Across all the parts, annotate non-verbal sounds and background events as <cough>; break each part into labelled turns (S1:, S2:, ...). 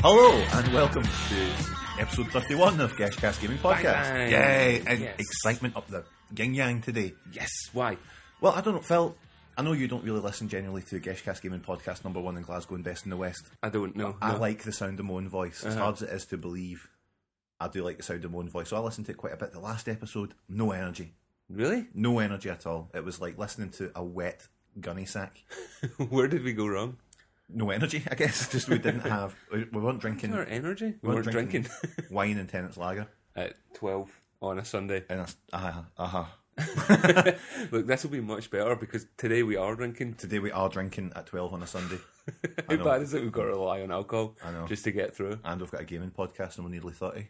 S1: Hello and welcome to episode 31 of Gash Cast Gaming Podcast.
S2: Bang, bang.
S1: Yay! And
S2: Yes.
S1: excitement up the yin yang today.
S2: Yes. Why?
S1: Well, I don't know, Phil. I know you don't really listen generally to Gash Cast Gaming Podcast number one in Glasgow and best in the West.
S2: I don't know.
S1: I
S2: No. Uh-huh.
S1: like the sound of my own voice. As hard as it is to believe, I do like the sound of my own voice. So I listened to it quite a bit. The last episode, no energy.
S2: Really? <laughs>
S1: No energy at all. It was like listening to a wet gunny sack.
S2: Where did we go wrong?
S1: No energy, I guess. <laughs> Just we
S2: <laughs>
S1: didn't have, we we weren't drinking,
S2: Our energy. We
S1: we
S2: weren't drinking, <laughs>
S1: wine and tenants lager.
S2: at twelve on a Sunday.
S1: And that's, uh, uh-huh.
S2: Look, this will be much better because today we are drinking.
S1: Today we are drinking at 12 on a
S2: <laughs>
S1: Sunday.
S2: How
S1: know.
S2: bad is it? We've got to rely on alcohol
S1: I know.
S2: just to get through.
S1: and we've got a gaming podcast and we're nearly 30.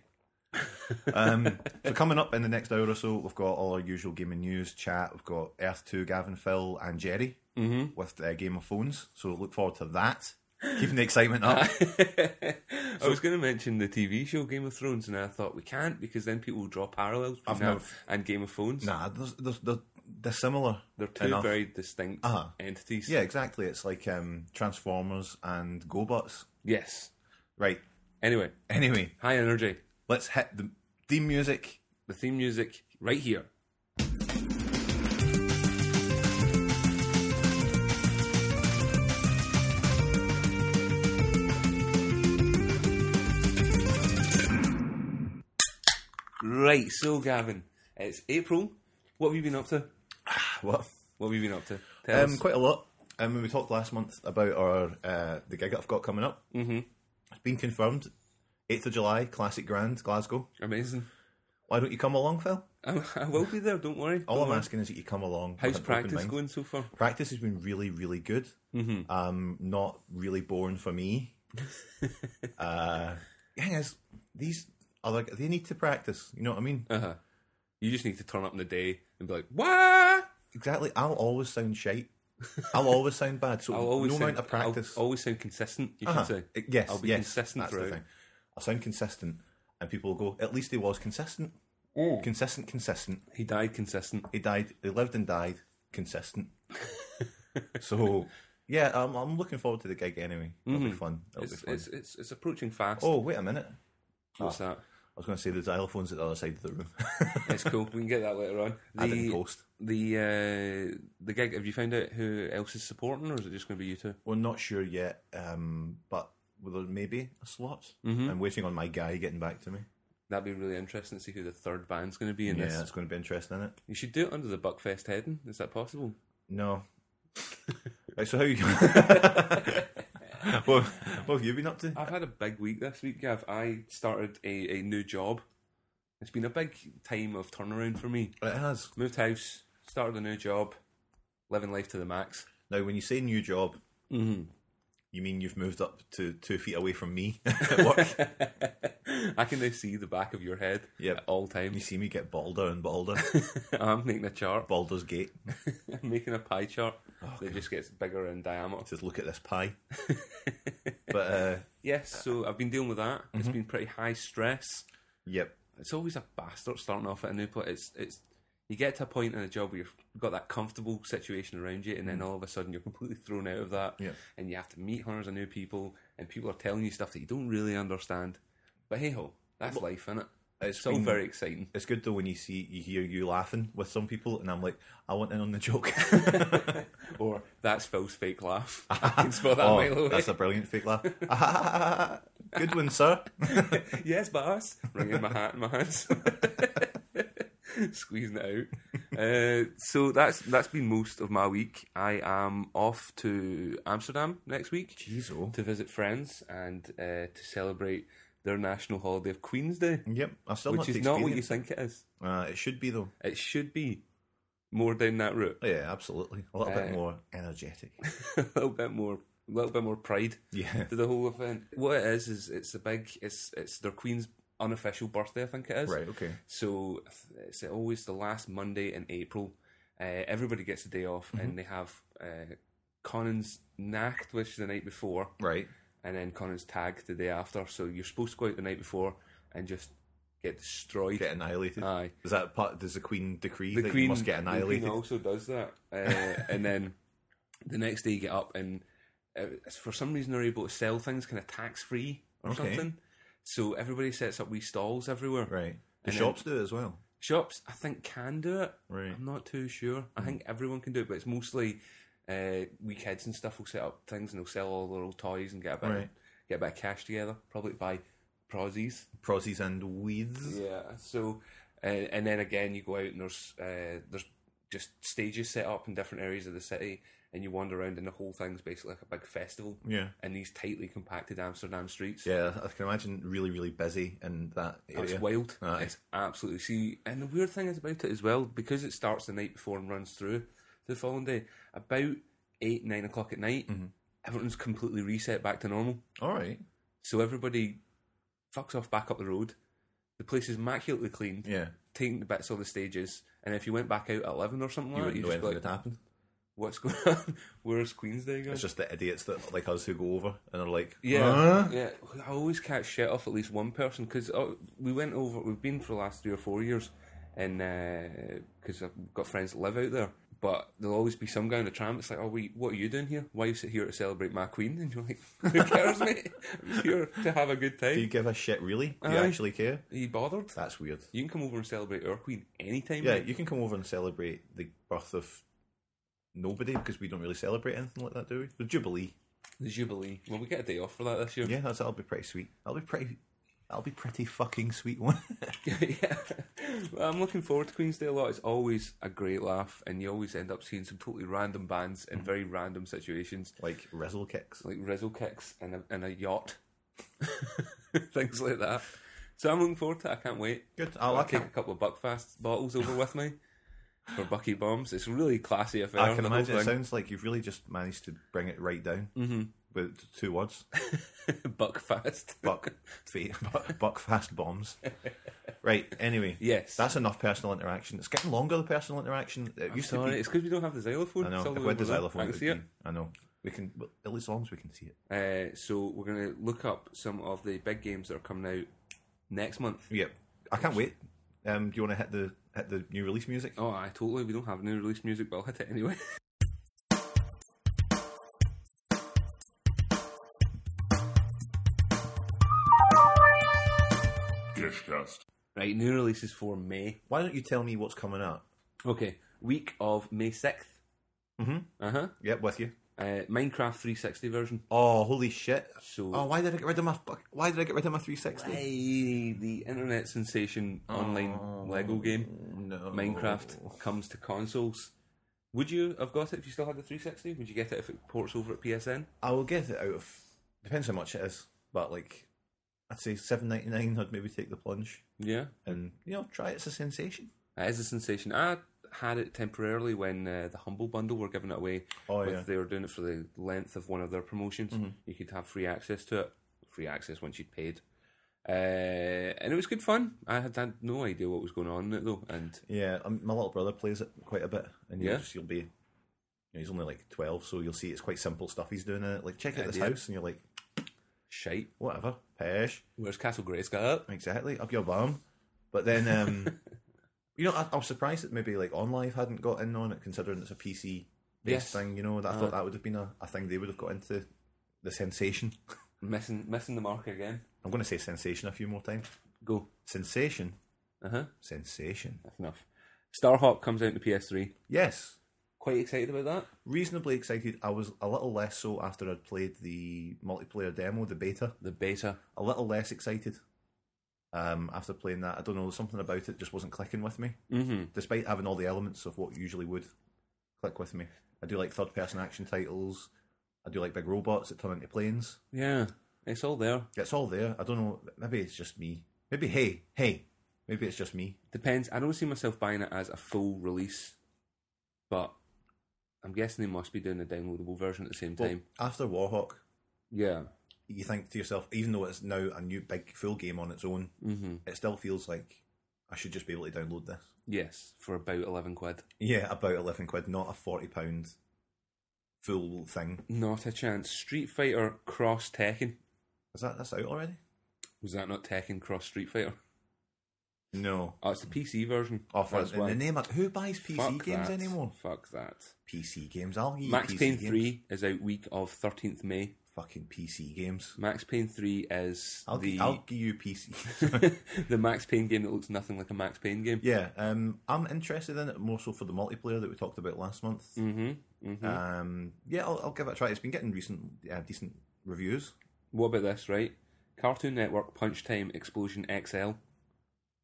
S1: um, so coming up in the next hour or so, we've got all our usual gaming news chat. We've got Earth 2, Gavin, Phil and Jerry
S2: Mm-hmm.
S1: with uh, Game of Phones. So look forward to that. Keeping the excitement
S2: <laughs>
S1: up.
S2: I was going to mention the TV show Game of Thrones, and I thought we can't because then people will draw parallels between
S1: never-
S2: that and Game of Thrones.
S1: nah, there's, there's, they're, they're similar.
S2: They're two
S1: enough.
S2: very distinct
S1: Uh-huh.
S2: entities.
S1: Yeah, exactly. It's like um, Transformers and GoBots.
S2: Yes.
S1: Right.
S2: Anyway,
S1: Anyway,
S2: high energy.
S1: let's hit the theme music. <laughs>
S2: The theme music right here. Right, so Gavin, it's April. What have you been up to?
S1: What?
S2: What have you been up to? Tell
S1: Um,
S2: us.
S1: quite a lot. Um, when we talked last month about our uh, the gig that I've got coming up, mm-hmm. it's been confirmed. 8th of July, Classic Grand, Glasgow.
S2: Amazing. <laughs>
S1: Why don't you come along, Phil?
S2: I, I will be there. Don't worry.
S1: All
S2: Don't
S1: I'm
S2: worry.
S1: asking is that you come along.
S2: How's
S1: with an Oh, open
S2: practice
S1: mind.
S2: going so far?
S1: Practice has been really, really good. Mm-hmm. Um, not really boring for
S2: <laughs>
S1: me. uh, thing is, these other they need to practice. You know what I mean?
S2: Uh huh. You just need to turn up in the day and be like, "What?"
S1: Exactly. I'll always sound shite. I'll always sound bad. So
S2: <laughs> I'll always
S1: no
S2: sound,
S1: amount of practice.
S2: I'll always sound consistent. You
S1: Uh-huh.
S2: should say.
S1: Uh, Yes,
S2: I'll be
S1: yes,
S2: consistent
S1: that's
S2: throughout.
S1: the thing. I'll sound consistent, and people will go, at least he was consistent. Consistent, consistent.
S2: He died consistent.
S1: He died, he lived and died
S2: <laughs>
S1: consistent. so, yeah, I'm, I'm looking forward to the gig anyway. It'll be fun. It'll
S2: Mm-hmm. It's,
S1: be fun.
S2: it's it's it's approaching fast.
S1: Oh, wait a minute.
S2: What's that?
S1: I was going to say the xylophone's at the other side of the room. <laughs>
S2: It's cool. We can get that later on. The,
S1: I didn't ghost.
S2: The uh, the gig. Have you found out who else is supporting, or is it just going to be you two?
S1: We're not sure yet, um, but there may be a slot.
S2: Mm-hmm.
S1: I'm waiting on my guy getting back to me.
S2: That'd be really interesting to see who the third band's going to be in
S1: Yeah,
S2: this.
S1: that's going to be interesting, isn't it?
S2: You should do it under the Buckfest heading. Is that possible? <laughs>
S1: No. right, so how you? <laughs> what, what have you been up to?
S2: I've had a big week this week, Gav. I started a, a new job. It's been a big time of turnaround for me.
S1: It has.
S2: Moved house, started a new job, living life to the max.
S1: Now, when you say new job, Mm-hmm. you mean you've moved up to two feet away from me <laughs> at
S2: <laughs>
S1: work.
S2: <laughs> I can now see the back of your head
S1: Yep.
S2: at all times.
S1: you see me get balder and balder.
S2: I'm making a chart,
S1: Balder's Gate.
S2: I'm making a pie chart
S1: Oh,
S2: that just gets bigger in diameter.
S1: Says, look at this
S2: <laughs>
S1: pie. but, uh,
S2: Yes, so I've been dealing with that.
S1: Mm-hmm.
S2: It's been pretty high stress.
S1: yep.
S2: It's always a bastard starting off at a new place. It's it's you get to a point in a job where you've got that comfortable situation around you, and then all of a sudden you're completely thrown out of that,
S1: Mm. Yeah.
S2: and you have to meet hundreds of new people, and people are telling you stuff that you don't really understand. But hey ho, that's life, isn't it?
S1: it's
S2: It's all
S1: been-
S2: very exciting.
S1: It's good though when you see you hear you laughing with some people, and I'm like, I want in on the joke.
S2: Or that's Phil's fake laugh.
S1: <laughs>
S2: I can spot <laughs> that a mile
S1: oh,
S2: away.
S1: that's a brilliant fake laugh. <laughs> good one, sir.
S2: <laughs> yes, boss. Wringing my hat in my hands, <laughs> squeezing it out. Uh, so that's that's been most of my week. I am off to Amsterdam next week
S1: Jeez, oh.
S2: to visit friends and uh, to celebrate their national holiday of Queen's Day,
S1: Yep, I've still
S2: which
S1: not
S2: is not what you
S1: experienced
S2: think it is.
S1: it. Uh, it should be though. Oh,
S2: It should be more down that route,
S1: Yeah, absolutely. A little
S2: Uh,
S1: bit more
S2: <laughs>
S1: energetic.
S2: a little bit more, a little bit more pride.
S1: Yeah.
S2: to the whole event. What it is is it's the big it's it's their Queen's unofficial birthday, I think it is.
S1: Right, okay.
S2: So it's always the last Monday in April. Uh, everybody gets a day off,
S1: Mm-hmm.
S2: and they have uh, Conan's Nacht, which is the night before,
S1: Right.
S2: and then Conan's Tag the day after. So you're supposed to go out the night before and just get destroyed.
S1: Get annihilated.
S2: Aye.
S1: Is that part does the Queen decree
S2: Uh, the
S1: that
S2: Queen
S1: you must get
S2: the Queen
S1: annihilated?
S2: also does that,
S1: <laughs>
S2: uh, and then the next day you get up and uh, for some reason they're able to sell things kind of tax free or
S1: Okay.
S2: something. So everybody sets up wee stalls everywhere.
S1: Right. The
S2: And then-
S1: shops do it as well.
S2: Shops, I think, can do it.
S1: Right. Mm-hmm.
S2: I'm not too sure. I think everyone can do it, but it's mostly uh, we kids and stuff will set up things and they'll sell all their old toys and get a bit
S1: Right.
S2: get a bit of cash together. Probably buy prozzies.
S1: Prozzies and weeds.
S2: Yeah. So, uh, and then again, you go out and there's uh, there's just stages set up in different areas of the city, and you wander around, and the whole thing's basically like a big festival.
S1: Yeah.
S2: In these tightly compacted Amsterdam streets.
S1: Yeah, I can imagine really, really busy in that
S2: It's
S1: area.
S2: wild.
S1: Aye.
S2: It's absolutely see. And the weird thing is about it as well, because it starts the night before and runs through to the following day. About eight, nine o'clock at night,
S1: Mm-hmm.
S2: everyone's completely reset back to normal.
S1: All right.
S2: So everybody fucks off back up the road. The place is immaculately cleaned.
S1: Yeah.
S2: taking the bits off the stages, and if you went back out at eleven or something
S1: You
S2: like that,
S1: wouldn't
S2: you
S1: know
S2: just
S1: anything
S2: like,
S1: that happened.
S2: "What's going <laughs> on? Where's Queen's Day going?"
S1: It's just the idiots that like us who go over and are like,
S2: yeah,
S1: "Huh?"
S2: yeah. I always catch shit off at least one person because we went over. We've been for the last three or four years, and because I've got friends that live out there. But there'll always be some guy in the tram. It's like, "Oh, wait, what are you doing here? Why you sit here to celebrate my queen?" <laughs> And you're like, "Who cares, mate? I'm here to have a good
S1: Do you
S2: time.
S1: give a shit really? Do you
S2: Aye.
S1: actually care?
S2: Are you bothered?
S1: That's weird.
S2: You can come over and celebrate our queen anytime.
S1: Yeah,
S2: mate.
S1: you can come over and celebrate the birth of nobody because we don't really celebrate anything like that, do we? The Jubilee.
S2: the Jubilee. Well, we get a day off for that this year.
S1: Yeah, that's that'll be pretty sweet. That'll be pretty. That'll be pretty fucking sweet one. <laughs>
S2: yeah. Well, I'm looking forward to Queen's Day a lot. It's always a great laugh, and you always end up seeing some totally random bands in very random situations,
S1: like Rizzle kicks.
S2: like Rizzle Kicks and a, and a yacht, <laughs> things like that. So I'm looking forward to it. I can't wait.
S1: Good. I
S2: I'll
S1: like
S2: take
S1: it.
S2: a couple of Buckfast bottles over with me for Bucky Bombs. It's really classy affair.
S1: I can
S2: the whole
S1: imagine. It
S2: thing.
S1: sounds like you've really just managed to bring it right down
S2: Mm-hmm.
S1: with two words:
S2: <laughs> Buckfast. <laughs>
S1: buck, fe- buck, buck fast bombs. Right. Anyway,
S2: Yes.
S1: that's enough personal interaction. It's getting longer. The personal interaction. It
S2: I'm
S1: used
S2: sorry,
S1: to be.
S2: it's because we don't have the xylophone.
S1: I know.
S2: It's all
S1: If
S2: the
S1: we
S2: way
S1: had the
S2: over there.
S1: xylophone,
S2: I
S1: it
S2: can
S1: would
S2: see it.
S1: be- I know. We can well, at least as long as we can see it.
S2: Uh, so we're going to look up some of the big games that are coming out next month.
S1: Yep. I can't wait. Um, do you want to hit the hit the new release music?
S2: Oh, I totally. We don't have new release music, but I'll hit it anyway. <laughs>
S3: Dishcast.
S2: right, new releases for May.
S1: Why don't you tell me what's coming up?
S2: Okay, week of May 6th.
S1: Mhm.
S2: Uh-huh.
S1: Yep, with you.
S2: Uh Minecraft 360 version.
S1: Oh, holy shit!
S2: So-
S1: oh, why did I get rid of my fuck- why did I get rid of my 360?
S2: Hey, the internet sensation online Lego game,
S1: No,
S2: Minecraft, comes to consoles. Would you have got it if you still had the 360? Would you get it if it ports over at PSN?
S1: I will get it out of depends how much it is, but like I'd say seven ninety nine. I'd maybe take the plunge
S2: Yeah.
S1: and you know try. it. It's a sensation.
S2: That is a sensation. I had it temporarily when uh, the Humble Bundle were giving it away.
S1: Oh,
S2: with-
S1: yeah. Mm-hmm.
S2: They were doing it for the length of one of their promotions. You could have free access to it. Free access once you'd paid. Uh, and it was good fun. I had, had no idea what was going on in it though. And
S1: Yeah, um, my little brother plays it quite a bit, and you'll
S2: Yeah.
S1: just you'll be. You know, he's only like twelve, so you'll see it's quite simple stuff he's doing in it. Like check out this
S2: Idea.
S1: house, and you're like,
S2: shite.
S1: whatever, pesh.
S2: Where's Castle Grayskull?
S1: Exactly, up your bum. But then, um, you know, I, I was surprised that maybe like OnLive hadn't got in on it, considering it's a PC based
S2: Yes.
S1: thing. You know, that I thought that would have been a, a thing they would have got into the sensation.
S2: Missing, missing the mark again.
S1: I'm going to say sensation a few more times.
S2: Go.
S1: Sensation,
S2: Uh huh.
S1: sensation.
S2: That's enough. Starhawk comes out to PS3.
S1: Yes,
S2: Quite excited about that.
S1: reasonably excited. I was a little less so after I'd played the multiplayer demo, the beta.
S2: The beta.
S1: A little less excited. Um, after playing that, I don't know, something about it just wasn't clicking with me.
S2: Mm-hmm.
S1: despite having all the elements of what usually would click with me. I do like third person action titles. I do like big robots that turn into planes.
S2: Yeah. It's all there.
S1: It's all there. I don't know. Maybe it's just me. Maybe hey, hey. Maybe it's just me.
S2: Depends. I don't see myself buying it as a full release, but I'm guessing they must be doing a downloadable version at the same
S1: Well,
S2: time.
S1: after Warhawk,
S2: yeah.
S1: you think to yourself, even though it's now a new big full game on its own,
S2: hmm
S1: it still feels like I should just be able to download this.
S2: Yes, for about eleven quid.
S1: Yeah, about eleven quid, not a forty pound full thing.
S2: Not a chance. Street Fighter Cross Tekken.
S1: Is that that's out already?
S2: Was that not Tekken Cross Street Fighter?
S1: No.
S2: Oh, it's the PC version.
S1: Oh, for
S2: That's
S1: in
S2: why.
S1: the name of who buys PC
S2: Fuck
S1: games
S2: that.
S1: anymore?
S2: Fuck that.
S1: PC games. I'll give you
S2: Max
S1: PC
S2: Payne
S1: games.
S2: Three is out week of thirteenth May.
S1: fucking PC games.
S2: Max Payne 3 is
S1: I'll,
S2: the
S1: I'll <laughs> give you PC.
S2: <laughs> the Max Payne game that looks nothing like a Max Payne game.
S1: yeah, um, I'm interested in it more so for the multiplayer that we talked about last month.
S2: Mm-hmm. hmm
S1: Um, yeah, I'll, I'll give it a try. It's been getting recent, uh, decent reviews.
S2: What about this, right? Cartoon Network Punch Time Explosion XL.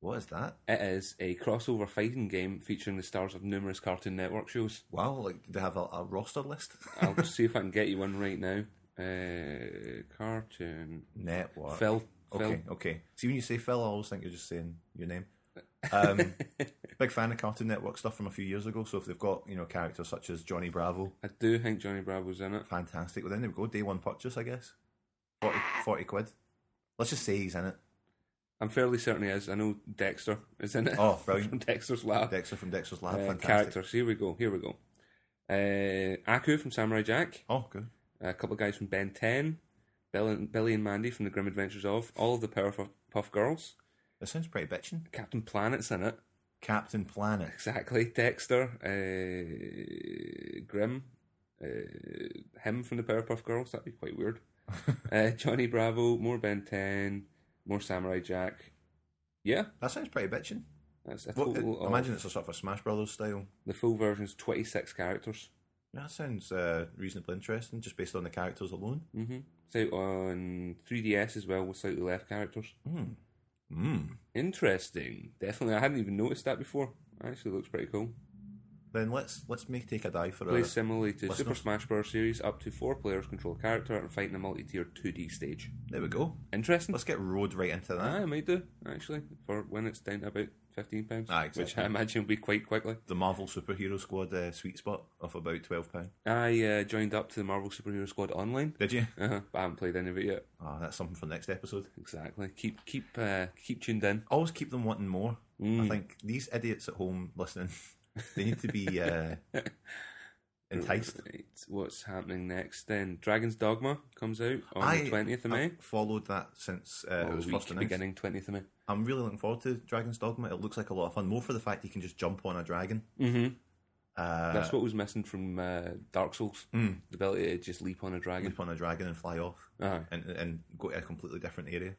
S1: What is that?
S2: It is a crossover fighting game featuring the stars of numerous Cartoon Network shows.
S1: Wow, like do they have a, a roster list? <laughs>
S2: I'll <laughs> see if I can get you one right now. Uh, cartoon
S1: Network.
S2: Phil.
S1: Uh, Okay, okay. See, when you say Phil, I always think you're just saying your name.
S2: <laughs>
S1: Um, big fan of Cartoon Network stuff from a few years ago. So if they've got you know characters such as Johnny Bravo,
S2: I do think Johnny Bravo's in it.
S1: fantastic. Well, then there we go. Day one purchase, I guess. 40,
S2: Ah.
S1: 40 quid. Let's just say he's in it.
S2: I'm fairly certain he is. I know Dexter is in it.
S1: Oh,
S2: <laughs>
S1: brilliant.
S2: Dexter's Lab.
S1: Dexter from Dexter's Lab.
S2: Uh,
S1: fantastic.
S2: characters. Here we go. Here we go. Uh, Aku from Samurai Jack.
S1: Oh, good.
S2: A couple of guys from Ben 10. Bill and, Billy and Mandy from The Grim Adventures of. All of the Powerpuff Girls.
S1: That sounds pretty bitching.
S2: Captain Planet's in it.
S1: Captain Planet.
S2: <laughs> Exactly. Dexter. Uh, Grim. Uh, him from the Powerpuff Girls. That'd be quite weird. uh, Johnny Bravo. More Ben 10. More Samurai Jack. Yeah.
S1: That sounds pretty bitching.
S2: That's a
S1: What,
S2: total of-
S1: uh, imagine it's a sort of a Smash Brothers style.
S2: the full version's 26 characters.
S1: That sounds uh, reasonably interesting, just based on the characters alone.
S2: Mm-hmm. It's out on 3DS as well with slightly left characters.
S1: Mm. Mm.
S2: Interesting. Definitely, I hadn't even noticed that before. Actually, looks pretty cool.
S1: Then let's let's make take a dive for a
S2: Plays similarly to
S1: Listener.
S2: Super Smash Bros. series, up to four players control a character and fight in a multi-tiered 2D stage.
S1: There we go.
S2: Interesting.
S1: Let's get rode right into
S2: Ah,
S1: that.
S2: I might do actually for when it's down to about fifteen pounds,
S1: Ah, exactly.
S2: which I imagine will be quite quickly.
S1: The Marvel Superhero Squad uh, sweet spot of about twelve pound.
S2: I uh, joined up to the Marvel Superhero Squad online.
S1: Did you?
S2: Uh-huh, but I haven't played any of it yet.
S1: Ah, that's something for the next episode.
S2: Exactly. Keep keep uh, keep tuned in.
S1: Always keep them wanting more. I
S2: Mm.
S1: think these idiots at home listening, <laughs> they need to be
S2: <laughs>
S1: uh, enticed.
S2: Right, what's happening next then? Dragon's Dogma comes out on
S1: I-
S2: the 20th of May.
S1: I followed that since uh,
S2: Or
S1: it was
S2: the week
S1: first announced.
S2: beginning 20th of May.
S1: I'm really looking forward to Dragon's Dogma. It looks like a lot of fun, more for the fact you can just jump on a dragon.
S2: hmm
S1: Uh,
S2: That's what was missing from uh, Dark Souls.
S1: Mm.
S2: The ability to just leap on a dragon.
S1: leap on a dragon and fly off,
S2: Aye.
S1: and and go to a completely different area.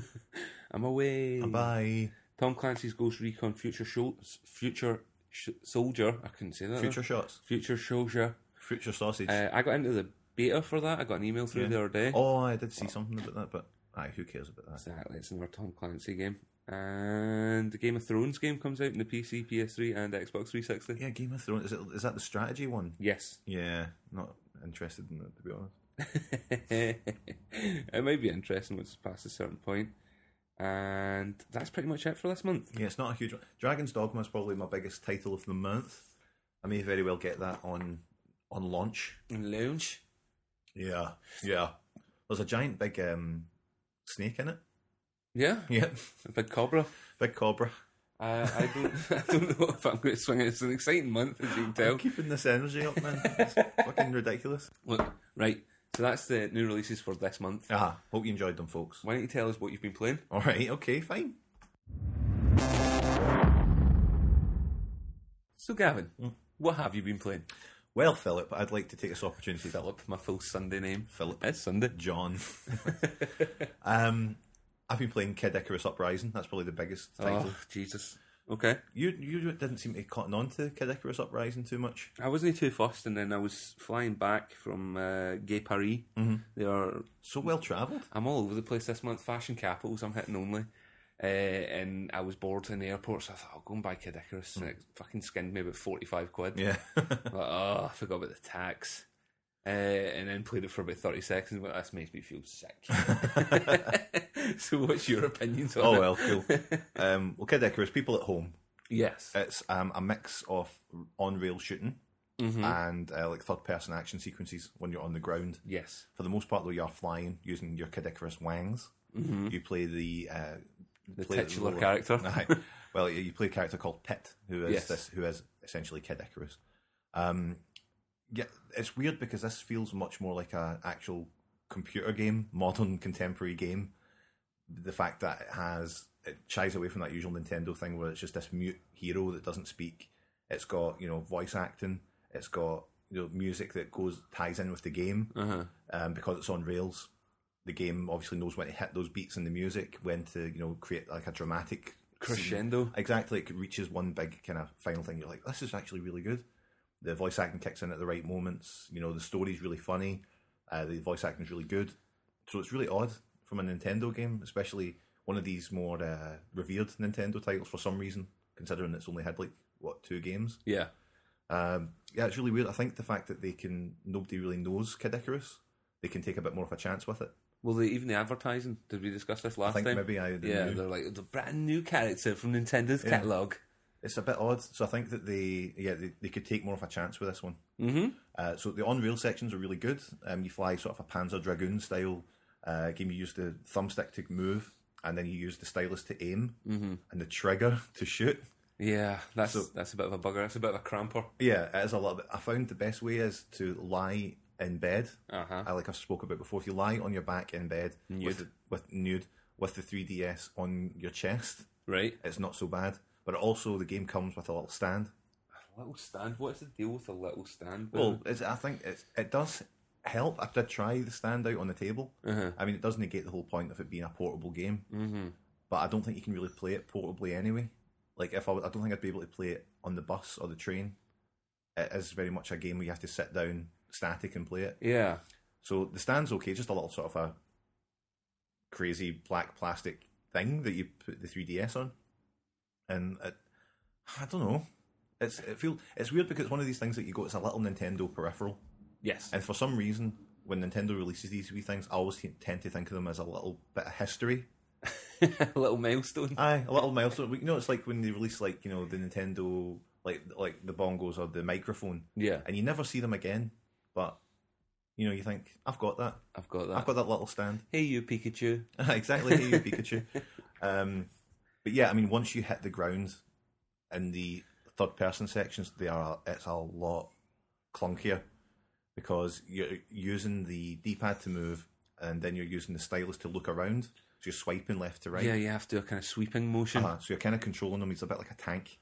S2: <laughs> I'm away.
S1: Bye.
S2: Tom Clancy's Ghost Recon Future Shol- Future Sh- Soldier. I couldn't say that.
S1: Future shots.
S2: Future Soldier.
S1: Future sausage.
S2: Uh, I got into the beta for that. I got an email through
S1: Yeah.
S2: the other day.
S1: Oh, I did see something about that, but aye, who cares about that?
S2: Exactly. It's another Tom Clancy game. And the Game of Thrones game comes out in the PC, PS3, and Xbox 360.
S1: Yeah, Game of Thrones. Is, it, is that the strategy one?
S2: Yes. <laughs>
S1: Yeah, not interested in it to be honest.
S2: it might be interesting once it's past a certain point. And that's pretty much it for this month.
S1: Yeah, it's not a huge one. Dragon's Dogma is probably my biggest title of the month. I may very well get that on on launch.
S2: Lounge.
S1: Yeah, yeah. There's a giant big um, snake in it. <laughs>
S2: Yeah,
S1: Yeah,
S2: a big cobra.
S1: big cobra.
S2: Uh, I <laughs> don't, I don't know if I'm going to swing it. It's an exciting month, as you can
S1: I'm
S2: tell.
S1: keeping this energy up, man. It's fucking ridiculous.
S2: Look, right. So that's the new releases for this month.
S1: Ah, hope you enjoyed them, folks.
S2: Why don't you tell us what you've been playing?
S1: All right, okay, fine.
S2: So, Gavin, what have you been playing?
S1: Well, Philip, I'd like to take this opportunity to
S2: Philip, my full Sunday name.
S1: Philip.
S2: It's Sunday.
S1: John. <laughs> um, I've been playing Kid Icarus Uprising. That's probably the biggest title.
S2: Oh, Jesus. Okay.
S1: You you didn't seem to be cotton on to Kid Icarus Uprising too much.
S2: I wasn't too fussed, and then I was flying back from uh, Gay Paris. They are
S1: So well travelled.
S2: I'm all over the place this month. Fashion capitals, I'm hitting only. Uh, and I was bored in the airport, so I thought, I'll go and buy Kid Icarus. And it fucking skinned me about 45 quid.
S1: Yeah. <laughs>
S2: Like, oh, I forgot about the tax. Uh, and then played it for about 30 seconds, but that's made me feel sick. <laughs> so, what's your opinions on
S1: oh uh,
S2: it?
S1: well,
S2: <laughs>
S1: cool. Um, well, Kid Icarus, people at home.
S2: Yes.
S1: It's um, a mix of on rail shooting
S2: Mm-hmm.
S1: and uh, like third person action sequences when you're on the ground.
S2: yes.
S1: For the most part, though, you are flying using your Kid Icarus wangs. Mm-hmm. You play the uh,
S2: The
S1: play
S2: titular
S1: role of-
S2: character.
S1: <laughs> Aye. Well, you you play a character called Pitt, who is
S2: Yes.
S1: this, who is essentially Kid Icarus. Um, yeah, it's weird because this feels much more like a actual computer game, <laughs> modern contemporary game. The fact that it has it shies away from that usual Nintendo thing where it's just this mute hero that doesn't speak. It's got you know voice acting. It's got you know, music that goes ties in with the game um, because it's on rails. The game obviously knows when to hit those beats in the music, when to you know create like a dramatic scene.
S2: Crescendo.
S1: Exactly, it reaches one big kind of final thing. You're like, this is actually really good. The voice acting kicks in at the right moments. You know, the story's really funny. Uh, the voice acting's really good. So it's really odd from a Nintendo game, especially one of these more uh, revered Nintendo titles for some reason, considering it's only had like what two games.
S2: Yeah.
S1: Um, yeah, it's really weird. I think the fact that they can nobody really knows Kid Icarus, they can take a bit more of a chance with it.
S2: Well, the, even the advertising. Did we discuss this last
S1: think
S2: time?
S1: maybe I didn't
S2: Yeah,
S1: know.
S2: they're like the brand new character from Nintendo's catalog.
S1: It's a bit odd, so I think that they yeah they, they could take more of a chance with this one.
S2: Mm-hmm.
S1: Uh, so the on rail sections are really good. Um, you fly sort of a Panzer Dragoon style uh, game. You use the thumbstick to move, and then you use the stylus to aim, mm-hmm. and the trigger <laughs> to shoot.
S2: Yeah, that's that's a bit of a bugger. That's a bit of a cramper.
S1: Yeah, it is a little bit. I found the best way is to lie in bed.
S2: Uh-huh.
S1: I like I spoke about before. If you lie on your back in bed
S2: Nude.
S1: with the, with nude with the 3ds on your chest,
S2: Right.
S1: it's not so bad. But also the game comes with a little stand.
S2: Little stand. What's the deal with a little stand?
S1: Well, it's, I think it's, it does help. I did try the stand out on the table. I mean, it does negate the whole point of it being a portable game. Mm-hmm. But I don't think you can really play it portably anyway. Like if I, was- I don't think I'd be able to play it on the bus or the train. It is very much a game where you have to sit down static and play it.
S2: yeah.
S1: So the stand's okay, just a little sort of a crazy black plastic thing that you put the 3DS on, and it, I don't know. It's it feel it's weird because it's one of these things that you go. It's a little Nintendo peripheral,
S2: Yes.
S1: and for some reason, when Nintendo releases these wee things, I always t- tend to think of them as a little bit of history.
S2: <laughs> a little milestone.
S1: Aye, a little milestone. You know, it's like when they release like you know the Nintendo like like the bongos or the microphone,
S2: yeah.
S1: and you never see them again. But you know, you think I've got that.
S2: I've got that.
S1: I've got that little stand.
S2: hey, you Pikachu.
S1: <laughs> exactly, hey, you Pikachu. Um, but yeah, I mean, once you hit the ground in the third person sections, they are it's a lot clunkier because you're using the D pad to move, and then you're using the stylus to look around. So you're swiping left to right.
S2: Yeah, you have to do a kind of sweeping motion.
S1: Uh-huh, So you're kind of controlling him. He's a bit like a tank,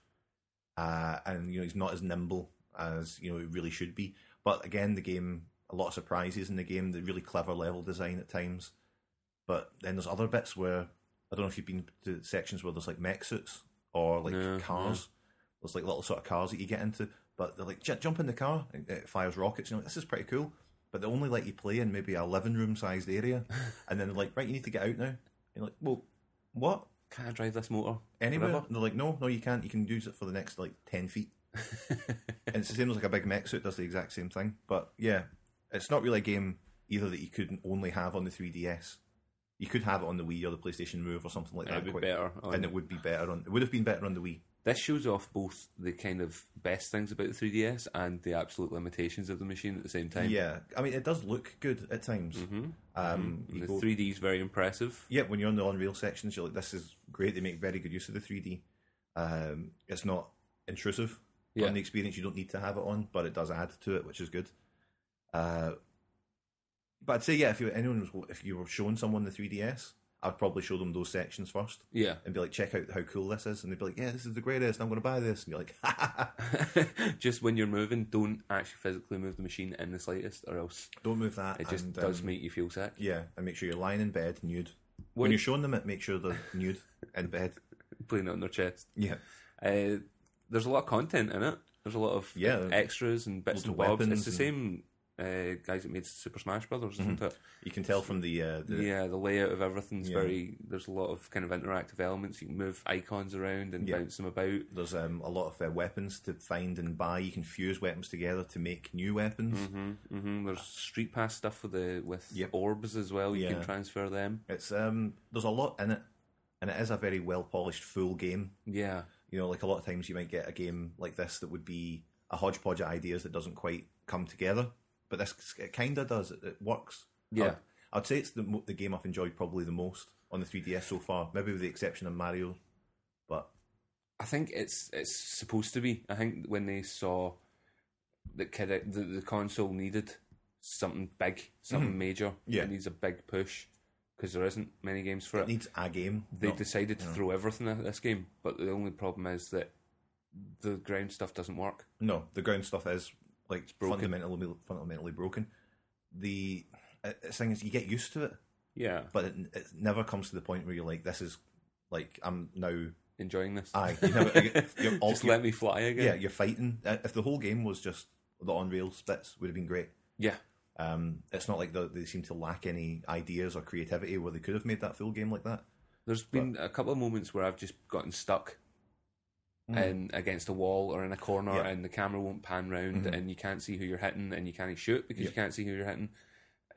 S1: uh, and you know he's not as nimble as you know he really should be. But again, the game a lot of surprises in the game. The really clever level design at times, but then there's other bits where I don't know if you've been to sections where there's like mech suits or like
S2: No,
S1: cars. There's like little sort of cars that you get into, but they're like "Ju- jump in the car. and It fires rockets. You know this is pretty cool. But they only let you play in maybe a living room sized
S2: <laughs>
S1: area, and then they're like, right, you need to get out now. You're like, well, what?
S2: Can I drive this motor?
S1: anywhere.
S2: forever?
S1: And they're like, no, no, you can't. You can use it for the next like ten
S2: <laughs>
S1: feet. and it's the same as like a big mech suit does the exact same thing. But yeah, it's not really a game either that you could only have on the 3DS. You could have it on the Wii or the PlayStation Move or something like
S2: And
S1: that.
S2: it'd be
S1: quite-
S2: better on-
S1: and it would be better on. It would have been better on the Wii.
S2: This shows off both the kind of best things about the 3DS and the absolute limitations of the machine at the same time.
S1: Yeah, I mean, it does look good at times. Um,
S2: And
S1: you
S2: Mm-hmm. The
S1: go-
S2: 3D is very impressive.
S1: yeah, when you're on the on rail sections, you're like, this is great. They make very good use of the 3D. Um, it's not intrusive
S2: Yeah.
S1: on the experience. You don't need to have it on, but it does add to it, which is good. Uh, but I'd say, yeah, if you, anyone was, if you were showing someone the 3DS, I'd probably show them those sections first
S2: Yeah. <laughs>
S1: and be like, check out how cool this is. And they'd be like, yeah, this is the greatest. I'm going to buy this. And you're like,
S2: Just when you're moving, don't actually physically move the machine in the slightest, or else
S1: don't move that.
S2: it just
S1: and,
S2: does
S1: um,
S2: make you feel sick.
S1: Yeah, and make sure you're lying in bed nude.
S2: What-
S1: When you're showing them it, make sure they're nude in bed. <laughs>
S2: Playing it on their chest.
S1: Yeah.
S2: Uh, there's a lot of content in it. There's a lot of
S1: Yeah.
S2: extras and
S1: Loads
S2: bits and
S1: of
S2: bobs. It's
S1: weapons Mm-hmm.
S2: the same uh, guys that made Super Smash Brothers, isn't it?
S1: You can tell from the, uh, the
S2: yeah, the layout of everything's
S1: Yeah.
S2: very. There's a lot of kind of interactive elements. You can move icons around and
S1: Yeah.
S2: bounce them about.
S1: There's um, a lot of uh, weapons to find and buy. You can fuse weapons together to make new weapons.
S2: hmm hmm There's street pass stuff with the with
S1: Mm-hmm. Yep.
S2: orbs as well. You can
S1: Yeah.
S2: transfer them.
S1: It's um, there's a lot in it, and it is a very well polished full game.
S2: Yeah,
S1: You know, like a lot of times you might get a game like this that would be a hodgepodge of ideas that doesn't quite come together, but this it kind of does. It, it works.
S2: Yeah.
S1: I'd, I'd say it's the mo- the game I've enjoyed probably the most on the 3DS so far. Maybe with the exception of Mario, but
S2: I think it's it's supposed to be. I think when they saw that kid, the, the console needed something big, something major.
S1: Mm-hmm. Yeah.
S2: it needs a big push because there isn't many games for
S1: it
S2: it.
S1: needs a game.
S2: they
S1: not-
S2: decided to throw everything at this game, but the only problem is that the ground stuff doesn't work.
S1: No, the ground stuff is like fundamentally fundamentally broken. The uh, uh, thing is, you get used to it,
S2: Yeah,
S1: but it, it never comes to the point where you're like, "This is like I'm now."
S2: enjoying this.
S1: I you never, you're, you're all-
S2: <laughs> Just let me fly again.
S1: yeah, you're fighting. Uh, If the whole game was just the on rails bits, would have been great.
S2: Yeah.
S1: Um, it's not like the, they seem to lack any ideas or creativity where they could have made that full game like that.
S2: There's been a couple of moments where I've just gotten stuck in against a wall or in a corner
S1: Mm. Yeah. Mm-hmm.
S2: and the camera won't pan round and you can't see who you're hitting and you can't shoot because you
S1: Yeah.
S2: can't see who you're hitting.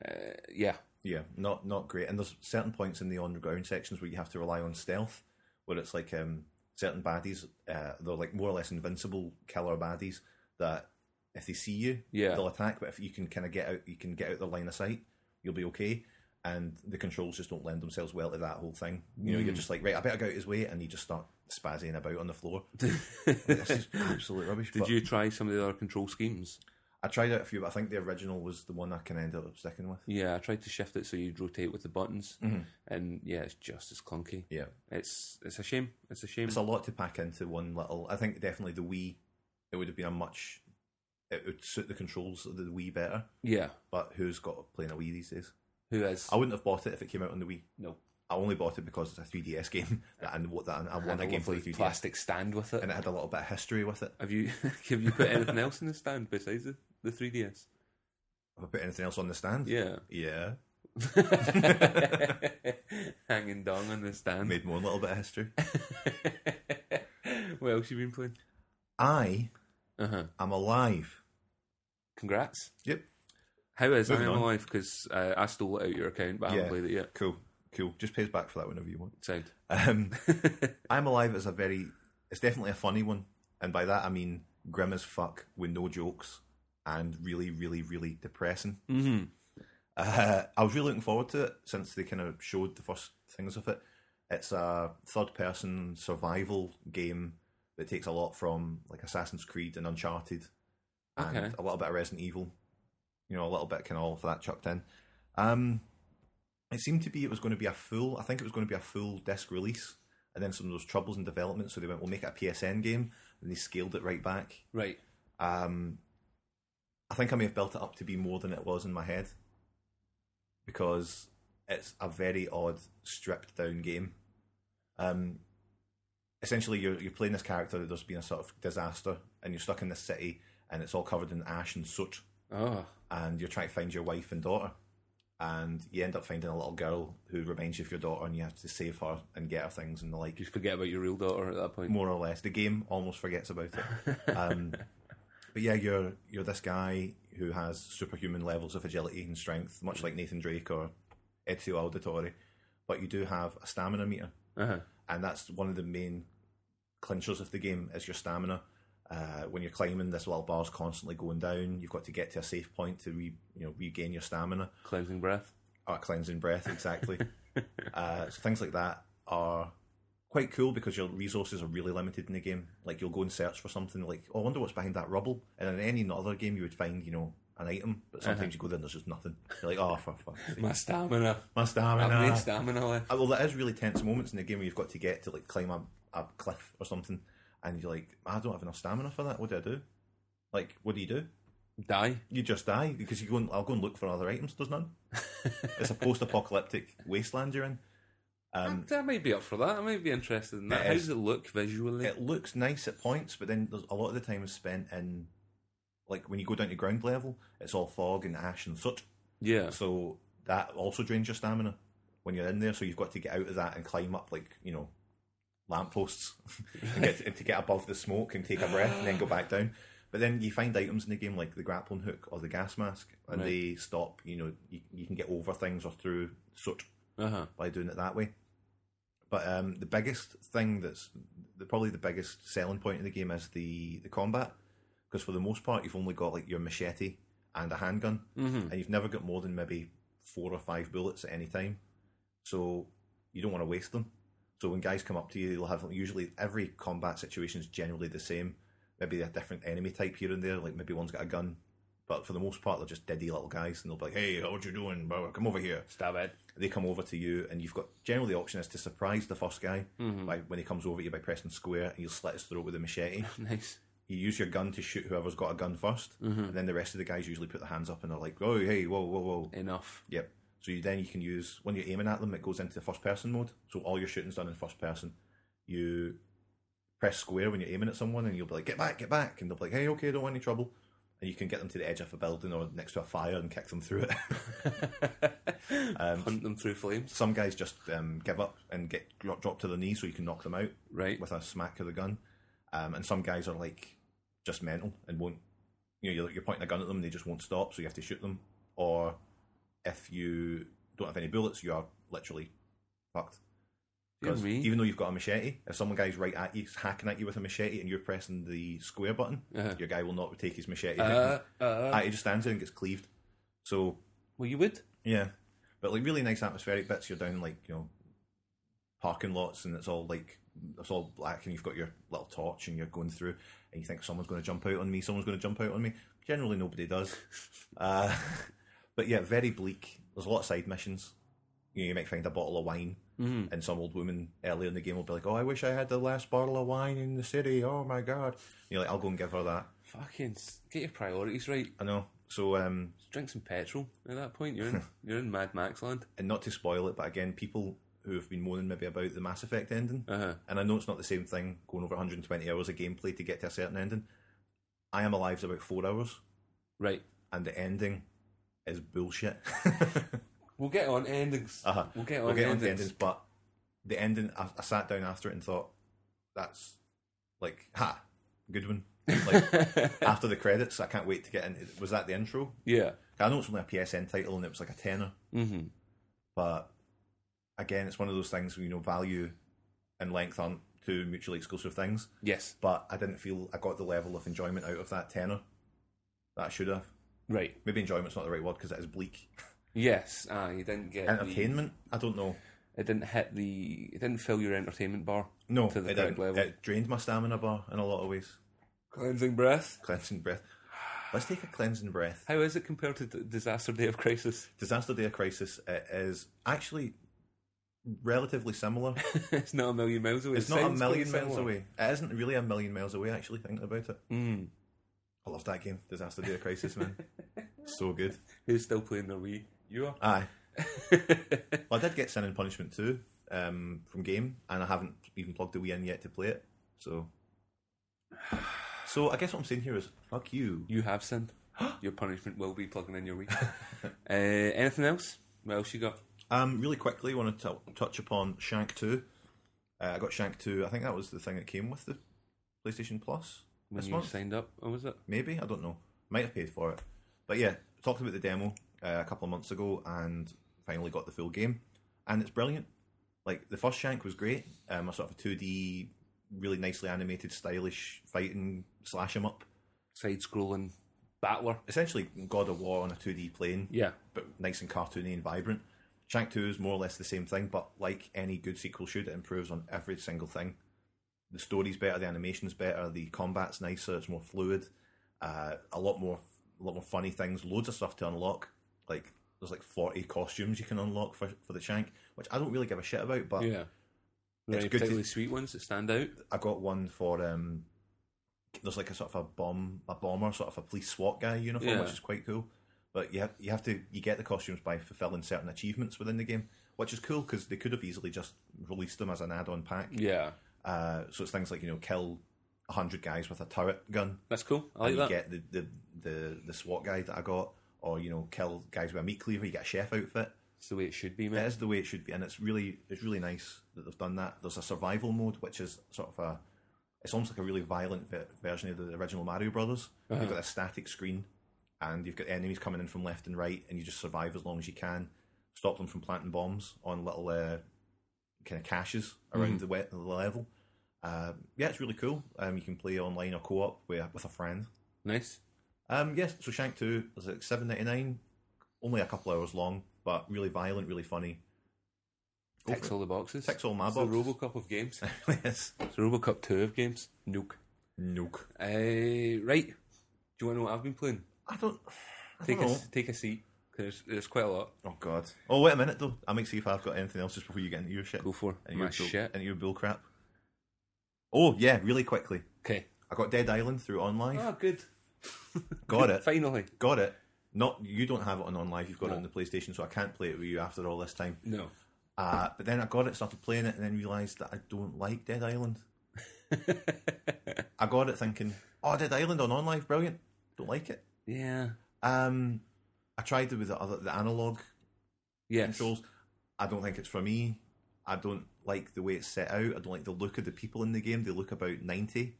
S2: Uh, yeah.
S1: Yeah, not not great. And there's certain points in the underground sections where you have to rely on stealth, where it's like um, certain baddies, uh, they're like more or less invincible killer baddies that if they see you,
S2: Yeah.
S1: they'll attack. But if you can kind of get out, you can get out their line of sight, you'll be okay. And the controls just don't lend themselves well to that whole thing. You know,
S2: Mm.
S1: you're just like, right, I better go out his way, and you just start spazzing about on the floor. this is absolute rubbish.
S2: <laughs> Did
S1: but
S2: you try some of the other control schemes?
S1: I tried out a few, but I think the original was the one I can end up sticking with.
S2: Yeah, I tried to shift it so you'd rotate with the buttons,
S1: Mm-hmm.
S2: and yeah, it's just as clunky.
S1: Yeah,
S2: It's it's a shame. It's a shame.
S1: it's a lot to pack into one little. I think definitely the Wii, it would have been a much. It would suit the controls of the Wii better,
S2: yeah.
S1: but who's got playing a Wii these days?
S2: Who is?
S1: I wouldn't have bought it if it came out on the Wii.
S2: no.
S1: I only bought it because it's a 3DS game, <laughs> that- and what that and I
S2: And
S1: want
S2: a
S1: a game for
S2: lovely
S1: the 3DS,
S2: plastic stand with it.
S1: and it had a little bit of history with it.
S2: Have you <laughs> have you put anything else in the stand besides the, the 3DS?
S1: Have I put anything else on the stand?
S2: Yeah.
S1: yeah,
S2: <laughs> Hanging dong on the stand.
S1: made more little bit of history. <laughs>
S2: what else you been playing?
S1: I
S2: Uh huh.
S1: am alive.
S2: Congrats.
S1: Yep,
S2: How is I
S1: Moving
S2: Am
S1: on.
S2: Alive? Because uh, I stole it out of your account, but I
S1: Yeah.
S2: haven't played it yet.
S1: cool, cool. Just pay us back for that whenever you want.
S2: <laughs> Sound.
S1: Um, I'm Alive is a very, it's definitely a funny one. And by that I mean grim as fuck with no jokes and really, really, really depressing. Mm-hmm. Uh, I was really looking forward to it since they kind of showed the first things of it. It's a third person survival game that takes a lot from like Assassin's Creed and Uncharted and
S2: Okay.
S1: a little bit of Resident Evil. You know, a little bit kind of all of that chucked in. Um, it seemed to be it was going to be a full. I think it was going to be a full disc release, and then some of those troubles in development. So they went, "We'll make it a PSN game," and they scaled it right back.
S2: Right.
S1: Um, I think I may have built it up to be more than it was in my head because it's a very odd, stripped down game. Um, essentially, you're you're playing this character that there's been a sort of disaster, and you're stuck in this city, and it's all covered in ash and soot
S2: Oh.
S1: and you're trying to find your wife and daughter, and you end up finding a little girl who reminds you of your daughter, and you have to save her and get her things and the like.
S2: Just forget about your real daughter at that point.
S1: More or less, the game almost forgets about it. Um, but yeah, you're you're this guy who has superhuman levels of agility and strength, much like Nathan Drake or Ezio Auditore, but you do have a stamina meter
S2: Uh-huh.
S1: and that's one of the main clinchers of the game is your stamina. Uh, when you're climbing, this little bar's constantly going down. You've got to get to a safe point to re, you know regain your stamina.
S2: Cleansing breath.
S1: Or cleansing breath, exactly. uh, so things like that are quite cool because your resources are really limited in the game. Like you'll go and search for something, like oh, I wonder what's behind that rubble. And in any other game, you would find you know an item, but sometimes you go there and there's just nothing. You're like, oh, for fuck's sake,
S2: My stamina.
S1: my stamina.
S2: I've no stamina left.
S1: Uh, well, there is really tense moments in the game where you've got to get to like climb a, a cliff or something, and you're like, I don't have enough stamina for that. What do I do? Like, what do you do?
S2: Die.
S1: You just die because you go and I'll go and look for other items. There's none. it's a post-apocalyptic wasteland you're in. Um,
S2: I might be up for that. I might be interested in that.
S1: It
S2: How
S1: is-
S2: does it look visually?
S1: it looks nice at points, but then there's a lot of the time is spent in like when you go down to ground level, it's all fog and ash and soot.
S2: yeah.
S1: So that also drains your stamina when you're in there. So you've got to get out of that and climb up, like you know, lampposts <laughs> and, get, and to get above the smoke and take a breath and then go back down. But then you find items in the game like the grappling hook or the gas mask, and
S2: Right.
S1: they stop. You know, you, you can get over things or through soot
S2: Uh huh.
S1: by doing it that way. But um, the biggest thing that's the, probably the biggest selling point in the game is the, the combat. Because for the most part, you've only got like your machete and a handgun, and you've never got more than maybe four or five bullets at any time. So you don't want to waste them. So when guys come up to you, they'll have usually every combat situation is generally the same. Maybe a different enemy type here and there, like maybe one's got a gun. But for the most part, they're just diddy little guys, and they'll be like, "Hey, how what you doing? Bro, Come over here."
S2: Stab it.
S1: they come over to you, and you've got generally the option is to surprise the first guy by when he comes over to you by pressing square, and you'll slit his throat with a machete,
S2: Nice.
S1: you use your gun to shoot whoever's got a gun 1st and then the rest of the guys usually put their hands up and they're like, "Oh, hey, whoa, whoa, whoa."
S2: Enough.
S1: Yep. So you, then you can use when you're aiming at them, it goes into first person mode. So all your shooting's done in first person. You press square when you're aiming at someone, and you'll be like, "Get back, get back," and they'll be like, "Hey, okay, don't want any trouble." And you can get them to the edge of a building or next to a fire and kick them through it.
S2: Hunt them through flames.
S1: Some guys just um, give up and get drop, drop to their knees so you can knock them out
S2: Right.
S1: with a smack of the gun. Um, and some guys are like just mental and won't. You know, you're, you're pointing a gun at them and they just won't stop, so you have to shoot them. Or if you don't have any bullets, you are literally fucked.
S2: Dear
S1: 'Cause
S2: me.
S1: even though you've got a machete, if someone guy's right at you, hacking at you with a machete, and you're pressing the square button,
S2: Uh-huh.
S1: your guy will not take his machete.
S2: Uh,
S1: Ah,
S2: uh,
S1: he just stands there and gets cleaved. So
S2: well, you would.
S1: yeah, but like really nice atmospheric bits. You're down like you know parking lots, and it's all like it's all black, and you've got your little torch, and you're going through, and you think someone's going to jump out on me, someone's going to jump out on me. Generally, nobody does. uh, <laughs> but yeah, very bleak. There's a lot of side missions. You, know, you might find a bottle of wine, and some old woman earlier in the game will be like, "Oh, I wish I had the last bottle of wine in the city. Oh my god!" And you're like, "I'll go and give her that."
S2: Fucking s- get your priorities right.
S1: I know. So um,
S2: Drink some petrol. At that point, you're in
S1: <laughs>
S2: you're in Mad Max land.
S1: and not to spoil it, but again, people who have been moaning maybe about the Mass Effect ending,
S2: Uh-huh.
S1: and I know it's not the same thing going over 120 hours of gameplay to get to a certain ending. I Am Alive's about four hours,
S2: Right.
S1: and the ending is bullshit. <laughs>
S2: We'll get on to endings.
S1: uh-huh.
S2: We'll get on
S1: we'll get
S2: to
S1: on to
S2: endings.
S1: endings, but the ending, I, I sat down after it and thought, that's like, ha, good one.
S2: <laughs>
S1: Like, after the credits, I can't wait to get in. Was that the intro?
S2: Yeah.
S1: I know it's only a PSN title and it was like a tenner,
S2: Mm-hmm.
S1: but again, it's one of those things where you know value and length aren't two mutually exclusive things.
S2: Yes.
S1: But I didn't feel I got the level of enjoyment out of that tenor that I should have.
S2: Right.
S1: Maybe enjoyment's not the right word because it is bleak.
S2: Yes. Ah, you didn't get the-
S1: Entertainment? I don't know.
S2: it didn't hit the. It didn't fill your entertainment bar.
S1: No,
S2: To the
S1: it,
S2: correct
S1: didn't.
S2: level.
S1: it drained my stamina bar in a lot of ways.
S2: Cleansing breath.
S1: Cleansing breath. Let's take a cleansing breath.
S2: How is it compared to D- Disaster Day of Crisis? <laughs>
S1: Disaster Day of Crisis it is actually relatively similar.
S2: it's not a million miles away.
S1: It's
S2: It
S1: not a
S2: sounds
S1: million
S2: quite
S1: miles
S2: similar.
S1: away. It isn't really a million miles away, actually, thinking about it.
S2: Mm.
S1: I love that game, Disaster Day of Crisis, man. so good.
S2: Who's still playing their Wii? You are. <laughs>
S1: Aye. Well, I did get Sin and Punishment too um, from game, and I haven't even plugged the Wii in yet to play it. So, so I guess what I'm saying here is, fuck you.
S2: you have
S1: <gasps>
S2: sinned. Your punishment will be plugging in your Wii. <laughs> uh, anything else? What else you got?
S1: Um, really quickly, I want to t- touch upon Shank 2. Uh, I got Shank 2, I think that was the thing that came with the PlayStation Plus
S2: When
S1: this
S2: you
S1: month.
S2: signed up, or was it?
S1: maybe I don't know. Might have paid for it, but yeah, talked about the demo uh, a couple of months ago and finally got the full game, and it's brilliant. Like the first Shank was great, um, a sort of a two D, really nicely animated, stylish fighting slash 'em up.
S2: Side scrolling battler.
S1: Essentially, God of War on a two D plane,
S2: Yeah.
S1: but nice and cartoony and vibrant. Shank Two is more or less the same thing, but like any good sequel should, it improves on every single thing. The story's better, the animation's better, the combat's nicer, it's more fluid, uh, a lot more, a lot more funny things, loads of stuff to unlock. Like there's like forty costumes you can unlock for for the Shank, which I don't really give a shit about, but
S2: Yeah. Were
S1: good
S2: any
S1: to-
S2: particularly sweet ones that stand out?
S1: I got one for um. There's like a sort of a bomb, a bomber, sort of a police SWAT guy uniform,
S2: Yeah.
S1: which is quite cool. But you have, you have to you get the costumes by fulfilling certain achievements within the game, which is cool because they could have easily just released them as an add-on pack.
S2: Yeah.
S1: Uh, so it's things like you know kill hundred guys with a turret gun,
S2: That's cool. I
S1: and
S2: like
S1: you
S2: that.
S1: get the, the the the SWAT guy that I got, or you know kill guys with a meat cleaver, you get a chef outfit.
S2: It's the way it should be, mate.
S1: It is the way it should be, and it's really it's really nice that they've done that. There's a survival mode, which is sort of a it's almost like a really violent ve- version of the original Mario Brothers. You've got a static screen, and you've got enemies coming in from left and right, and you just survive as long as you can. Stop them from planting bombs on little uh, kind of caches around the the, the level. Uh, yeah, it's really cool. Um, you can play online or co-op with, with a friend.
S2: Nice.
S1: Um, yes, so Shank 2 is like seven ninety nine, only a couple hours long, but really violent, really funny. Go
S2: Ticks
S1: for
S2: all the boxes.
S1: Ticks all my
S2: it's
S1: boxes.
S2: the RoboCop of games.
S1: it. <laughs> yes.
S2: it's the RoboCop 2 of games. Nuke.
S1: Nook.
S2: Uh, right. Do you want to know what I've been playing?
S1: I don't. I
S2: Take
S1: don't
S2: a,
S1: know.
S2: s- take a seat. 'cause There's, there's quite a lot.
S1: Oh God. Oh wait a minute though. I might see if I've got anything else just before you get into your shit.
S2: Go for
S1: and
S2: my
S1: your bull,
S2: shit.
S1: And your bull crap. Oh yeah, really quickly.
S2: Okay.
S1: I I got Dead Island through OnLive.
S2: Oh, good.
S1: got it.
S2: <laughs> Finally.
S1: Got it. Not you don't have it on OnLive. You've got it on the PlayStation, so I can't play it with you after all this time.
S2: No.
S1: Uh, but then I got it, started playing it, and then realised that I don't like Dead
S2: <laughs>
S1: Island. I got it thinking, oh, Dead Island on OnLive, brilliant. Don't like it.
S2: Yeah.
S1: Um, I tried it with the other the analog
S2: Yes.
S1: controls. I don't think it's for me. I don't like the way it's set out. I don't like the look of the people in the game. They look about ninety.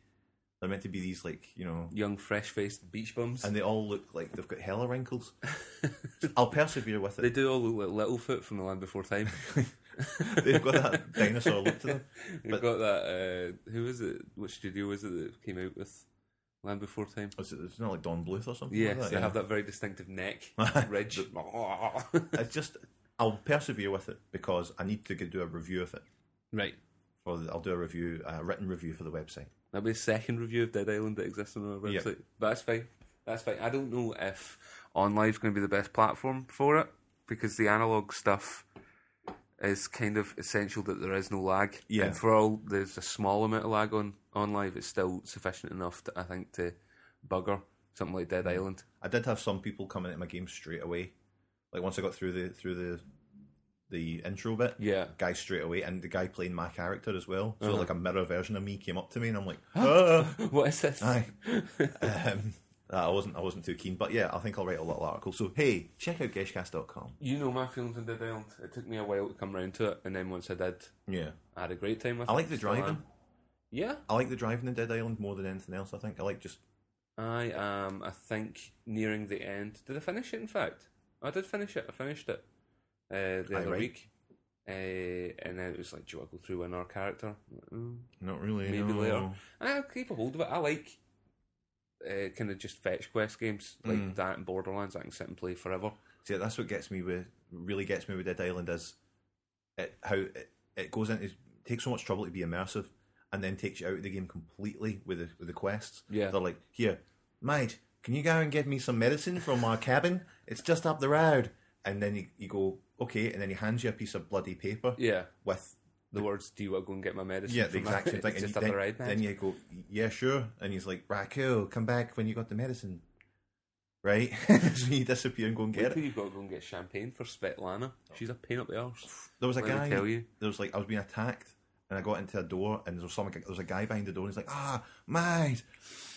S1: They're meant to be these like you know,
S2: Young, fresh-faced beach bums.
S1: and they all look like they've got hella wrinkles.
S2: <laughs>
S1: I'll persevere with
S2: they
S1: it.
S2: do all look like Littlefoot from The Land Before Time.
S1: They've got that dinosaur look to them.
S2: They've got that. Uh, who is it? Which studio was it that came out with Land Before Time?
S1: It's, it's not like Don Bluth or something.
S2: Yes,
S1: like that,
S2: they
S1: Oh, yeah.
S2: have that very distinctive neck ridge.
S1: It's just I'll persevere with it because I need to go do a review of it.
S2: <laughs> right.
S1: Or I'll do a review, a written review for the website.
S2: That'll be the second review of Dead Island that exists on our
S1: Yeah.
S2: website. But that's fine. That's fine. I don't know if OnLive's going to be the best platform for it because the analog stuff is kind of essential that there is no lag.
S1: Yeah.
S2: And for all there's a small amount of lag on OnLive, it's still sufficient enough, to, I think, to bugger something like Dead Island.
S1: I did have some people coming at my game straight away. Like once I got through the through the the intro bit,
S2: Yeah.
S1: guy straight away, and the guy playing my character as well.
S2: Uh-huh.
S1: So like a mirror version of me came up to me, and I'm like, ah.
S2: <laughs> What is this? <laughs>
S1: Aye. um, I wasn't I wasn't too keen, but yeah, I think I'll write a little article. So hey, check out geshcast.com.
S2: You know my feelings on Dead Island. It took me a while to come round to it, and then once I did,
S1: Yeah,
S2: I had a great time with
S1: I
S2: it.
S1: like the
S2: Still am.
S1: driving.
S2: Yeah.
S1: I like the driving in Dead Island more than anything else. I think I like just
S2: I am, I think, nearing the end. Did I finish it, in fact? I did finish it. I finished it uh,
S1: Aye,
S2: the other
S1: right.
S2: week. Uh, and then it was like, do I go through in our character? I'm like, "Mm,
S1: not really.
S2: Maybe
S1: no.
S2: later. I'll keep a hold of it. I like uh, kind of just fetch quest games like
S1: Mm.
S2: that and Borderlands. I can sit and play forever.
S1: See, that's what gets me with really gets me with Dead Island is it, how it, it goes into takes so much trouble to be immersive, and then takes you out of the game completely with the with the quests.
S2: Yeah.
S1: they're like, here, mate, can you go and get me some medicine from our cabin? It's just up the road, and then you, you go okay, and then he hands you a piece of bloody paper
S2: Yeah.
S1: with
S2: The words, do you want to go and get my medicine?
S1: yeah the
S2: from
S1: exact same
S2: <laughs> it's
S1: thing. and
S2: just
S1: you-
S2: up
S1: then,
S2: the ride, man.
S1: then you go, yeah, sure, and he's like, right, cool, come back when you got the medicine. Right, <laughs> so you disappear and go and
S2: Wait
S1: get it. Oh.
S2: till you've got to go and get champagne for Svetlana. She's a pain up the arse. <laughs>
S1: There was a
S2: Let me
S1: guy.
S2: tell you.
S1: There was like I was being attacked, and I got into a door, and there was some. There was a guy behind the door, and he's like, "Ah, mate,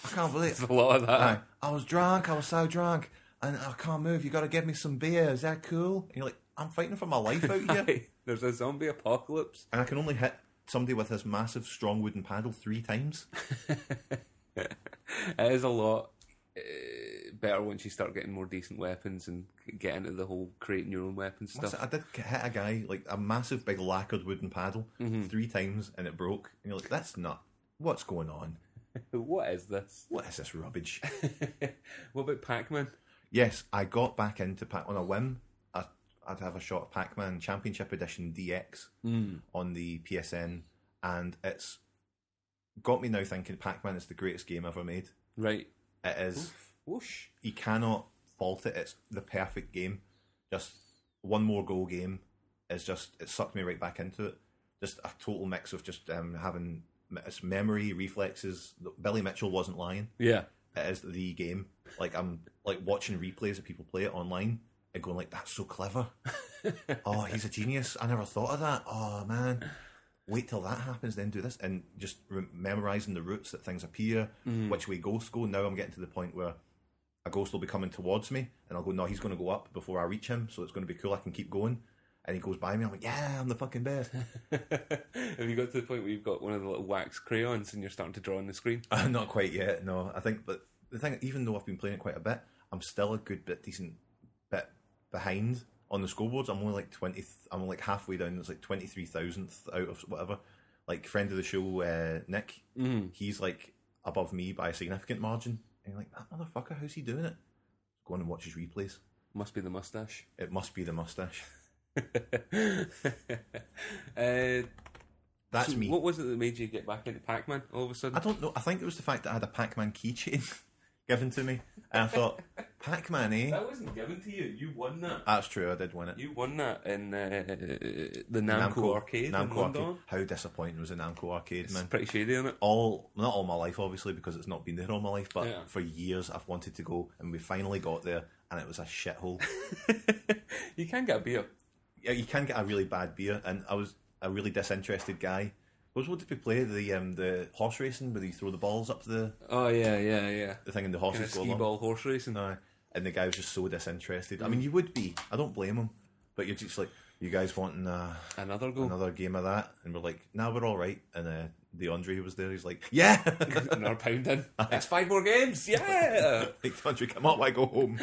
S1: I can't believe
S2: There's a lot of that. <laughs>
S1: I, I was drunk. I was so drunk, and I can't move. You got to give me some beer. Is that cool?" And you're like, "I'm fighting for my life
S2: <laughs>
S1: out here,
S2: Aye, There's a zombie apocalypse.
S1: and I can only hit somebody with this massive, strong wooden paddle three times."
S2: It is a lot uh, better once you start getting more decent weapons and get into the whole creating your own weapons
S1: What's it?
S2: stuff.
S1: I did hit a guy like a massive, big lacquered wooden paddle three times, and it broke. And you're like, "That's not what's going on.
S2: What is this?
S1: What is this rubbish?"
S2: what about Pac Man?
S1: Yes, I got back into Pac on a whim. I, I'd have a shot at Pac Man Championship Edition DX on the PSN, and it's got me now thinking Pac Man is the greatest game ever made.
S2: Right.
S1: It is.
S2: Whoosh.
S1: You cannot fault it. It's the perfect game. Just one more goal game is just it sucked me right back into it. Just a total mix of just um, having it's memory, reflexes. Billy Mitchell wasn't lying
S2: Yeah. <laughs>
S1: it is the game. Like I'm like watching replays of people play it online and going like, "That's so clever! oh, he's a genius! I never thought of that! Oh man, wait till that happens, then do this." And just re- memorizing the routes that things appear, which way ghosts go. Now I'm getting to the point where a ghost will be coming towards me, and I'll go, "No, he's going to go up before I reach him, so it's going to be cool. I can keep going." And he goes by me. I'm like, "Yeah, I'm the fucking best."
S2: Have you got to the point where you've got one of the little wax crayons and you're starting to draw on the screen?
S1: Uh, not quite yet. No, I think. But the thing, even though I've been playing it quite a bit, I'm still a good bit decent bit behind on the scoreboards. I'm only like twenty. I'm only like halfway down. It's like twenty three thousandth out of whatever. Like friend of the show, uh, Nick.
S2: Mm-hmm.
S1: He's like above me by a significant margin. And you're like that motherfucker. How's he doing it? Go on and watch his replays.
S2: Must be the mustache. <laughs>
S1: It must be the mustache.
S2: Uh,
S1: That's
S2: so
S1: me.
S2: What was it that made you get back into Pac Man all of a
S1: <laughs>
S2: sudden?
S1: I don't know. I think it was the fact that I had a Pac Man keychain given to me, and I thought Pac-Man, eh?
S2: That wasn't given to you. You won that.
S1: That's true. I did win it.
S2: You won that in uh, the Namco, Arcade in London.
S1: Arcade. How disappointing was the Namco Arcade,
S2: It's
S1: man?
S2: pretty shady, isn't it?
S1: All not all my life, obviously, because it's not been there all my life. But
S2: Yeah.
S1: for years, I've wanted to go, and we finally got there, and it was a shithole. <laughs>
S2: You can get a beer.
S1: yeah, you can get a really bad beer, and I was a really disinterested guy. Was what did we play? The um, the horse racing where you throw the balls up the,
S2: Oh yeah, yeah, yeah.
S1: the thing and the
S2: Kind of
S1: horses go
S2: ski
S1: along.
S2: ball Mm. horse racing.
S1: No, and the guy was just so disinterested. I mean, you would be. I don't blame him, but you're just like, you guys wanting uh,
S2: Another go.
S1: another game of that? And we're like, nah, we're all right. And uh, the Andre who was there, he's like, yeah,
S2: <laughs>
S1: <laughs>
S2: Another pound in. That's five more
S1: <laughs>
S2: games. Yeah.
S1: like, Andre, come up, I go
S2: <laughs>
S1: home.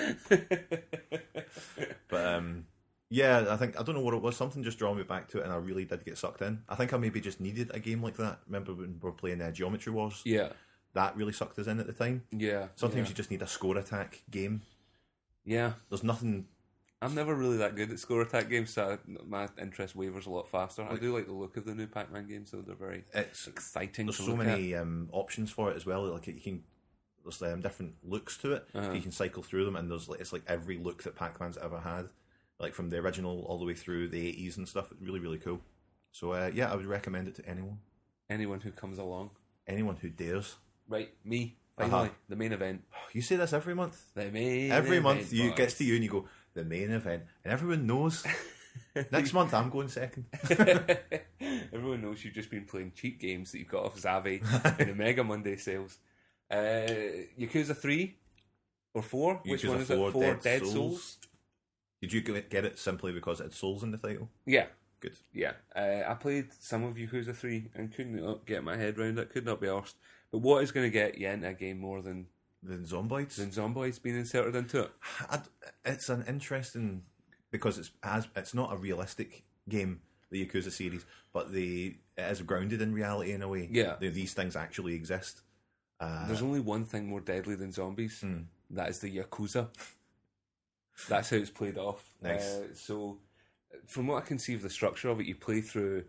S1: but um, yeah, I think I don't know what it was. Something just drew me back to it, and I really did get sucked in. I think I maybe just needed a game like that. Remember when we were playing uh, Geometry Wars?
S2: yeah.
S1: That really sucked us in at the time.
S2: Yeah.
S1: Sometimes
S2: yeah.
S1: you just need a score attack game.
S2: yeah.
S1: There's nothing
S2: I'm never really that good at score attack games, so my interest wavers a lot faster. I do like the look of the new Pac-Man games, though. They're very
S1: It's-
S2: exciting.
S1: there's
S2: to
S1: so
S2: look at.
S1: many um, options for it as well. Like you can there's um, different looks to it.
S2: Uh-huh.
S1: You can cycle through them, and there's like it's like every look that Pac-Man's ever had, like from the original all the way through the 80s and stuff. It's really really cool. So uh, yeah, I would recommend it to anyone,
S2: Anyone who comes along,
S1: anyone who dares. <sighs>
S2: right? Me,
S1: Uh-huh.
S2: finally, the main event.
S1: You say this every month.
S2: The main
S1: Every month
S2: event,
S1: you
S2: boys.
S1: it gets to you and you go the main event, and everyone
S2: <laughs>
S1: knows. Next month I'm going second. <laughs>
S2: Everyone knows you've just been playing cheap games that you got off Zavi in the Mega Monday sales. Uh, Yakuza three or four? Which
S1: Yakuza
S2: one is it?
S1: 4,
S2: Four
S1: Dead
S2: Dead,
S1: Souls.
S2: Souls.
S1: Did you get get it simply because it had souls in the title?
S2: Yeah,
S1: Good.
S2: yeah. Uh, I played some of Yakuza three and couldn't not get my head round it. Could not be arsed. But what is going to get you into a game more than
S1: Then zombies.
S2: than Zomboid's been inserted into it?
S1: I d it's an interesting because it's as it's not a realistic game, the Yakuza series, but the it is grounded in reality in a way.
S2: Yeah.
S1: The- these things actually exist.
S2: There's only one thing more deadly than zombies. That is the Yakuza. That's how it's played off.
S1: Nice.
S2: Uh, so, from what I can see of the structure of it, you play through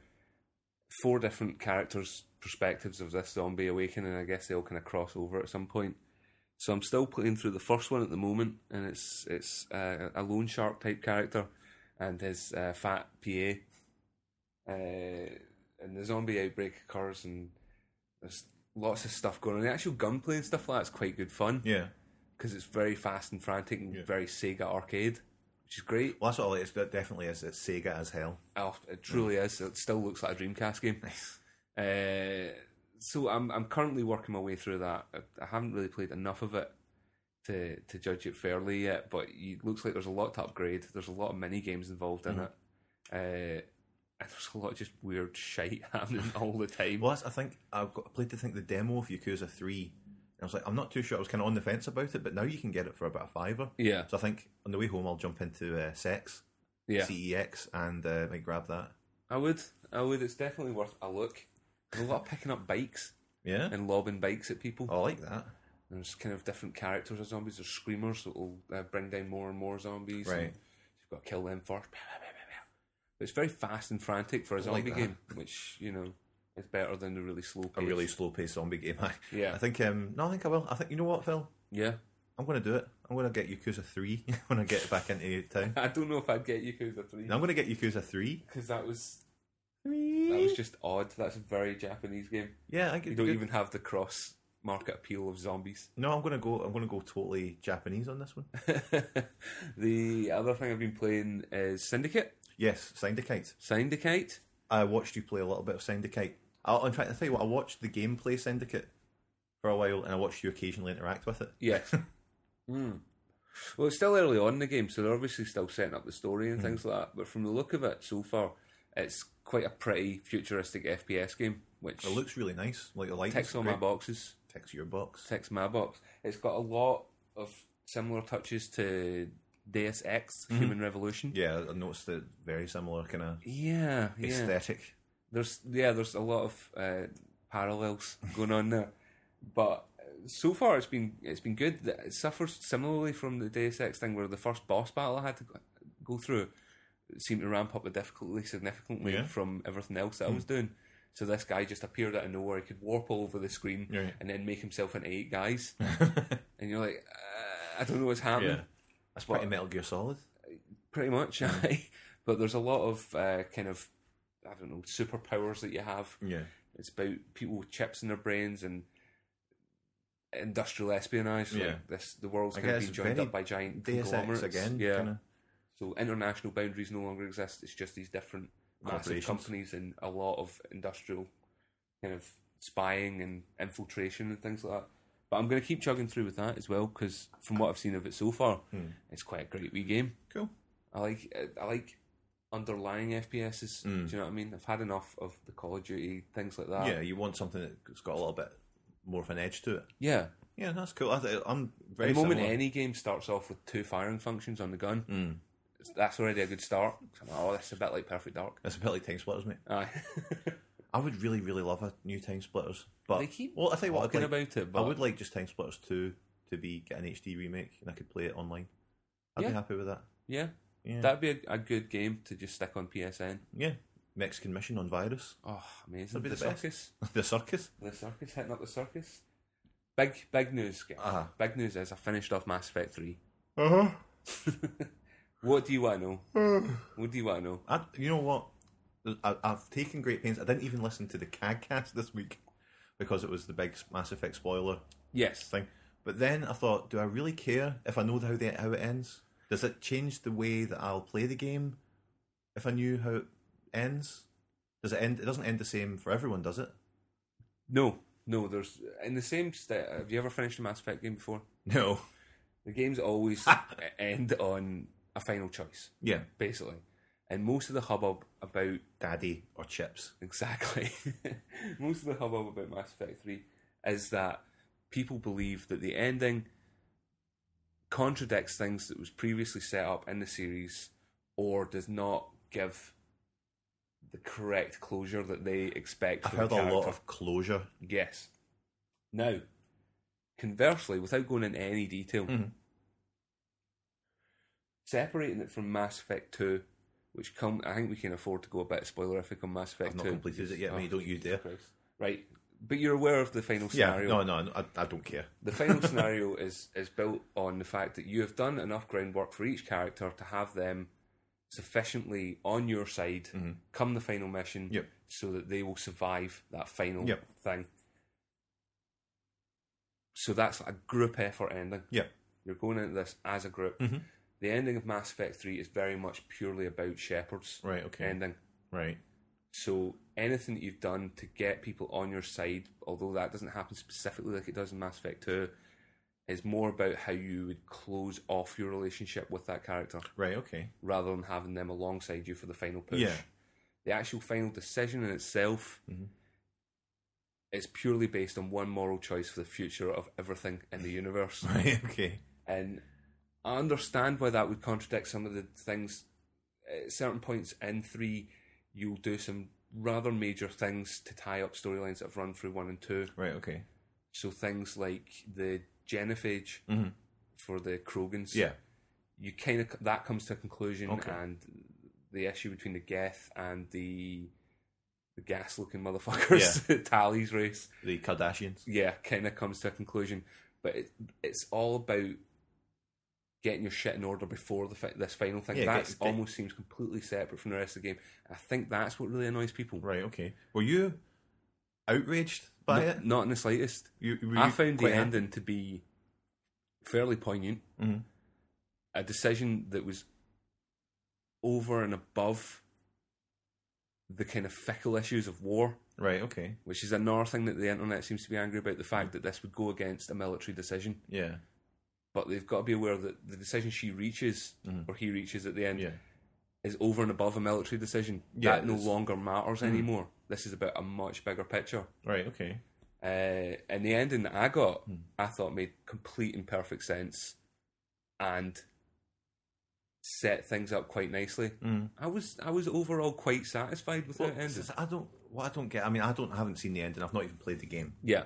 S2: four different characters' perspectives of this zombie awakening, and I guess they all kind of cross over at some point. So I'm still playing through the first one at the moment, and it's it's uh, a loan shark type character and his uh, fat PA. Uh, and the zombie outbreak occurs, and there's lots of stuff going on. The actual gunplay and stuff like that's quite good fun
S1: Yeah.
S2: because it's very fast and frantic and
S1: Yeah.
S2: very Sega arcade, which is great.
S1: Well, that's all it is. That definitely is. It's Sega as hell.
S2: Oh, it truly is. It still looks like a Dreamcast game.
S1: Nice.
S2: Uh, so I'm I'm currently working my way through that. I- I haven't really played enough of it to to judge it fairly yet, but it looks like there's a lot to upgrade. There's a lot of mini games involved in it. Uh, and there's a lot of just weird shite <laughs> happening all the time.
S1: Well, that's, I think I've got, I played to think the demo of Yakuza Three. And I was like, I'm not too sure. I was kind of on the fence about it, but now you can get it for about a fiver.
S2: Yeah,
S1: So I think on the way home I'll jump into uh, Sex,
S2: yeah.
S1: CEX, and uh, might grab that.
S2: I would, I would. It's definitely worth a look. There's a lot of picking up bikes
S1: Yeah,
S2: and lobbing bikes at people.
S1: I like that.
S2: There's kind of different characters of zombies. There's screamers that will uh, bring down more and more zombies.
S1: Right.
S2: and You've got to kill them first. But it's very fast and frantic for a
S1: like
S2: zombie
S1: that.
S2: game, which, you know, is better than the really slow
S1: a
S2: pace.
S1: really slow paced zombie game. <laughs> I,
S2: Yeah.
S1: I think um no, I think I will. I think you know what, Phil?
S2: Yeah. <laughs>
S1: I'm gonna do it. I'm gonna get Yakuza three <laughs> when I get back into
S2: <laughs>
S1: town.
S2: I don't know if I'd get Yakuza 3.
S1: And I'm gonna get Yakuza three.
S2: Because that was that was
S1: Three.
S2: just odd. That's a very Japanese game.
S1: Yeah, I get.
S2: You don't even have the cross market appeal of zombies.
S1: No, I'm gonna go. I'm gonna go totally Japanese on this one. <laughs>
S2: the other thing I've been playing is Syndicate.
S1: yes, Syndicate.
S2: Syndicate.
S1: I watched you play a little bit of Syndicate. I, in fact, I tell you what, I watched the gameplay Syndicate for a while, and I watched you occasionally interact with it.
S2: Yes.
S1: <laughs>
S2: mm. Well, it's still early on in the game, so they're obviously still setting up the story
S1: Hmm.
S2: and things like that. But from the look of it so far, it's quite a pretty futuristic FPS game, which
S1: It looks really nice. Like the lights.
S2: ticks all my boxes.
S1: Ticks your box.
S2: Ticks my box. It's got a lot of similar touches to Deus Ex:
S1: Mm-hmm.
S2: Human Revolution.
S1: Yeah, I noticed the very similar kind of
S2: Yeah, yeah.
S1: aesthetic. <laughs>
S2: There's yeah, there's a lot of uh, parallels going on there, but uh, so far it's been it's been good. Th- It suffers similarly from the Deus Ex thing, where the first boss battle I had to go- go through seemed to ramp up the difficulty significantly
S1: Yeah.
S2: from everything else that I was doing. So this guy just appeared out of nowhere. He could warp all over the screen
S1: Right.
S2: and then make himself into eight guys, and you're like, "Uh, I don't know what's happening.
S3: Yeah.
S1: That's pretty Metal Gear Solid.
S2: Pretty much, <laughs> aye. but there's a lot of uh, kind of I don't know superpowers that you have.
S1: Yeah.
S2: It's about people with chips in their brains and industrial espionage. Like
S3: Yeah.
S2: this, the world's
S1: I
S2: going to
S1: guess
S2: be joined
S1: very
S2: up by giant
S1: Deus Ex
S2: conglomerates.
S1: again.
S2: yeah.
S1: Kinda.
S2: So international boundaries no longer exist. It's just these different massive
S1: Corporations.
S2: companies and a lot of industrial kind of spying and infiltration and things like that. But I'm going to keep chugging through with that as well because from what I've seen of it so far,
S1: Hmm.
S2: it's quite a great wee game.
S1: Cool.
S2: I like I like underlying FPSs. Do you know what I mean? I've had enough of the Call of Duty things like that.
S1: Hmm. Yeah, you want something that's got a little bit more of an edge to it.
S2: yeah.
S1: Yeah, that's cool. I th- I'm
S2: At
S1: very
S2: the moment,
S1: similar. Hmm.
S2: any game starts off with two firing functions on the gun. It's- That's already a good start. I'm like, oh, that's a bit like Perfect Dark.
S1: It's a bit like Time Splitters, mate.
S2: Aye.
S1: I would really, really love a new Time Splitters, but
S2: They keep
S1: well, I think what I'd
S2: talking
S1: like,
S2: about it, but
S1: I would like just Time Splitters two to be get an HD remake, and I could play it online. I'd
S2: Yeah.
S1: be happy with that.
S2: <laughs> yeah,
S1: Yeah,
S2: that'd be a, a good game to just stick on PSN.
S1: yeah. Mexican mission on virus. <laughs>
S2: Oh, amazing!
S1: That'd be
S2: the,
S1: the best.
S2: circus,
S1: the circus.
S2: the circus hitting up the circus. Big big news, guys.
S1: Uh-huh.
S2: Big news is I finished off Mass Effect three.
S1: Uh huh.
S2: Uh-huh. What do you want to know?
S1: <sighs>
S2: what do you want to know?
S1: I, you know what? I, I've taken great pains. I didn't even listen to the CAGcast this week because it was the big Mass Effect spoiler
S2: Yes,
S1: thing. But then I thought, do I really care if I know how the how it ends? Does it change the way that I'll play the game if I knew how it ends? Does it end? It doesn't end the same for everyone, does it? <laughs>
S2: no, no. There's in the same. St- have you ever finished a Mass Effect game before?
S1: No.
S2: The games always e-, end on a final choice,
S1: Yeah,
S2: basically, and most of the hubbub about <laughs>
S1: Daddy or Chips.
S2: Exactly. Most of the hubbub about Mass Effect 3 is that people believe that the ending contradicts things that was previously set up in the series or does not give the correct closure that they expect
S1: I've
S2: from
S1: heard
S2: the
S1: a lot
S2: character.
S1: of closure.
S2: Yes. Now, conversely, without going into any detail,
S1: Mhm.
S2: separating it from Mass Effect Two, which come I think we can afford to go a bit spoilerific on Mass Effect
S1: I've not
S2: Two.
S1: completed it yet, mate. Don't you dare.
S2: Christ. Right, but you're aware of the final
S1: Yeah,
S2: scenario.
S1: no, no, no, I, I don't care.
S2: The final scenario <laughs> is is built on the fact that you have done enough groundwork for each character to have them sufficiently on your side come the final mission
S1: Mm-hmm. Yep.
S2: so that they will survive that final
S1: Yep.
S2: thing. So that's a group effort ending.
S1: Yeah,
S2: You're going into this as a group.
S1: Mm-hmm.
S2: The ending of Mass Effect 3 is very much purely about Shepard's
S1: right, okay,
S2: ending.
S1: right.
S2: So anything that you've done to get people on your side, although that doesn't happen specifically like it does in Mass Effect 2, is more about how you would close off your relationship with that character
S1: Right, okay. <laughs>
S2: rather than having them alongside you for the final push.
S1: Yeah.
S2: The actual final decision in itself is purely based on one moral choice for the future of everything in the universe.
S1: Right, okay.
S2: And I understand why that would contradict some of the things. At certain points in three, you'll do some rather major things to tie up storylines that have run through one and two.
S1: Right, okay.
S2: So things like the genophage for the Krogans.
S1: Mm-hmm. Yeah.
S2: You kind of that comes to a conclusion,
S1: Okay.
S2: and the issue between the Geth and the the gas-looking motherfuckers, <laughs> Tally's race,
S1: The Kardashians.
S2: yeah, kind of comes to a conclusion. But it, it's all about getting your shit in order before the fi- this final thing.
S1: Yeah,
S2: That
S1: get- get-
S2: almost seems completely separate from the rest of the game. I think that's what really annoys people.
S1: Right, okay. Were you outraged by
S2: No-
S1: it?
S2: Not in the slightest.
S1: You, were
S2: I
S1: you
S2: found the
S1: quite ha-
S2: ending to be fairly poignant.
S1: Mhm.
S2: A decision that was over and above the kind of fickle issues of war,
S1: Right, okay.
S2: which is another thing that the internet seems to be angry about the fact that this would go against a military decision.
S1: Yeah,
S2: But they've got to be aware that the decision she reaches or he reaches at the end
S1: Mm-hmm. yeah.
S2: is over and above a military decision.
S1: Yeah, Mm-hmm.
S2: that no
S1: it's-
S2: longer matters anymore. This is about a much bigger picture.
S1: Right, okay.
S2: Uh, and the ending that I got,
S1: Mm.
S2: I thought made complete and perfect sense, and set things up quite nicely. I was I was overall quite satisfied with
S1: Mm-hmm. Well,
S2: how it ended.
S1: s- I don't. What I don't get. I mean, I don't. I haven't seen the end, and I've not even played the game.
S2: Yeah,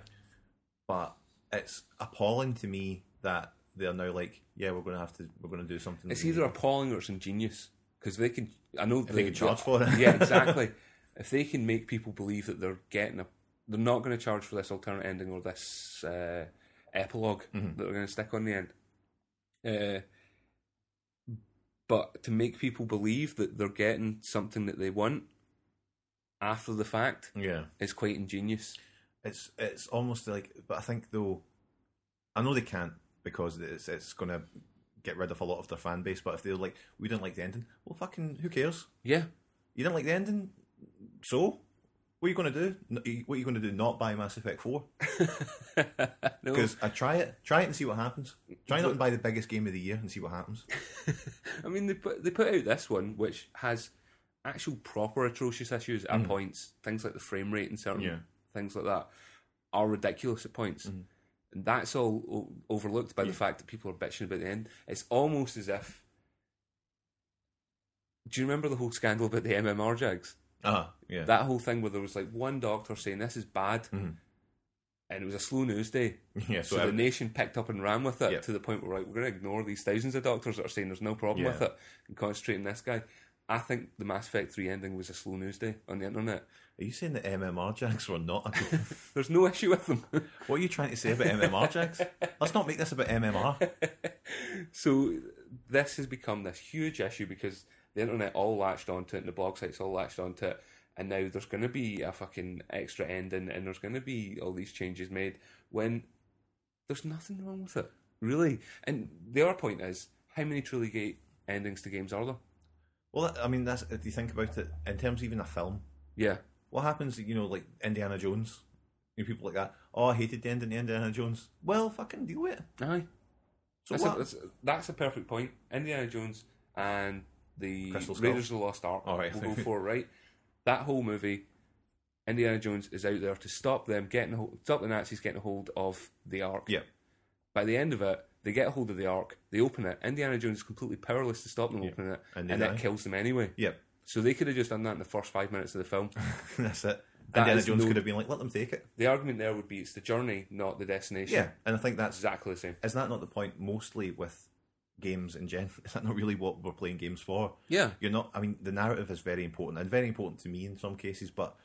S1: But it's appalling to me that they are now like, yeah, we're going to have to. We're going to do something.
S2: it's either appalling or it's ingenious because they can. I know
S1: they can charge for it. <laughs>
S2: yeah, exactly. if they can make people believe that they're getting a, they're not going to
S1: Mm-hmm.
S2: charge for this alternate ending or this uh, epilogue that they're going to stick on the end. Uh, but to make people believe that they're getting something that they want after the fact
S1: Yeah.
S2: is quite ingenious.
S1: It's it's almost like, but I think though, I know they can't because it's it's gonna get rid of a lot of their fan base. But if they're like, we didn't like the ending, well, fucking who cares?
S2: Yeah,
S1: You didn't like the ending, so what are you gonna do? N- What are you gonna do? Not buy Mass Effect Four?
S2: <laughs> No.
S1: Because I try it, try it and see what happens. Try not to buy the biggest game of the year and see what happens.
S2: I mean, they put they put out this one which has actual proper atrocious issues at points. Things like the frame rate and certain
S1: Yeah.
S2: things like that are ridiculous at points. And that's all o- overlooked by the fact that people are bitching about the end. It's almost as if. Do you remember the whole scandal about the MMR jags?
S1: Ah, yeah,
S2: That whole thing where there was like one doctor saying this is bad,
S1: Mhm.
S2: and it was a slow news day.
S1: <laughs> yeah.
S2: So,
S1: So,
S2: the nation picked up and ran with it
S1: Yeah.
S2: to the point where like, we're going to ignore these thousands of doctors that are saying there's no problem
S1: Yeah.
S2: with it and concentrate on this guy. I think the Mass Effect 3 ending was a slow news day on the
S1: <laughs>
S2: internet.
S1: are you saying that MMR jacks were not? A good... <laughs>
S2: There's no issue with them. <laughs>
S1: what are you trying to say about MMR jacks? Let's not make this about MMR.
S2: so this has become this huge issue because the internet all latched onto it and the blog sites all latched onto it. And now there's going to be a fucking extra ending and there's going to be all these changes made when there's nothing wrong with it, really. And the other point is how many truly gay endings to games are there?
S1: Well, that, I mean, that's if you think about it in terms of even a film.
S2: Yeah.
S1: What happens? You know, like Indiana Jones. You know, people like that. Oh, I hated the ending. to Indiana Jones. Well, fucking deal with it.
S2: Aye.
S1: So
S2: that's,
S1: what?
S2: a, that's, that's a perfect point. Indiana Jones and the
S1: Crystal Skull.
S2: Raiders of the Lost Ark
S1: All right. <laughs>
S2: will go for, right? That whole movie, Indiana Jones is out there to stop them getting hold, stop the Nazis getting hold of the Ark.
S1: yeah,
S2: By the end of it, they get hold of the Ark, they open it. Indiana Jones is completely powerless to stop them opening it,
S1: And
S2: and,
S1: they
S2: that
S1: die.
S2: kills them anyway.
S1: yeah.
S2: So they could have just done that in the first five minutes of
S1: <laughs>
S2: the film.
S1: that's it.
S2: That
S1: Indiana
S2: is
S1: Jones
S2: no-
S1: could have been like, let them take it.
S2: the argument there would be it's the journey, not the destination.
S1: Yeah, and I think that's
S2: Exactly the same.
S1: is that not the point mostly with games in gen? <laughs> Is that not really what we're playing games for?
S2: Yeah.
S1: You're not. I mean, the narrative is very important and very important to me in some cases, but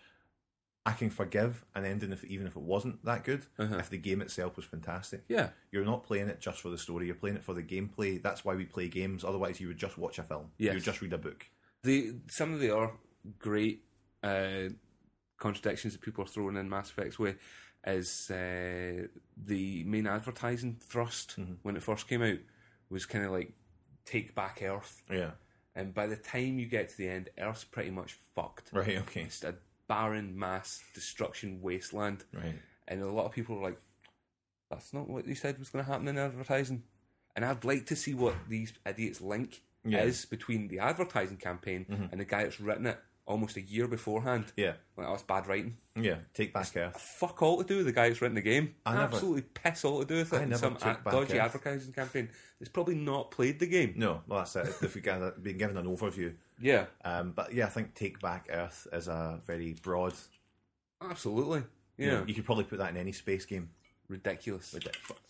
S1: I can forgive an ending if even if it wasn't that good,
S2: Uh-huh.
S1: if the game itself was fantastic.
S2: Yeah.
S1: You're not playing it just for the story. You're playing it for the gameplay. That's why we play games. Otherwise, you would just watch a film.
S2: Yes.
S1: You would just read a book.
S2: the some of the other great uh, contradictions that people are throwing in Mass Effect's way is uh, the main advertising thrust
S1: Mm-hmm.
S2: when it first came out was kind of like take back Earth,
S1: Yeah.
S2: and by the time you get to the end, Earth's pretty much fucked.
S1: <laughs> Right. Okay.
S2: It's a barren mass destruction wasteland,
S1: Right.
S2: and a lot of people are like, "That's not what they said was going to happen in advertising." And I'd like to see what these idiots link
S1: Yeah. Mm-hmm.
S2: is between the advertising campaign and the guy that's written it almost a year beforehand.
S1: Yeah.
S2: Like, that's bad writing.
S1: Yeah. Take back Earth.
S2: Fuck all to do with the guy that's written the game.
S1: I never-
S2: Absolutely piss all to do with it.
S1: I
S2: in
S1: never
S2: some
S1: took
S2: ad-
S1: back Mm.
S2: dodgy
S1: Earth.
S2: advertising campaign that's probably not played the game.
S1: No. Well, that's it. if we've <laughs> got- been given an overview.
S2: Yeah,
S1: Um, but yeah, I think Take Back Earth is a very broad.
S2: absolutely. Yeah,
S1: You, know, you could probably put that in any space game.
S2: ridiculous.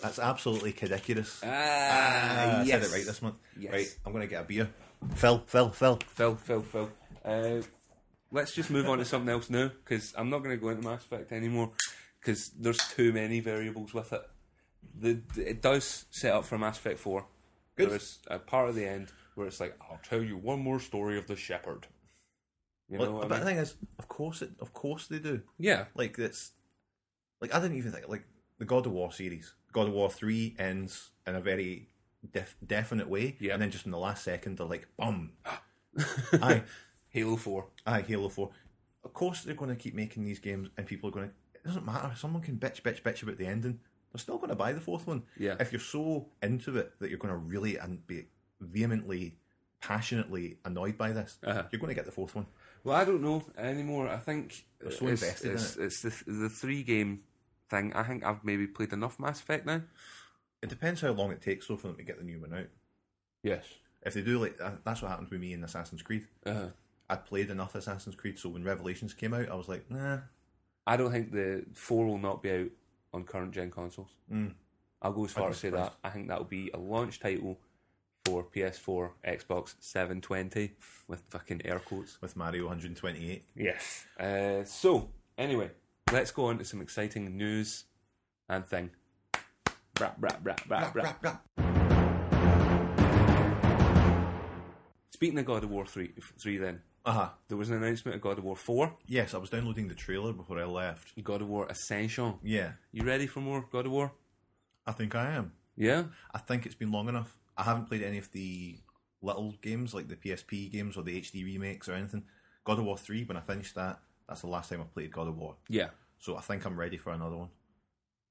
S1: That's absolutely ridiculous.
S2: Ah,
S1: I
S2: yes.
S1: said it right this month.
S2: Yes.
S1: Right, I'm going to get a beer. Phil, Phil, Phil.
S2: Phil, Phil, Phil. Uh, let's just move on to something else now because I'm not going to go into Mass Effect anymore because there's too many variables with it. The, it does set up for Mass Effect 4.
S1: Good.
S2: There is a part of the end where it's like, I'll tell you one more story of the Shepherd. You know
S1: Well,
S2: what
S1: but
S2: I
S1: the
S2: mean?
S1: thing is, of course, it, of course they do.
S2: Yeah,
S1: Like it's like I didn't even think like the God of War series. God of War three ends in a very def- definite way,
S2: Yeah.
S1: and then just in the last second they're like,
S2: <laughs>
S1: "Bum." aye,
S2: Halo 4.
S1: aye, Halo Four. Of course they're going to keep making these games, and people are going to. It doesn't matter. Someone can bitch, bitch, bitch about the ending. They're still going to buy the fourth one.
S2: Yeah.
S1: If you're so into it that you're going to really and be vehemently, passionately annoyed by this,
S2: Uh-huh.
S1: you're going to get the fourth one.
S2: Well, I don't know anymore. I think
S1: so
S2: it's,
S1: invested in
S2: it's, it's the, the three game thing. I think I've maybe played enough Mass Effect now.
S1: It depends how long it takes though for them to get the new one out.
S2: Yes.
S1: If they do like that- that's what happened with me in Assassin's Creed.
S2: Uh-huh.
S1: I played enough Assassin's Creed, so when Revelations came out, I was like, nah,
S2: I don't think the four will not be out on current gen consoles.
S1: Mm.
S2: I'll go as far
S1: I'd be
S2: as say
S1: surprised.
S2: that. I think that'll be a launch title for PS4, Xbox 720 with fucking air quotes.
S1: with Mario 128.
S2: Yes. Uh, so anyway, let's go on to some exciting news and thing. Rap, rap, rap, rap,
S1: Rap,
S2: rap.
S1: rap.
S2: Speaking of God of War 3, 3 then,
S1: Uh huh.
S2: there was an announcement of God of War 4,
S1: Yes, I was downloading the trailer before I left.
S2: God of War Ascension.
S1: Yeah,
S2: You ready for more God of War?
S1: I think I am.
S2: Yeah?
S1: I think it's been long enough. I haven't played any of the little games like the PSP games or the HD remakes or anything. God of War 3, when I finished that, that's the last time I played God of War.
S2: Yeah.
S1: So I think I'm ready for another one.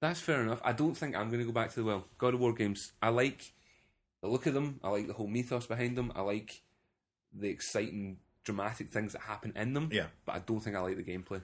S2: That's fair enough. I don't think I'm going to go back to the well. God of War games, I like the look of them. I like the whole mythos behind them. I like the exciting, dramatic things that happen in them.
S1: Yeah.
S2: But I don't think I like the gameplay.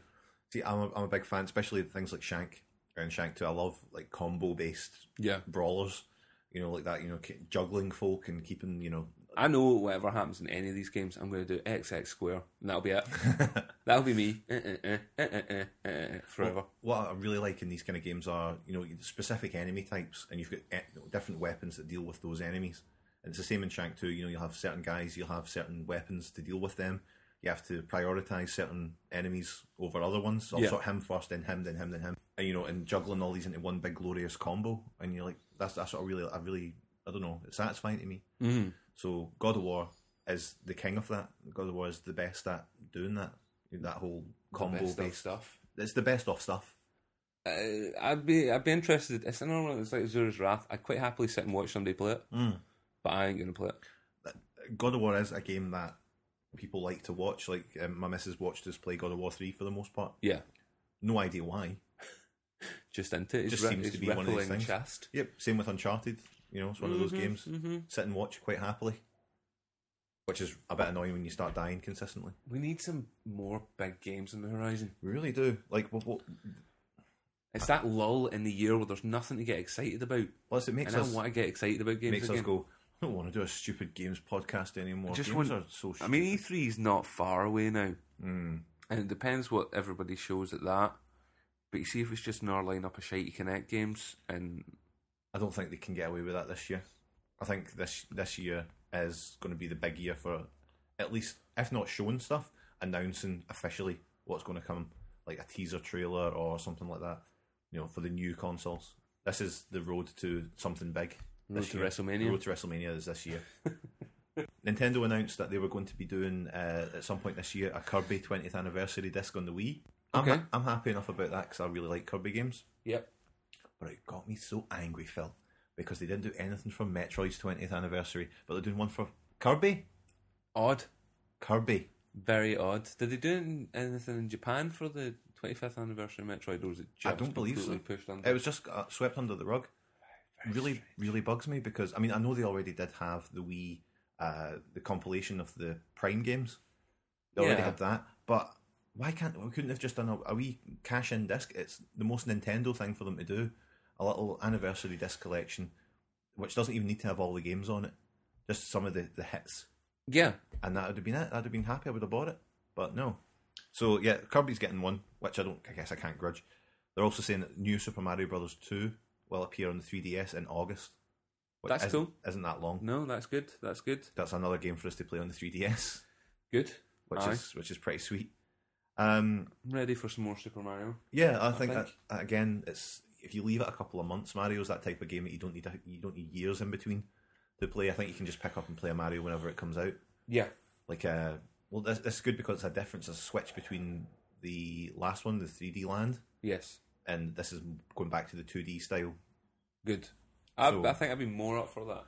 S1: See, I'm a, I'm a big fan, especially of things like Shank and Shank 2. I love like combo based
S2: Yeah.
S1: brawlers, you know, like that, you know, ki- juggling folk and keeping, you know,
S2: I know whatever happens in any of these games, I'm going to do XX square, and that'll <laughs> be it.
S1: <laughs>
S2: that'll be me Eh, eh, eh, eh, eh, eh, eh, eh, forever.
S1: what I really like in these kind of games are you know specific enemy types, and you've got eh, you know, different weapons that deal with those enemies. And it's the same in Shank Two. You know, you'll have certain guys, you'll have certain weapons to deal with them. You have to prioritize certain enemies over other ones. So I'll
S2: Yeah.
S1: sort him first, then him, then him, then him, and you know, and juggling all these into one big glorious combo. And you're like, that's that's what I really, I really, I don't know, it's satisfying to me.
S2: Mhm.
S1: So God of War is the king of that. God of War is the best at doing that. That whole combo
S2: Best of
S1: based.
S2: stuff.
S1: It's the best of stuff.
S2: Uh, I'd be I'd be interested. It's another one that's like Azura's Wrath. I'd quite happily sit and watch somebody play it, but I ain't going to play it.
S1: God of War is a game that people like to watch. Like um, my missus watched us play God of War three for the most part.
S2: Yeah,
S1: No idea why.
S2: just into it. It's
S1: Just
S2: ri-
S1: seems
S2: it's
S1: to be one of these
S2: rippling
S1: things.
S2: chest.
S1: Yep. Same with Uncharted. You know, it's one
S2: Mm-hmm,
S1: of those games. Sit and watch quite happily, which is a bit annoying when you start dying consistently.
S2: We need some more big games on the horizon.
S1: We really do. Like, what? what
S2: It's that lull in the year where there's nothing to get excited about,
S1: what's it makes
S2: and I
S1: us
S2: want to get excited about games
S1: makes
S2: again.
S1: us go? I don't want to do a stupid games podcast anymore.
S2: Just
S1: games
S2: want-
S1: are so.
S2: I
S1: Stupid. Mm.
S2: mean, E3 is not far away now. And it depends what everybody shows at that. But you see, if it's just another lineup of shitey Connect games, and
S1: I don't think they can get away with that this year. I think this this year is going to be the big year for at least, if not showing stuff, announcing officially what's going to come, like a teaser trailer or something like that. You know, for the new consoles. This is the road to something big.
S2: Road
S1: this
S2: to
S1: year.
S2: WrestleMania.
S1: The road to WrestleMania is this
S2: <laughs>
S1: year. Nintendo announced that they were going to be doing uh, at some point this year a Kirby 20th anniversary disc on the Wii. I'm,
S2: Okay.
S1: I'm happy enough about that because I really like Kirby games
S2: yep,
S1: but it got me so angry, Phil, because they didn't do anything for Metroid's 20th anniversary, but they're doing one for Kirby.
S2: odd,
S1: Kirby.
S2: very odd. Did they do an- anything in Japan for the 25th anniversary of Metroid, or was it just
S1: I don't believe so.
S2: completely pushed under?
S1: It was just uh, swept under the rug. really, really bugs me because I mean I know they already did have the Wii, uh, the compilation of the Prime games. They already
S2: Yeah.
S1: had that, but why can't we couldn't they have just done a, a wee cash in disc? It's the most Nintendo thing for them to do, a little anniversary disc collection, which doesn't even need to have all the games on it, just some of the, the hits.
S2: yeah,
S1: and that would have been it. I'd have been happy. I would have bought it, but no. So yeah, Kirby's getting one, which I don't. I guess I can't grudge. They're also saying that new Super Mario Brothers two will appear on the 3DS in August. Which
S2: That's
S1: isn't,
S2: cool.
S1: Isn't that long?
S2: no, that's good. That's good.
S1: That's another game for us to play on the 3DS,
S2: Good.
S1: <laughs> which
S2: Aye.
S1: is which is pretty sweet. Um,
S2: I'm ready for some more Super Mario.
S1: yeah, I think,
S2: think-
S1: That, again, it's if you leave it a couple of months, Mario's that type of game that you don't need a, you don't need years in between to play. I think you can just pick up and play a Mario whenever it comes out.
S2: Yeah,
S1: like a well this, this is good because it's a difference a switch between the last one the 3d land
S2: yes,
S1: and this is going back to the 2d style
S2: good. I,
S1: So-
S2: I think I'd be more up for that.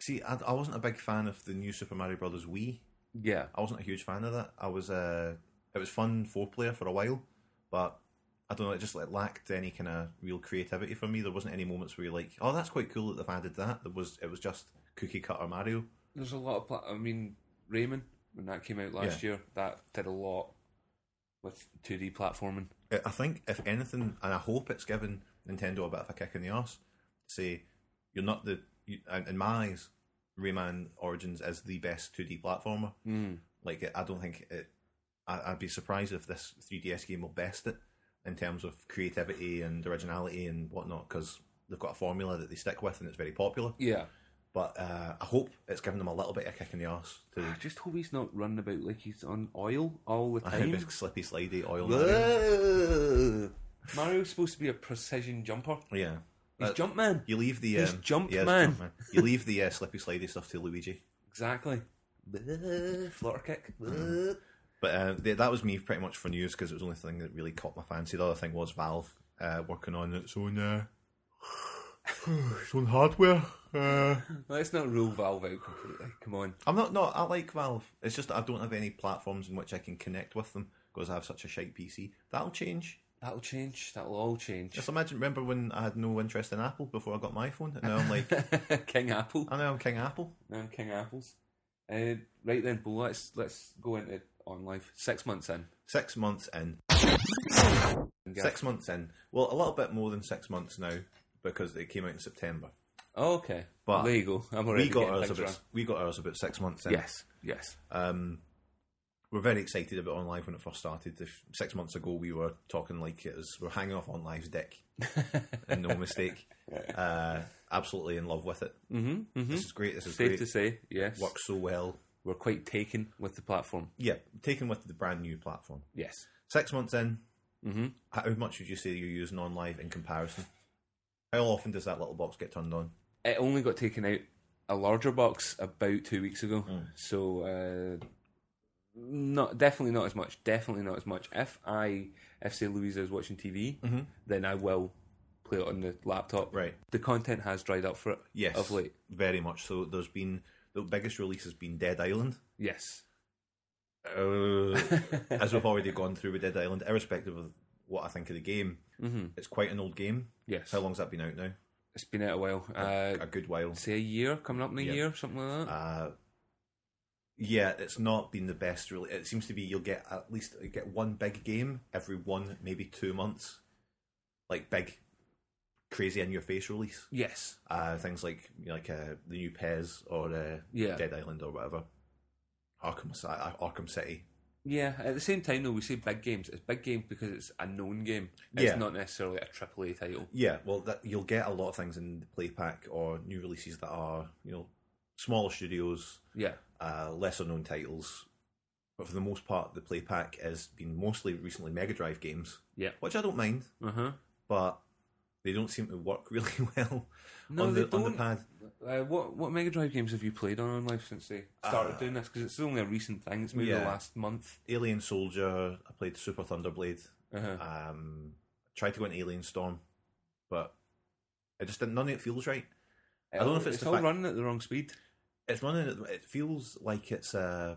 S1: see I, I wasn't a big fan of the new super mario brothers wii
S2: Yeah,
S1: i wasn't a huge fan of that i was uh it was fun four player for a while but i don't know it just like lacked any kind of real creativity for me there wasn't any moments where you're like oh that's quite cool that they've added that there was it was just cookie cutter mario
S2: There's a lot of. Pla- I mean, Rayman when that came out last year, that did a lot with 2D platforming.
S1: I I think if anything, and I hope it's given Nintendo a bit of a kick in the arse. Say you're not the you, in in my eyes, Rayman Origins is the best 2D platformer. Mm. Like I don't think it. I, I'd be surprised if this 3DS game will best it in terms of creativity and originality and whatnot because they've got a formula that they stick with and it's very popular.
S2: Yeah,
S1: But uh, I hope it's given them a little bit of a kick in the arse to
S2: I just hope he's not running about like he's on oil all the
S1: <laughs>
S2: time.
S1: slippy slidey oil. Mario.
S2: <laughs> Ugh. Mario's supposed to be a precision jumper.
S1: Yeah.
S2: He's
S1: Uh,
S2: Jumpman.
S1: You leave the
S2: He's
S1: um,
S2: Jumpman.
S1: yeah, it's You leave the uh, slippy slidey stuff to Luigi.
S2: Exactly. Mm. Bleh, Flutter kick. Bleh.
S1: But uh, th- that was me pretty much for news because it was the only thing that really caught my fancy. The other thing was Valve uh, working on its own, uh, <sighs> its own hardware. Uh,
S2: Let's not rule Valve out completely. Come on.
S1: I'm not. No, I like Valve. It's just that I don't have any platforms in which I can connect with them because I have such a shite PC. That'll change.
S2: That'll change. That'll all change.
S1: Just imagine. Remember when I had no interest in Apple before I got my iPhone, and now I'm like, <laughs>
S2: <laughs> King Apple.
S1: I know I'm King Apple.
S2: Now I'm King Apples. Uh, right then, but let's let's go into on life. Six months in.
S1: Six months in.
S2: And go-
S1: Six months in. Well, a little bit more than six months now because it came out in September.
S2: Oh, okay.
S1: But
S2: there you go. I'm already
S1: We got
S2: getting
S1: ours
S2: things
S1: about
S2: wrong.
S1: we got ours about six months in.
S2: Yes. Yes.
S1: Um, we're very excited about On Live when it first started. The f- six months ago, we were talking like it was, we're hanging off On Live's
S2: <laughs>
S1: dick, and no mistake. Uh, absolutely in love with it.
S2: Mm-hmm. Mm-hmm.
S1: This is great. This is
S2: Safe
S1: great.
S2: to say, yes.
S1: Works so well.
S2: We're quite taken with the platform.
S1: Yeah, taken with the brand new platform.
S2: Yes.
S1: Six months in,
S2: Mm-hmm.
S1: how much would you say you're using On Live in comparison? How often does that little box get turned on?
S2: It only got taken out a larger box about two weeks ago,
S1: Hmm.
S2: so uh, not definitely not as much. Definitely not as much. If I if say Louisa is watching TV, then I will play it on the laptop.
S1: Mm-hmm. Right.
S2: The content has dried up for it.
S1: Yes,
S2: Of late.
S1: very much. So there's been the biggest release has been Dead Island.
S2: Yes. Oh.
S1: Uh, as we've already gone through with Dead Island, irrespective of what I think of the game,
S2: Mm-hmm.
S1: it's quite an old game.
S2: Yes.
S1: How long's that been out now?
S2: It's been out a while. Uh,
S1: a good while.
S2: say a year, coming up in a
S1: Yeah.
S2: year, something like that.
S1: Uh, yeah, it's not been the best. Really, it seems to be you'll get at least you get one big game every one, maybe two months, like big, crazy in your face release.
S2: yes.
S1: uh, things like you know, like uh, the new Pez or uh,
S2: Yeah.
S1: Dead Island or whatever. Arkham, Si- uh, Arkham City.
S2: Yeah, at the same time though, we say big games. It's big games because it's a known game. It's
S1: Yeah.
S2: not necessarily a triple A title.
S1: Yeah, well, that, you'll get a lot of things in the play pack or new releases that are you know smaller studios,
S2: Yeah.
S1: uh, lesser known titles. But for the most part, the play pack has been mostly recently Mega Drive games,
S2: Yeah.
S1: which I don't mind,
S2: Uh huh.
S1: but they don't seem to work <laughs> really well
S2: No,
S1: on
S2: they
S1: the on
S2: don't.
S1: the pad.
S2: Uh, what what Mega Drive games have you played on on life since they started doing this? Because it's only a recent thing. It's maybe the
S1: yeah.
S2: last month.
S1: Alien Soldier. I played Super Thunderblade.
S2: Uh-huh.
S1: Um, tried to go in Alien Storm, but I just didn't. None of it feels right. I don't know if it's the
S2: all
S1: fact-
S2: running at the wrong speed.
S1: It's running. It feels like it's. Uh,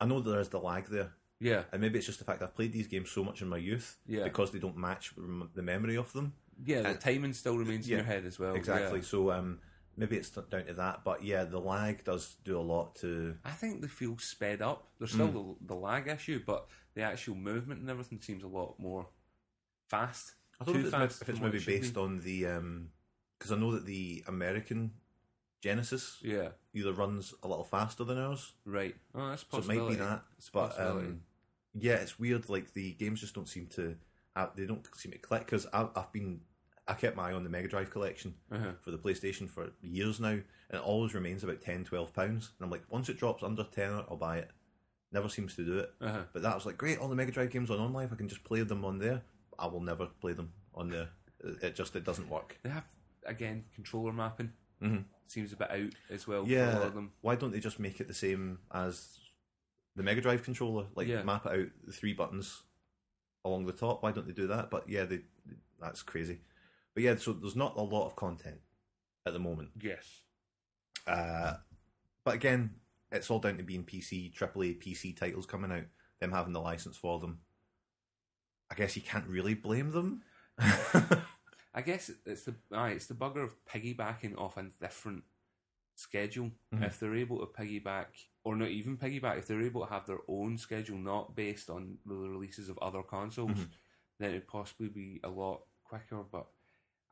S1: I know there is the lag there,
S2: Yeah.
S1: and maybe it's just the fact I've played these games so much in my youth
S2: Yeah.
S1: because they don't match rem- the memory of them
S2: Yeah. The
S1: Uh,
S2: timing still remains
S1: yeah,
S2: in your head as well.
S1: exactly.
S2: Oh, yeah.
S1: So um, maybe it's down to that. But yeah, the lag does do a lot to.
S2: I think they feel sped up. There's still
S1: Mm.
S2: the, the lag issue, but the actual movement and everything seems a lot more fast.
S1: I don't know
S2: Too
S1: if it's,
S2: fast
S1: if it's
S2: than what
S1: maybe
S2: it should
S1: based
S2: be.
S1: on the because I know that the American Genesis
S2: Yeah.
S1: either runs a little faster than ours.
S2: Right. Oh, that's
S1: So it might
S2: possible.
S1: be that,
S2: It's a
S1: but
S2: possibility.
S1: um, yeah, it's weird. Like the games just don't seem to, uh, they don't seem to click. Because I've been, I kept my eye on the Mega Drive collection
S2: Uh-huh.
S1: for the PlayStation for years now, and it always remains about 10 12 pounds. And I'm like, once it drops under ten, I'll buy it. Never seems to do it.
S2: Uh-huh.
S1: But that was like great. All the Mega Drive games on online, I can just play them on there. I will never play them on there. It- It just it doesn't work.
S2: They have again controller mapping.
S1: Mhm.
S2: Seems a bit out as well. for a lot
S1: Yeah,
S2: of them.
S1: why don't they just make it the same as the Mega Drive controller? Like
S2: Yeah.
S1: map it out the three buttons along the top. Why don't they do that? But yeah, they that's crazy. But yeah, so there's not a lot of content at the moment.
S2: Yes.
S1: Uh, but again, it's all down to being PC, AAA PC titles coming out, them having the license for them. I guess you can't really blame them.
S2: I guess it's the aye, it's the bugger of piggybacking off a different schedule.
S1: Mm-hmm.
S2: If they're able to piggyback, or not even piggyback, if they're able to have their own schedule, not based on the releases of other consoles,
S1: Mm-hmm.
S2: then it'd possibly be a lot quicker. But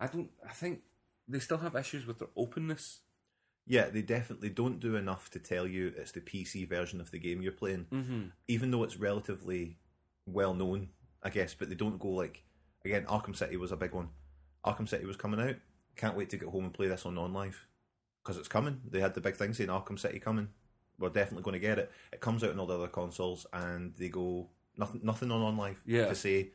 S2: I don't. I think they still have issues with their openness.
S1: Yeah, they definitely don't do enough to tell you it's the PC version of the game you're playing, mm-hmm. even though it's relatively well known, I guess. But they don't go like again. Arkham City was a big one. Arkham City was coming out. Can't wait to get home and play this on non live because it's coming. They had the big thing saying Arkham City coming. We're definitely going to get it. It comes out on all the other consoles, and they go nothing, nothing on non live
S2: Yeah.
S1: to say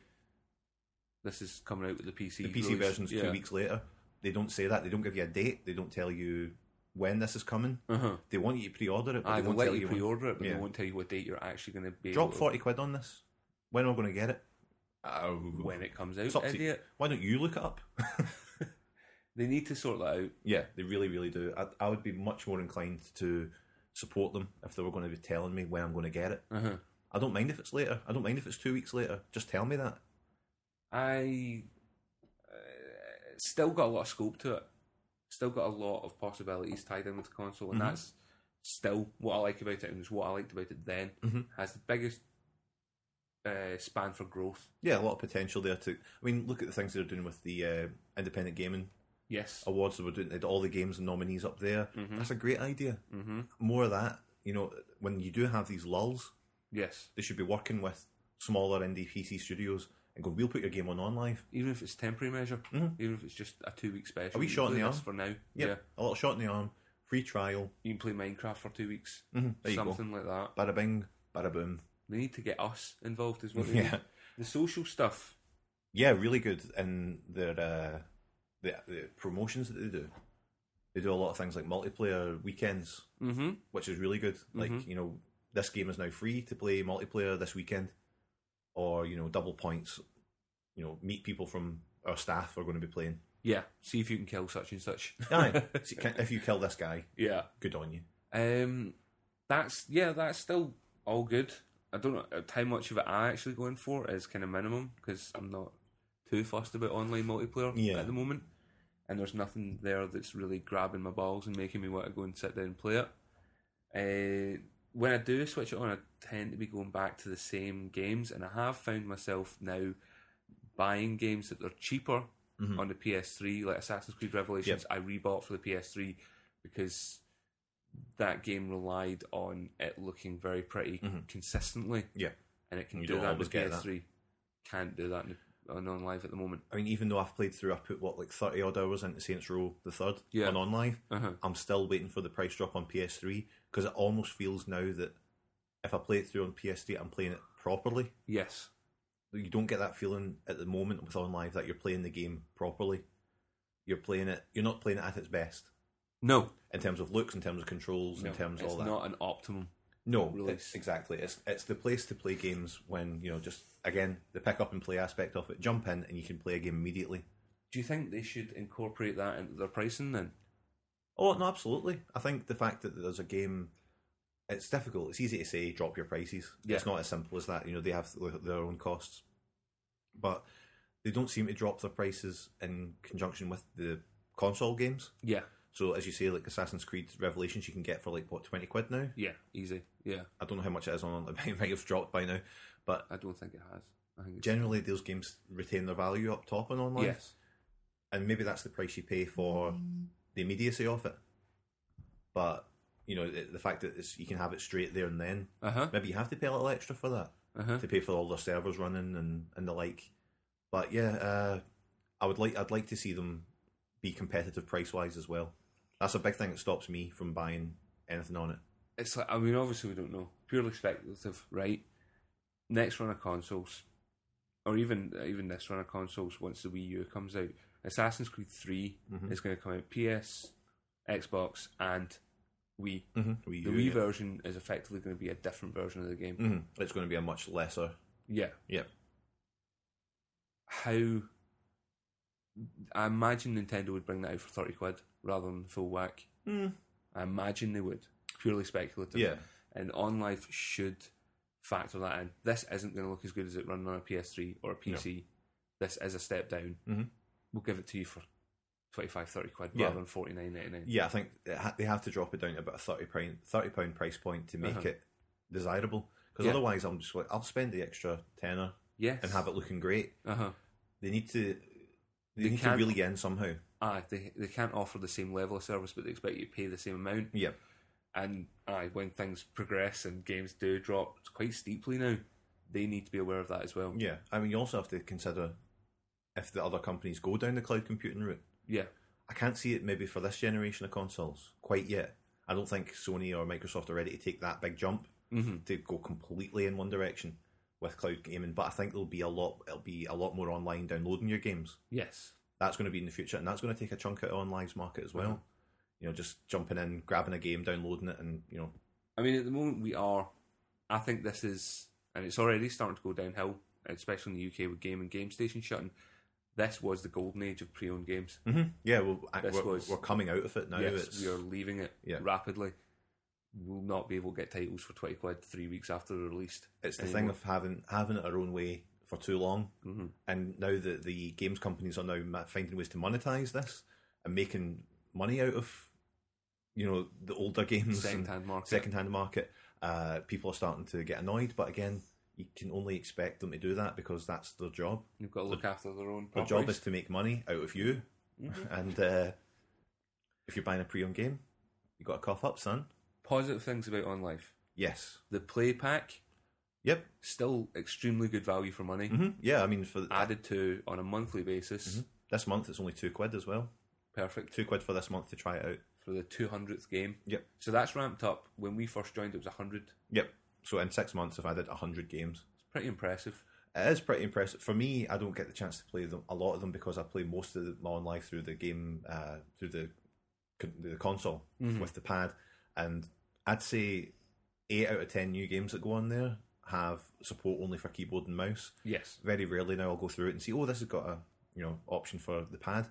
S2: This is coming out with the PC.
S1: the PC
S2: release.
S1: version's
S2: Yeah.
S1: two weeks later. They don't say that. They don't give you a date. They don't tell you when this is coming.
S2: Uh-huh.
S1: They want you to pre-order it, but
S2: I
S1: they
S2: will
S1: won't
S2: Ah, let
S1: tell
S2: you
S1: you. when.
S2: pre-order it, but
S1: Yeah.
S2: they won't tell you what date you're actually going to be.
S1: Drop
S2: able to-
S1: forty quid on this. When am I going to get it? Oh,
S2: when it comes
S1: it's
S2: out.
S1: up to you.
S2: Idiot.
S1: Why don't you look it up? <laughs>
S2: They need to sort that out.
S1: yeah, they really, really do. I, I would be much more inclined to support them if they were going to be telling me when I'm going to get it.
S2: Uh-huh.
S1: I don't mind if it's later. I don't mind if it's two weeks later. Just tell me that.
S2: I uh, still got a lot of scope to it. Still got a lot of possibilities tied in with the console,
S1: Mm-hmm.
S2: and that's still what I like about it, and it's what I liked about it then.
S1: Mm-hmm.
S2: Has the biggest uh, span for growth.
S1: Yeah, a lot of potential there to. I mean, look at the things they're doing with the uh, independent gaming
S2: Yes.
S1: awards that we're doing. They had all the games and nominees up there. That's a great idea. Mm-hmm. More of that. You know, when you do have these lulls,
S2: Yes.
S1: they should be working with smaller indie PC studios and go, "We'll put your game on on live."
S2: Even if it's temporary measure, even if it's just a two week special.
S1: Mm-hmm. Are we
S2: you
S1: shot in
S2: play
S1: the
S2: this
S1: arm?
S2: for now?
S1: Yep.
S2: Yeah.
S1: a little shot in the arm, free trial,
S2: You can play Minecraft for two weeks.
S1: Mm-hmm. there you go.
S2: Something like that.
S1: bada bing, bada boom.
S2: They need to get us involved as well.
S1: <laughs> Yeah.
S2: The social stuff.
S1: Yeah, really good in their uh, the, the promotions that they do. They do a lot of things like multiplayer weekends,
S2: Mm-hmm.
S1: which is really good. Like you know, this game is now free to play multiplayer this weekend, or you know, double points. You know, meet people from our staff who are going to be playing.
S2: Yeah. See if you can kill such
S1: <laughs>
S2: and such.
S1: Aye, See, can- if you kill this guy,
S2: yeah.
S1: good on you.
S2: Um, that's yeah, that's still all good. I don't know uh, how much of it I actually go in for is kind of minimum because I'm not too fussed about online multiplayer
S1: Yeah.
S2: at the moment, and there's nothing there that's really grabbing my balls and making me want to go and sit down and play it. Uh, when I do switch it on, I tend to be going back to the same games, and I have found myself now buying games that are cheaper on the PS3, like Assassin's Creed Revelations. I rebought for the PS3 because that game relied on it looking very pretty consistently,
S1: Yeah,
S2: and it can
S1: You
S2: do
S1: don't
S2: that
S1: Mm-hmm. always
S2: with
S1: get that.
S2: PS3. Can't do that in- on on live at the moment.
S1: I mean, even though I've played through, I've put what like thirty odd hours into Saints Row the Third
S2: Yeah.
S1: on on live.
S2: Uh-huh.
S1: I'm still waiting for the price drop on PS3 because it almost feels now that if I play it through on PS3, I'm playing it properly.
S2: Yes,
S1: You don't get that feeling at the moment with on live that you're playing the game properly. You're playing it. You're not playing it at its best
S2: no,
S1: in terms of looks, in terms of controls,
S2: No,
S1: in terms of
S2: it's
S1: all that.
S2: not an optimum.
S1: no,
S2: release.
S1: it's- exactly. It's it's the place to play games when you know just again the pick up and play aspect of it. Jump in and you can play a game immediately.
S2: Do you think they should incorporate that into their pricing then?
S1: Oh no, absolutely. I think the fact that there's a game, it's difficult. It's easy to say drop your prices.
S2: Yeah.
S1: It's not as simple as that. You know, they have their own costs, but they don't seem to drop their prices in conjunction with the console games.
S2: Yeah,
S1: So as you say, like Assassin's Creed Revelations, you can get for like what twenty quid now.
S2: yeah, easy. Yeah,
S1: I don't know how much it is on. <laughs> It might have dropped by now, but
S2: I don't think it has. I think it's,
S1: generally those games retain their value up top and online.
S2: yes,
S1: and maybe that's the price you pay for the immediacy of it. But you know, the, the fact that it's, you can have it straight there and then,
S2: uh huh,
S1: maybe you have to pay a little extra for that
S2: uh huh.
S1: to pay for all the servers running and, and the like. But yeah, uh, I would like I'd like to see them be competitive price wise as well. That's a big thing that stops me from buying anything on it.
S2: it's like I mean, obviously we don't know. Purely speculative, right? Next run of consoles, or even even this run of consoles, once the Wii U comes out, Assassin's Creed 3
S1: Mm-hmm.
S2: is going to come out PS, Xbox, and Wii.
S1: Mm-hmm. Wii
S2: The
S1: U,
S2: Wii
S1: yeah.
S2: version is effectively going to be a different version of the game.
S1: Mhm. It's going to be a much lesser.
S2: Yeah,
S1: Yeah,
S2: how? I imagine Nintendo would bring that out for thirty quid rather than full whack.
S1: Mm.
S2: I imagine they would. Purely speculative.
S1: yeah.
S2: and on life should factor that in. This isn't going to look as good as it running on a PS3 or a PC. This is a step down.
S1: Mhm.
S2: We'll give it to you for 25, 30 quid
S1: Yeah.
S2: rather than forty nine ninety nine.
S1: Yeah, I think it ha- they have to drop it down to about a thirty pound thirty pound price point to make
S2: Uh-huh.
S1: it desirable. Because
S2: Yeah.
S1: otherwise, I'm just like, I'll spend the extra tenner
S2: Yes,
S1: and have it looking great.
S2: Uh huh.
S1: They need to they,
S2: They
S1: need to
S2: can't-
S1: really in somehow.
S2: Aye, Ah, they they can't offer the same level of service, but they expect you to pay the same amount.
S1: Yeah,
S2: And aye, when things progress and games do drop quite steeply now, they need to be aware of that as well.
S1: yeah. I mean, you also have to consider if the other companies go down the cloud computing route.
S2: Yeah.
S1: I can't see it maybe for this generation of consoles quite yet. I don't think Sony or Microsoft are ready to take that big jump
S2: Mm-hmm.
S1: to go completely in one direction with cloud gaming. But I think there'll be a lot. It'll be a lot more online downloading your games.
S2: Yes.
S1: that's going to be in the future, and that's going to take a chunk out of on lives market as well. You know, just jumping in, grabbing a game, downloading it, and you know,
S2: I mean, at the moment we are. I think this is, and it's already starting to go downhill, especially in the UK with Game and Game Station shutting. This was the golden age of pre-owned games.
S1: yeah, well, I-
S2: This
S1: we're,
S2: was-
S1: we're coming out of it now.
S2: yes,
S1: Mm-hmm. it's
S2: we are leaving it
S1: Yeah.
S2: rapidly. We'll not be able to get titles for twenty quid three weeks after they're released.
S1: it's the thing of having having it our own way for too long,
S2: Mm-hmm.
S1: and now that the games companies are now ma- finding ways to monetize this and making money out of you know the older games, and
S2: Second-hand market.
S1: second-hand market. Uh, people are starting to get annoyed, but again, you can only expect them to do that because that's their job.
S2: You've got to look after their own.
S1: Their job
S2: properties.
S1: is to make money out of you, and uh, if you're buying a pre-owned game, you got to cough up, son.
S2: positive things about on life.
S1: Yes.
S2: The play pack
S1: Yep.
S2: still extremely good value for money.
S1: hmm Yeah. I mean, for
S2: Added to on a monthly basis,
S1: this month, it's only two quid as well.
S2: perfect
S1: two quid for this month to try it out.
S2: for the two hundredth game.
S1: Yep.
S2: So that's ramped up. When we first joined, it was hundred.
S1: Yep. So in six months, I've added 100 games.
S2: It's pretty impressive.
S1: It is pretty impressive. For me, I don't get the chance to play them, a lot of them because I play most of my own life through the game, uh, through the, con- the console with the pad. And I'd say eight out of 10 new games that go on there have support only for keyboard and mouse.
S2: Yes.
S1: Very rarely now I'll go through it and see, oh, this has got a you know option for the pad.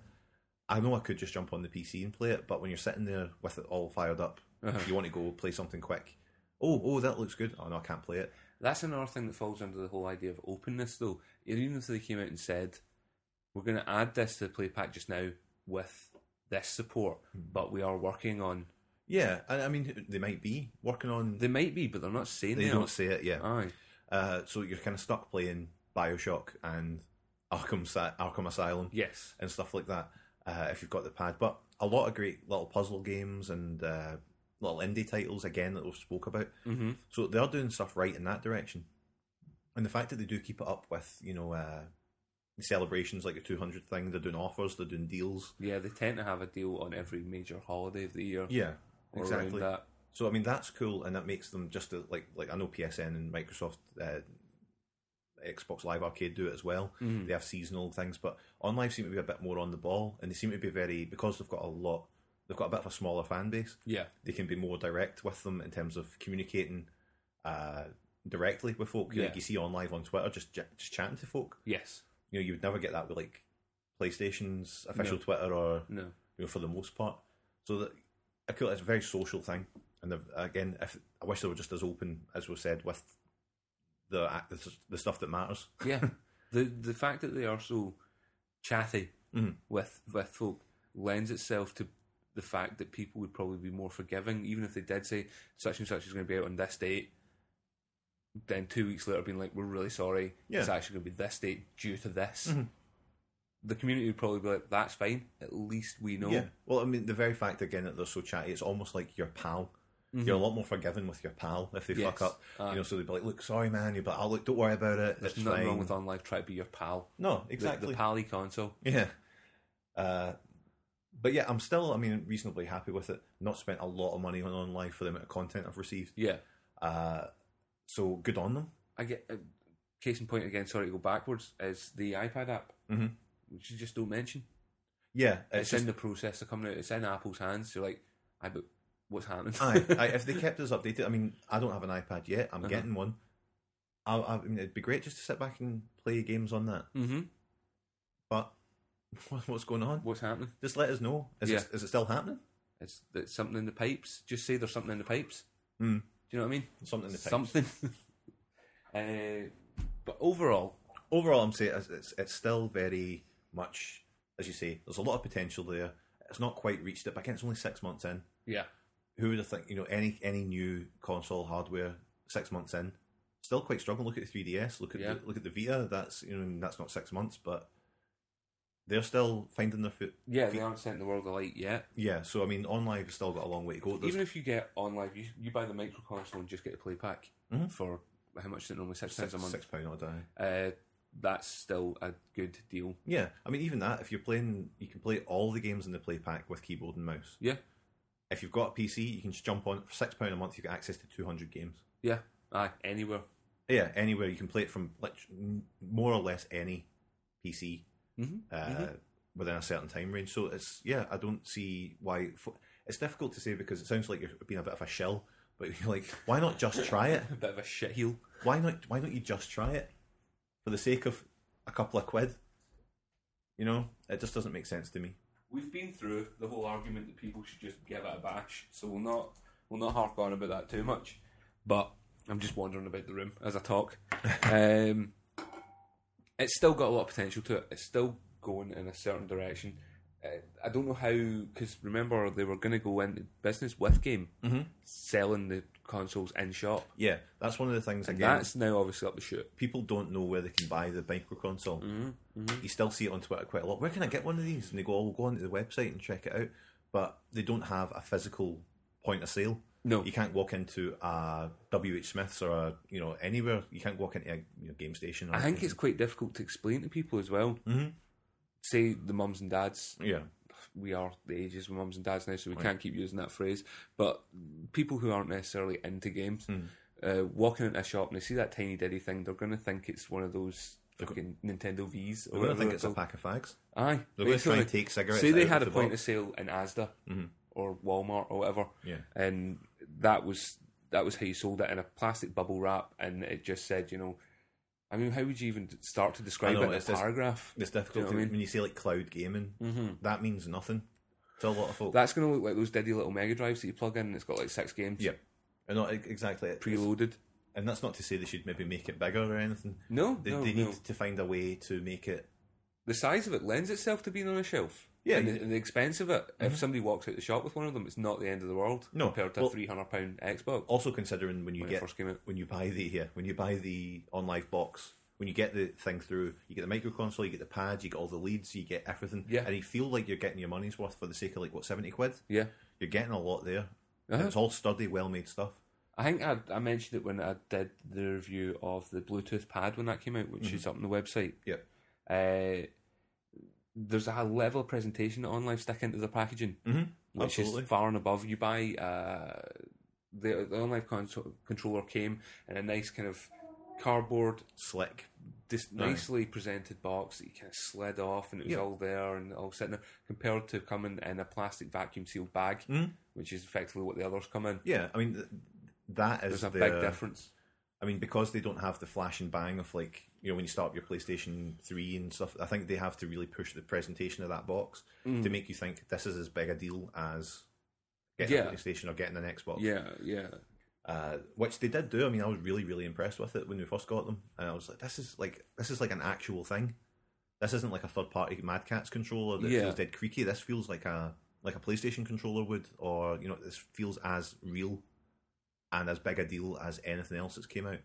S1: I know I could just jump on the PC and play it, but when you're sitting there with it all fired up, you want to go play something quick. Oh, oh, that looks good. Oh no, I can't play it.
S2: That's another thing that falls under the whole idea of openness, though. Even if they came out and said, we're going to add this to the play pack just now with this support, but we are working on.
S1: Yeah, I, I mean they might be working on.
S2: They might be, but they're not Uh-huh. saying
S1: they
S2: they
S1: don't
S2: are.
S1: say it. Yeah,
S2: Aye.
S1: uh, so you're kind of stuck playing Bioshock and Arkham Sa- Arkham Asylum.
S2: Yes.
S1: and stuff like that uh, if you've got the pad. But a lot of great little puzzle games and uh, little indie titles again that we've spoke about. Mm-hmm. So they are doing stuff right in that direction. And the fact that they do keep it up with you know uh, celebrations like the 200 thing, they're doing offers, they're doing deals.
S2: Yeah, they tend to have a deal on every major holiday of the year.
S1: Yeah,
S2: or around
S1: exactly.
S2: that.
S1: So I mean that's cool, and that makes them just a, like like I know PSN and Microsoft. Uh, Xbox Live Arcade do it as well.
S2: Mm-hmm.
S1: They have seasonal things, but on live seem to be a bit more on the ball, and they seem to be very because they've got a lot. They've got a bit of a smaller fan base.
S2: Yeah.
S1: They can be more direct with them in terms of communicating uh, directly with folk.
S2: Yeah.
S1: Like you see on live on Twitter, just j- just chatting to folk.
S2: Yes.
S1: You know, you would never get that with like PlayStation's official Twitter or
S2: No.
S1: you know, for the most part. So that I feel it's a very social thing. And the- again, if I wish they were just as open as we said with the act- the, the stuff that matters. <laughs>
S2: Yeah. the the fact that they are so chatty
S1: Mm-hmm.
S2: with with folk lends itself to the fact that people would probably be more forgiving, even if they did say such and such is going to be out on this date. Then two weeks later, being like, "We're really sorry, it's
S1: Yeah. Mm-hmm.
S2: actually going to be this date due to this." The community would probably be like, "That's fine. At least we know."
S1: Yeah. Well, I mean, the very fact again that they're so chatty, it's almost like your pal. You're a lot more forgiving with your pal if they fuck
S2: Mm-hmm. Yes.
S1: up. you know, so they'd be like, "Look, sorry, man." You'd be like, "Oh, look, don't worry about it.
S2: There's
S1: it's
S2: nothing
S1: fine."
S2: wrong with online. Try to be your pal.
S1: no,
S2: The-
S1: exactly.
S2: The, pally console.
S1: <laughs> Yeah. Uh, but yeah, I'm still, I mean, reasonably happy with it. Not spent a lot of money on online for the amount of content I've received.
S2: Yeah.
S1: Uh, so good on them.
S2: I get uh, case in point again. Sorry to go backwards. Is the iPad app,
S1: Mhm.
S2: which you just don't mention.
S1: Yeah, uh, it's
S2: It's,
S1: just, <laughs>
S2: in the process of coming out. It's in Apple's hands. You're like, I but what's happening? <laughs>
S1: aye, aye, if they kept us updated, I mean, I don't have an iPad yet. I'm
S2: Uh-huh.
S1: getting one. I, I mean, it'd be great just to sit back and play games on that.
S2: mm-hmm.
S1: But <laughs> what- what's going on?
S2: What's happening?
S1: Just let us know. Is,
S2: Yeah.
S1: it, is it still happening?
S2: It's, it's something in the pipes. Just say there's something in the pipes.
S1: Mm.
S2: Do you know what I mean?
S1: Something in the pipes.
S2: Something. <laughs> uh, but overall,
S1: Overall, I'm saying it's, it's, it's still very much, as you say, there's a lot of potential there. It's not quite reached it, but again, it's only six months in.
S2: yeah,
S1: Who would have think? You know, any any new console hardware six months in, still quite struggling. Look at the 3DS. Look at
S2: Yeah.
S1: the, look at the Vita. That's you know I mean, that's not six months, but they're still finding their foot.
S2: yeah, they aren't setting the world alight yet.
S1: Yeah. So I mean, online has still got a long way to go. There's
S2: Even if you get on live, you, you buy the micro console and just get a play pack for how much is it normally six pounds
S1: Mm-hmm. six,
S2: a month.
S1: six pound odd. aye.
S2: Uh, that's still a good deal.
S1: Yeah. I mean, even that if you're playing, you can play all the games in the play pack with keyboard and mouse.
S2: Yeah,
S1: If you've got a PC, you can just jump on for six pound a month. You get access to two hundred games.
S2: yeah, aye, anywhere. <laughs>
S1: Yeah, anywhere you can play it from lit- more or less any PC uh, within a certain time range. So it's yeah, I don't see why. fo- It's difficult to say because it sounds like you're being a bit of a shill. But <laughs> you're like, why not just try it?
S2: A bit of a shitheel.
S1: Why not? Why don't you just try it for the sake of a couple of quid? You know, it just doesn't make sense to me.
S2: We've been through the whole argument that people should just give it a bash, so we'll not we'll not harp on about that too much. But I'm just wandering about the room as I <laughs> talk. um, it's still got a lot of potential to it. It's still going in a certain direction. Uh, I don't know how because remember they were going to go into business with Game, selling the consoles in shop.
S1: Yeah, that's one of the things again.
S2: That's now obviously up the chute.
S1: people don't know where they can buy the micro console.
S2: Mm-hmm,
S1: You still see it on Twitter quite a lot. Where can I get one of these? And they go, oh, we'll go onto the website and check it out. But they don't have a physical point of sale.
S2: No.
S1: you can't walk into a WH Smiths or a, you know anywhere. You can't walk into a you know, game station. Or
S2: I think it's quite difficult to explain to people as well. Mm-hmm. Say the mums and dads
S1: yeah,
S2: we are the ages of mums and dads now, so we can't keep using that phrase. But people who aren't necessarily into games,
S1: Mm.
S2: uh, walking into a shop and they see that tiny diddy thing, they're going to think it's one of those fucking Nintendo V's.
S1: I
S2: Or
S1: don't
S2: whatever
S1: think
S2: they're
S1: it's a
S2: called.
S1: pack of fags.
S2: Aye,
S1: They're going to try and
S2: basically.
S1: take cigarettes.
S2: Say they
S1: out
S2: had
S1: of
S2: a
S1: the
S2: point
S1: box. Mm-hmm.
S2: of sale in ASDA or Walmart or whatever,
S1: Yeah.
S2: and that was that was how you sold it in a plastic bubble wrap, and it just said, you know, I mean, how would you even start to describe
S1: know,
S2: it
S1: it's
S2: in a
S1: just-
S2: paragraph?
S1: It's difficult
S2: Do you know what I
S1: to-
S2: mean? Mm-hmm.
S1: when you say like cloud gaming. That means nothing to a lot of folk.
S2: That's going to look like those diddy little Mega Drives that you plug in, and it's got like six games
S1: yeah, and not e- exactly it.
S2: preloaded.
S1: and that's not to say they should maybe make it bigger or anything.
S2: No,
S1: they,
S2: no,
S1: they
S2: no.
S1: need to find a way to make it.
S2: the size of it lends itself to being on a shelf.
S1: Yeah,
S2: and
S1: you- Mm-hmm.
S2: the, and the expense of it. If somebody walks out the shop with one of them, it's not the end of the world.
S1: No,
S2: compared to
S1: well-
S2: a three hundred pound Xbox.
S1: Also, considering when you
S2: When it
S1: get
S2: first came out.
S1: when you buy the yeah, when you buy the on live box, when you get the thing through, you get the micro console, you get the pad, you get all the leads, you get everything,
S2: Yeah.
S1: and you feel like you're getting your money's worth for the sake of like what seventy quid.
S2: Yeah,
S1: You're getting a lot there, and
S2: Uh-huh.
S1: it's all sturdy, well made stuff.
S2: I think I, I mentioned it when I did the review of the Bluetooth pad when that came out, which
S1: Mm-hmm.
S2: is up on the website.
S1: Yeah,
S2: Uh, there's a level of presentation that OnLive stick into the packaging, which
S1: Mm-hmm. absolutely.
S2: is far and above. You buy uh, the, the OnLive console, controller came in a nice kind of cardboard
S1: slick.
S2: this nicely presented box that you kind of slid off and it was
S1: Yeah.
S2: all there and all sitting there compared to coming in a plastic vacuum sealed bag,
S1: Mm-hmm.
S2: which is effectively what the others come in.
S1: Yeah, I mean th- that is
S2: There's a
S1: the, uh,
S2: big difference.
S1: I mean, because they don't have the flash and bang of like you know when you start up your PlayStation Three and stuff. I think they have to really push the presentation of that box to make you think this is as big a deal as getting
S2: Yeah.
S1: a PlayStation or getting an Xbox.
S2: Yeah, yeah.
S1: Uh, which they did do. I mean, I was really really impressed with it when we first got them, and I was like, this is like this is like an actual thing. This isn't like a third party Mad Catz controller that
S2: Yeah.
S1: feels dead creaky. This feels like a like a PlayStation controller would, or you know, this feels as real and as big a deal as anything else that's came out.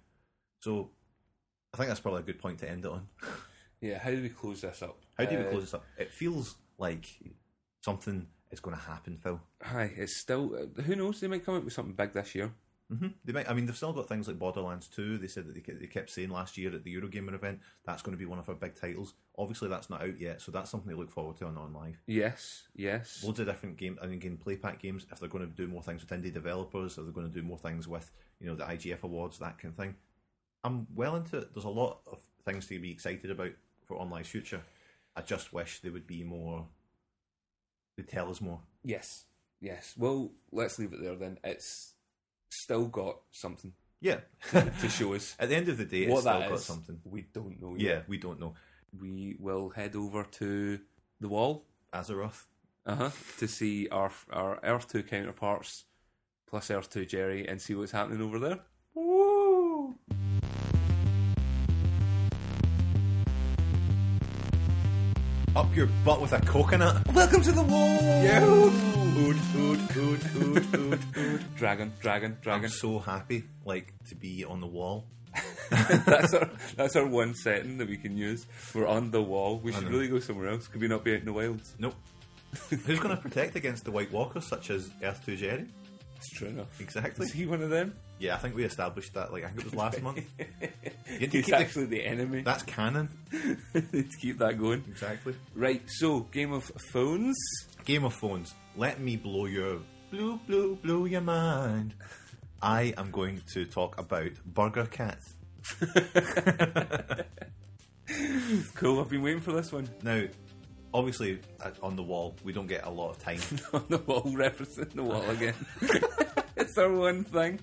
S1: So I think that's probably a good point to end it on.
S2: Yeah, how do we close this up?
S1: How do we
S2: Uh,
S1: close this up? It feels like something is going to happen, Phil.
S2: Hi, it's still. uh, Who knows? They might come up with something big this year. Mm-hmm.
S1: hmm They might. I mean, they've still got things like Borderlands Two. They said that they, ke- they kept saying last year at the Eurogamer event that's going to be one of our big titles. Obviously, that's not out yet, so that's something to look forward to on on live.
S2: Yes, yes.
S1: Loads of different game. I mean, game play pack games. If they're going to do more things with indie developers, if they're going to do more things with you know the IGF awards, that kind of thing. I'm well into it. There's a lot of things to be excited about for online's future. I just wish they would be more. They tell us more.
S2: yes, yes. Well, let's leave it there then. It's still got something <laughs>
S1: Yeah. <laughs>
S2: to show us.
S1: At the end of the day, it's
S2: what
S1: still
S2: that
S1: got
S2: is,
S1: something.
S2: we don't know yet.
S1: Yeah, we don't know.
S2: We will head over to the wall
S1: Azeroth.
S2: uh-huh, to see our our Earth Two counterparts plus Earth Two Jerry and see what's happening over there. Woo!
S1: up your butt with a coconut.
S2: Welcome to the wall. Yeah.
S1: Ood, ood, ood, ood, ood.
S2: Dragon, dragon,
S1: I'm
S2: dragon.
S1: so happy, like, to be on the wall.
S2: <laughs> that's our that's our one setting that we can use. We're on the wall. We should really go somewhere else. Could we not be out in the wilds? <laughs>
S1: Nope. Who's going to protect against the White Walkers, such as Earth 2 Jerry?
S2: It's true enough.
S1: Exactly.
S2: Is he one of them?
S1: Yeah, I think we established that, like, I think it was
S2: <laughs>
S1: last month. You had to keep
S2: He's
S1: the-
S2: actually the enemy. <laughs>
S1: that's canon.
S2: Let's keep that going.
S1: Exactly.
S2: Right. So, game of phones.
S1: Game of Phones, let me blow your. Blow, blow, blow your mind. I am going to talk about Burger Cat.
S2: Cool. I've been waiting for this one. <laughs>
S1: Now, obviously uh, on the wall, we don't get a lot of time.
S2: on the wall, <laughs> referencing the wall again. <laughs> it's our one thing.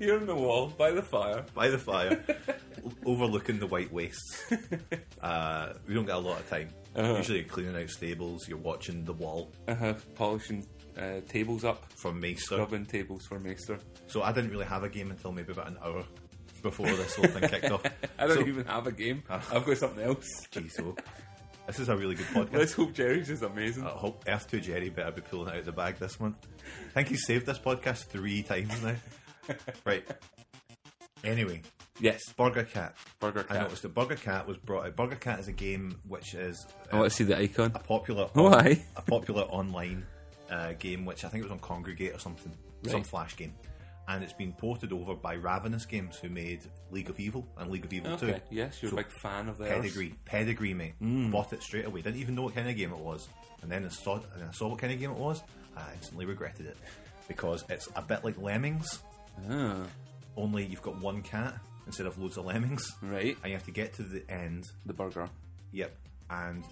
S2: You're on the wall by the fire.
S1: by the fire, o- overlooking the white wastes.
S2: <laughs>
S1: Uh, we don't get a lot of time. Usually, you're cleaning out stables, you're watching the wall
S2: Uh-huh. Polishing uh, tables up,
S1: from Maester.
S2: rubbing tables for Maester.
S1: So I didn't really have a game until maybe about an hour before this whole thing kicked off.
S2: <laughs> I don't
S1: so, Ah.
S2: even have a game. I've got something else.
S1: Geez, so this is a really good podcast.
S2: Let's hope Jerry's is amazing.
S1: I hope Earth to Jerry better be pulling it out of the bag this month. I think he's saved this podcast three times
S2: <laughs>
S1: now. right. Anyway,
S2: Yes,
S1: Burger Cat.
S2: Burger
S1: I
S2: Cat.
S1: noticed that Burger Cat was brought out. Burger Cat is a game which is uh,
S2: I want to see the icon.
S1: popular
S2: Oh,
S1: on-
S2: aye.
S1: a popular online uh, game which I think it was on Congregate or something, some
S2: Right.
S1: Flash game, and it's been ported over by Ravenous Games, who made League of Evil and League of Evil
S2: Okay,
S1: Two.
S2: yes, Hmm. you're
S1: So,
S2: a big fan of theirs.
S1: Pedigree, pedigree, mate. Bought it straight away. Didn't even know what kind of game it was, and then I saw and I saw what kind of game it was. and I instantly regretted it because it's a bit like Lemmings,
S2: Ah,
S1: only you've got one cat instead of loads of lemmings,
S2: right,
S1: and you have to get to the end
S2: the burger.
S1: Yep. And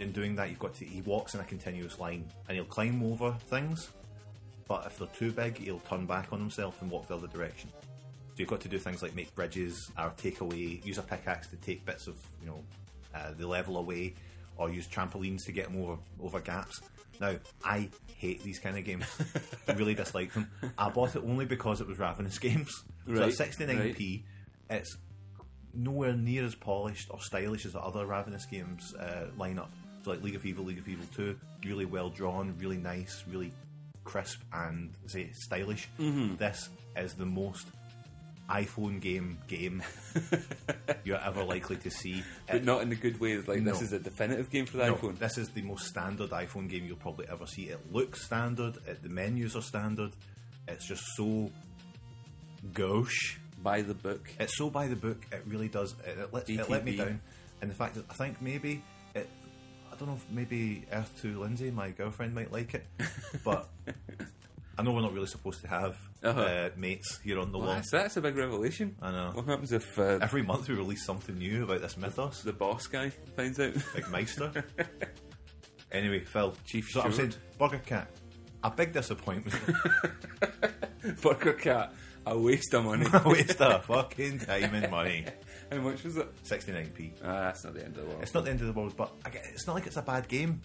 S1: in doing that, you've got to. He walks in a continuous line, and he'll climb over things. But if they're too big, he'll turn back on himself and walk the other direction. So you've got to do things like make bridges, or take away, use a pickaxe to take bits of you know uh, the level away, or use trampolines to get him over over gaps. Now, I hate these kind of games. I really dislike them. I bought it only because it was Ravenous <laughs> Games. So
S2: Right,
S1: at 69p, it's nowhere near as polished or stylish as the other Ravenous games uh, lineup. So like League of Evil, League of Evil Two, really well drawn, really nice, really crisp and say stylish. This is the most iPhone game game you're ever likely to see.
S2: But not in the good way, like this
S1: No.
S2: is a definitive game for the
S1: No,
S2: iPhone.
S1: This is the most standard iPhone game you'll probably ever see. It looks standard. It, the menus are standard. It's just so gauche.
S2: Buy the book.
S1: It's so by the book. It really does. It, it, let, it let me
S2: DTP.
S1: down. And the fact that I think maybe it, I don't know if maybe Earth to Lindsay, my girlfriend, might like it,
S2: <laughs>
S1: but I know we're not really supposed to have uh
S2: Uh-huh.
S1: mates here on the
S2: Wow,
S1: wall.
S2: so that's a big revelation.
S1: I know.
S2: What happens if uh,
S1: Every month we release something new about this mythos,
S2: the boss guy finds out?
S1: like Meister. anyway, Phil,
S2: Chief
S1: So I'm saying
S2: Steward.
S1: Burger Cat, a big disappointment.
S2: <laughs>
S1: <laughs>
S2: Burger Cat, a waste
S1: <laughs>
S2: of money.
S1: A Waste of fucking time and money.
S2: How much was it?
S1: 69p.
S2: Ah, that's not the end of the world.
S1: It's not the end of the world, but I get, it's not like it's a bad game.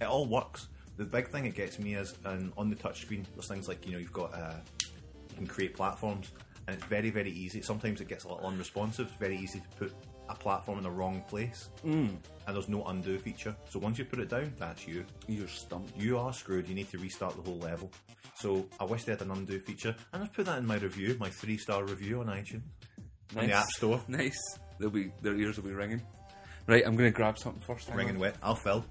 S1: It all works. The big thing it gets me is um, on the touchscreen, there's things like, you know, you've got, uh, you can create platforms, and it's very, very easy. Sometimes it gets a little unresponsive. It's very easy to put a platform in the wrong place, mm. and there's no undo feature. So once you put it down, that's you.
S2: You're stumped.
S1: You are screwed. You need to restart the whole level. So I wish they had an undo feature, and I've put that in my review, my three star review on iTunes.
S2: Nice.
S1: On the App Store.
S2: Nice. They'll be, their ears will be ringing. Right, I'm going to grab something first. hang
S1: Ringing
S2: on.
S1: wet. I'll fill.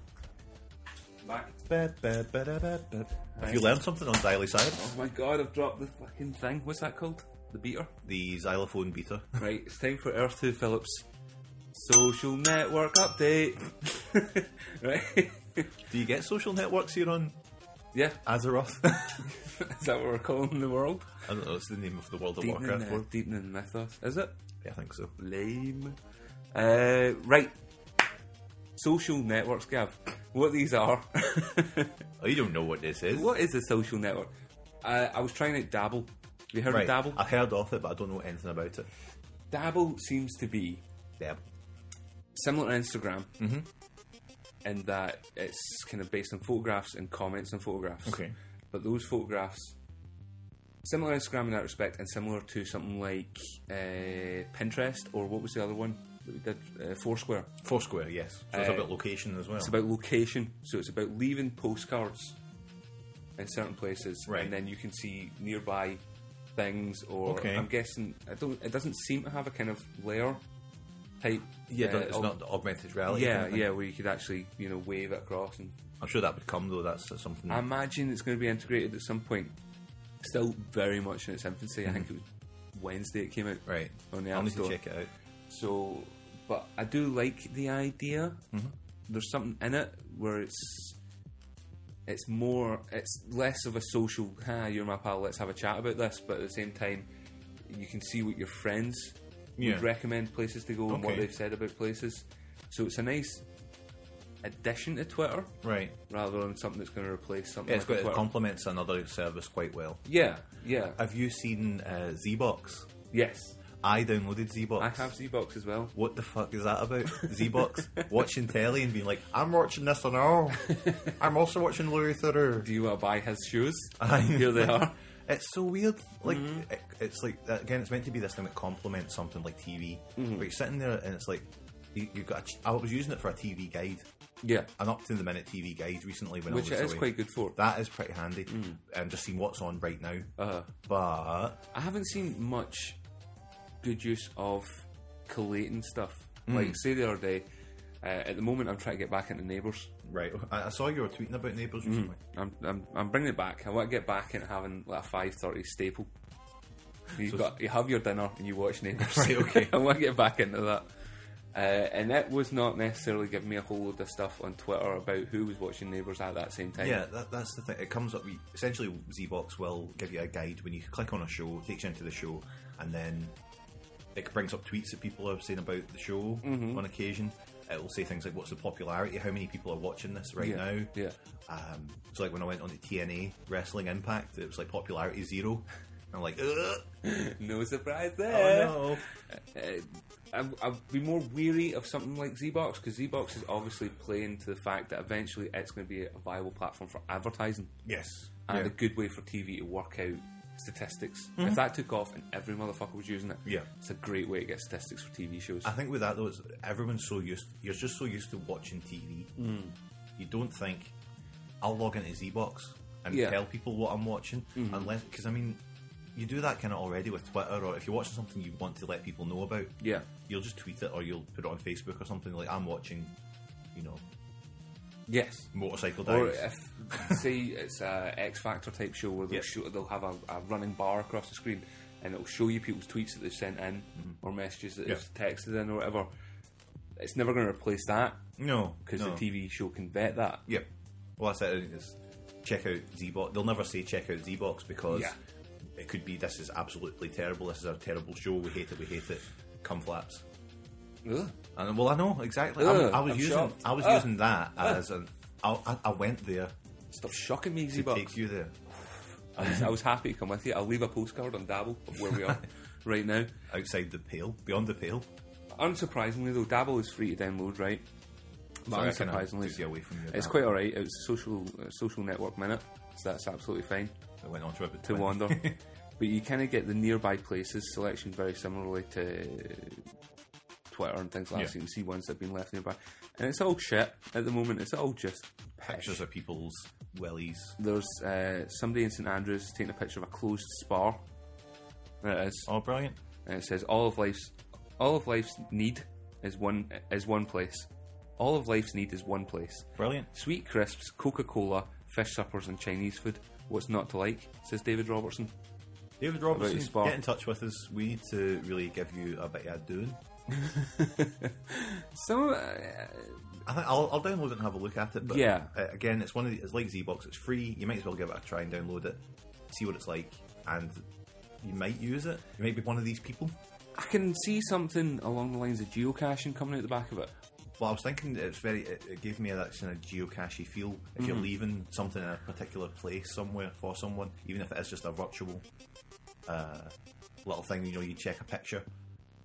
S2: Back.
S1: Have you learned something on Daily Side?
S2: Oh my god, I've dropped the fucking thing. What's that called? The beater?
S1: the xylophone beater.
S2: Right, it's time for Earth 2 Phillips social network update. <laughs> right? <laughs>
S1: Do you get social networks here on
S2: yeah, <laughs>
S1: Azeroth?
S2: is that what we're calling the world?
S1: I don't know, it's the name of the World of
S2: Deepening,
S1: Warcraft
S2: uh,
S1: world.
S2: deepening mythos. Is it?
S1: Yeah, I think so.
S2: Lame. Uh, right. Social networks, Gav. What these are. <laughs>
S1: Oh, you don't know what this is.
S2: what is a social network? Uh, I was trying to dabble. Have you heard
S1: Right,
S2: of dabble?
S1: I've heard of it, but I don't know anything about it.
S2: dabble seems to be
S1: Deb.
S2: similar to Instagram
S1: Mm-hmm.
S2: in that it's kind of based on photographs and comments on photographs.
S1: Okay.
S2: But those photographs, similar to Instagram in that respect, and similar to something like uh, Pinterest or what was the other one that we did? Uh, Foursquare.
S1: Foursquare, yes. So it's
S2: Uh,
S1: about location as well.
S2: It's about location, so it's about leaving postcards in certain places,
S1: Right.
S2: and then you can see nearby things. Or
S1: Okay.
S2: I'm guessing I don't. It doesn't seem to have a kind of layer type.
S1: yeah,
S2: uh,
S1: don't- it's
S2: of-
S1: not the augmented reality.
S2: yeah,
S1: kind of thing.
S2: yeah, where you could actually, you know, wave it across. And
S1: I'm sure that would come though. That's something.
S2: I imagine it's going to be integrated at some point. Still very much in its infancy. I think it was Wednesday it came out.
S1: Mm-hmm. right.
S2: On the
S1: I'll
S2: App
S1: need to
S2: Store.
S1: check it out.
S2: So, but I do like the idea.
S1: Mm-hmm.
S2: There's something in it where it's it's more, it's less of a social. Ah, you're my pal. Let's have a chat about this. But at the same time, you can see what your friends
S1: Yeah.
S2: would recommend places to go and what
S1: Okay.
S2: they've said about places. So it's a nice addition to Twitter
S1: Right.
S2: rather than something that's going to replace something.
S1: Yeah, it's
S2: like
S1: got, it
S2: Twitter.
S1: complements another service quite well.
S2: yeah, yeah,
S1: Have you seen uh, ZBox?
S2: yes.
S1: I downloaded ZBox.
S2: I have Z-Box as well.
S1: What the fuck is that about?
S2: <laughs>
S1: ZBox watching telly and being like, I'm watching this on all. I'm also watching Louis Theroux.
S2: Do you want to buy his shoes?
S1: <laughs> I know.
S2: <laughs> Here they are. Mm-hmm.
S1: It's so weird. Like it, it's like that- again, it's meant to be this thing that complements something like TV.
S2: Mm-hmm.
S1: But you're sitting there and it's like you, you've got. A ch- I was using it for a TV guide,
S2: Yeah,
S1: an up to the minute TV guide recently when
S2: which
S1: I
S2: it
S1: was
S2: is
S1: away.
S2: quite Mm. good for.
S1: That is pretty handy. And just seeing what's on right now.
S2: Uh-huh.
S1: But
S2: I haven't seen much good use of collating stuff.
S1: Hmm.
S2: Like, say the other day, uh, at the moment I'm trying to get back into Neighbours.
S1: right, I, I saw you were tweeting about neighbours
S2: Mm-hmm.
S1: recently.
S2: I'm, I'm, I'm bringing it back. I want to get back into having like a five thirty staple. You have got you have your dinner and you watch
S1: <laughs>
S2: Neighbours.
S1: Right, okay.
S2: <laughs> I want to get back into that. Uh, and that was not necessarily giving me a whole load of stuff on Twitter about who was watching Neighbours at that same time.
S1: Yeah, that, that's the thing. It comes up. we- Essentially, ZBox will give you a guide when you click on a show, it takes you into the show, and then it brings up tweets that people are saying about the show on occasion. It will say things like, "What's the popularity? How many people are watching this right
S2: yeah,
S1: now?"
S2: yeah.
S1: Um, so, like when I went on the TNA Wrestling Impact, it was like popularity zero. And I'm like, Ugh,
S2: No surprise
S1: oh
S2: there.
S1: no,
S2: uh, I'd, I'd be more weary of something like ZBox because ZBox is obviously playing to the fact that eventually it's going to be a viable platform for advertising
S1: yes,
S2: and
S1: yeah. Mm-hmm.
S2: a good way for TV to work out statistics. If that took off and every motherfucker was using it,
S1: Yeah.
S2: it's a great way to get statistics for TV shows.
S1: I think with that though, it's, everyone's so used. You're just so used to watching TV.
S2: Mm.
S1: You don't think I'll log into ZBox and
S2: Yeah. Mm-hmm.
S1: tell people what I'm watching, unless because I mean, you do that kind of already with Twitter, or if you're watching something you want to let people know about,
S2: yeah,
S1: you'll just tweet it or you'll put it on Facebook or something like I'm watching, you know,
S2: yes.
S1: motorcycle
S2: Or
S1: diaries.
S2: if say it's a X Factor type show where they'll
S1: Yeah.
S2: show, they'll have a, a running bar across the screen and it'll show you people's tweets that they've sent in
S1: Mm-hmm.
S2: or messages that they've texted in or whatever. It's never going to replace that
S1: no,
S2: because
S1: no.
S2: the TV show can vet that.
S1: Yep. Well, that's it. It's check out ZBox. They'll never say check out ZBox because
S2: Yeah.
S1: it could be this is absolutely terrible. This is a terrible show. We hate it. We hate it. Come flaps.
S2: Ugh.
S1: And well, I know exactly.
S2: Ugh,
S1: I, I was
S2: I'm
S1: using
S2: shocked.
S1: I was
S2: Ah.
S1: using that as an. I, I, I went there
S2: Stop shocking me,
S1: to
S2: Z-Bucks.
S1: take you there.
S2: I, was, I was happy to come with you. I'll leave a postcard on Dabble of where we
S1: <laughs>
S2: are right now.
S1: Outside the pale, beyond the pale.
S2: Unsurprisingly, though, Dabble is free to download, right?
S1: Sorry, I kinda
S2: unsurprisingly,
S1: took you away from your
S2: it's
S1: Dabble.
S2: quite all right. It was a social uh, social network minute, so that's absolutely fine
S1: I went on to about
S2: to
S1: 20.
S2: wander.
S1: <laughs>
S2: but you kind of get the nearby places selection very similarly to Twitter and things like
S1: Yeah.
S2: that. So you can see ones that have been left nearby, and it's all shit at the moment. It's all just pish.
S1: Pictures of people's wellies.
S2: There's uh, somebody in St Andrews is taking a picture of a closed spa. There it is.
S1: Oh, brilliant!
S2: And it says all of life's all of life's need is one is one place. All of life's need is one place.
S1: Brilliant.
S2: Sweet crisps, Coca Cola, fish suppers, and Chinese food. What's not to like? Says David Robertson.
S1: David
S2: your
S1: Robertson,
S2: spot.
S1: get in touch with us. We need to really give you a bit of a doing.
S2: So uh,
S1: I think I'll, I'll download it and have a look at it. But
S2: Yeah.
S1: uh, again, it's one of the, it's like ZBox. It's free. You might as well give it a try and download it, see what it's like, and you might use it. You might be one of these people.
S2: I can see something along the lines of geocaching coming out the back of it.
S1: Well, I was thinking it's very. It, it gave me that kind of geocachey feel. If you're leaving something in a particular place somewhere for someone, even if it is just a virtual uh, little thing, you know, you check a picture.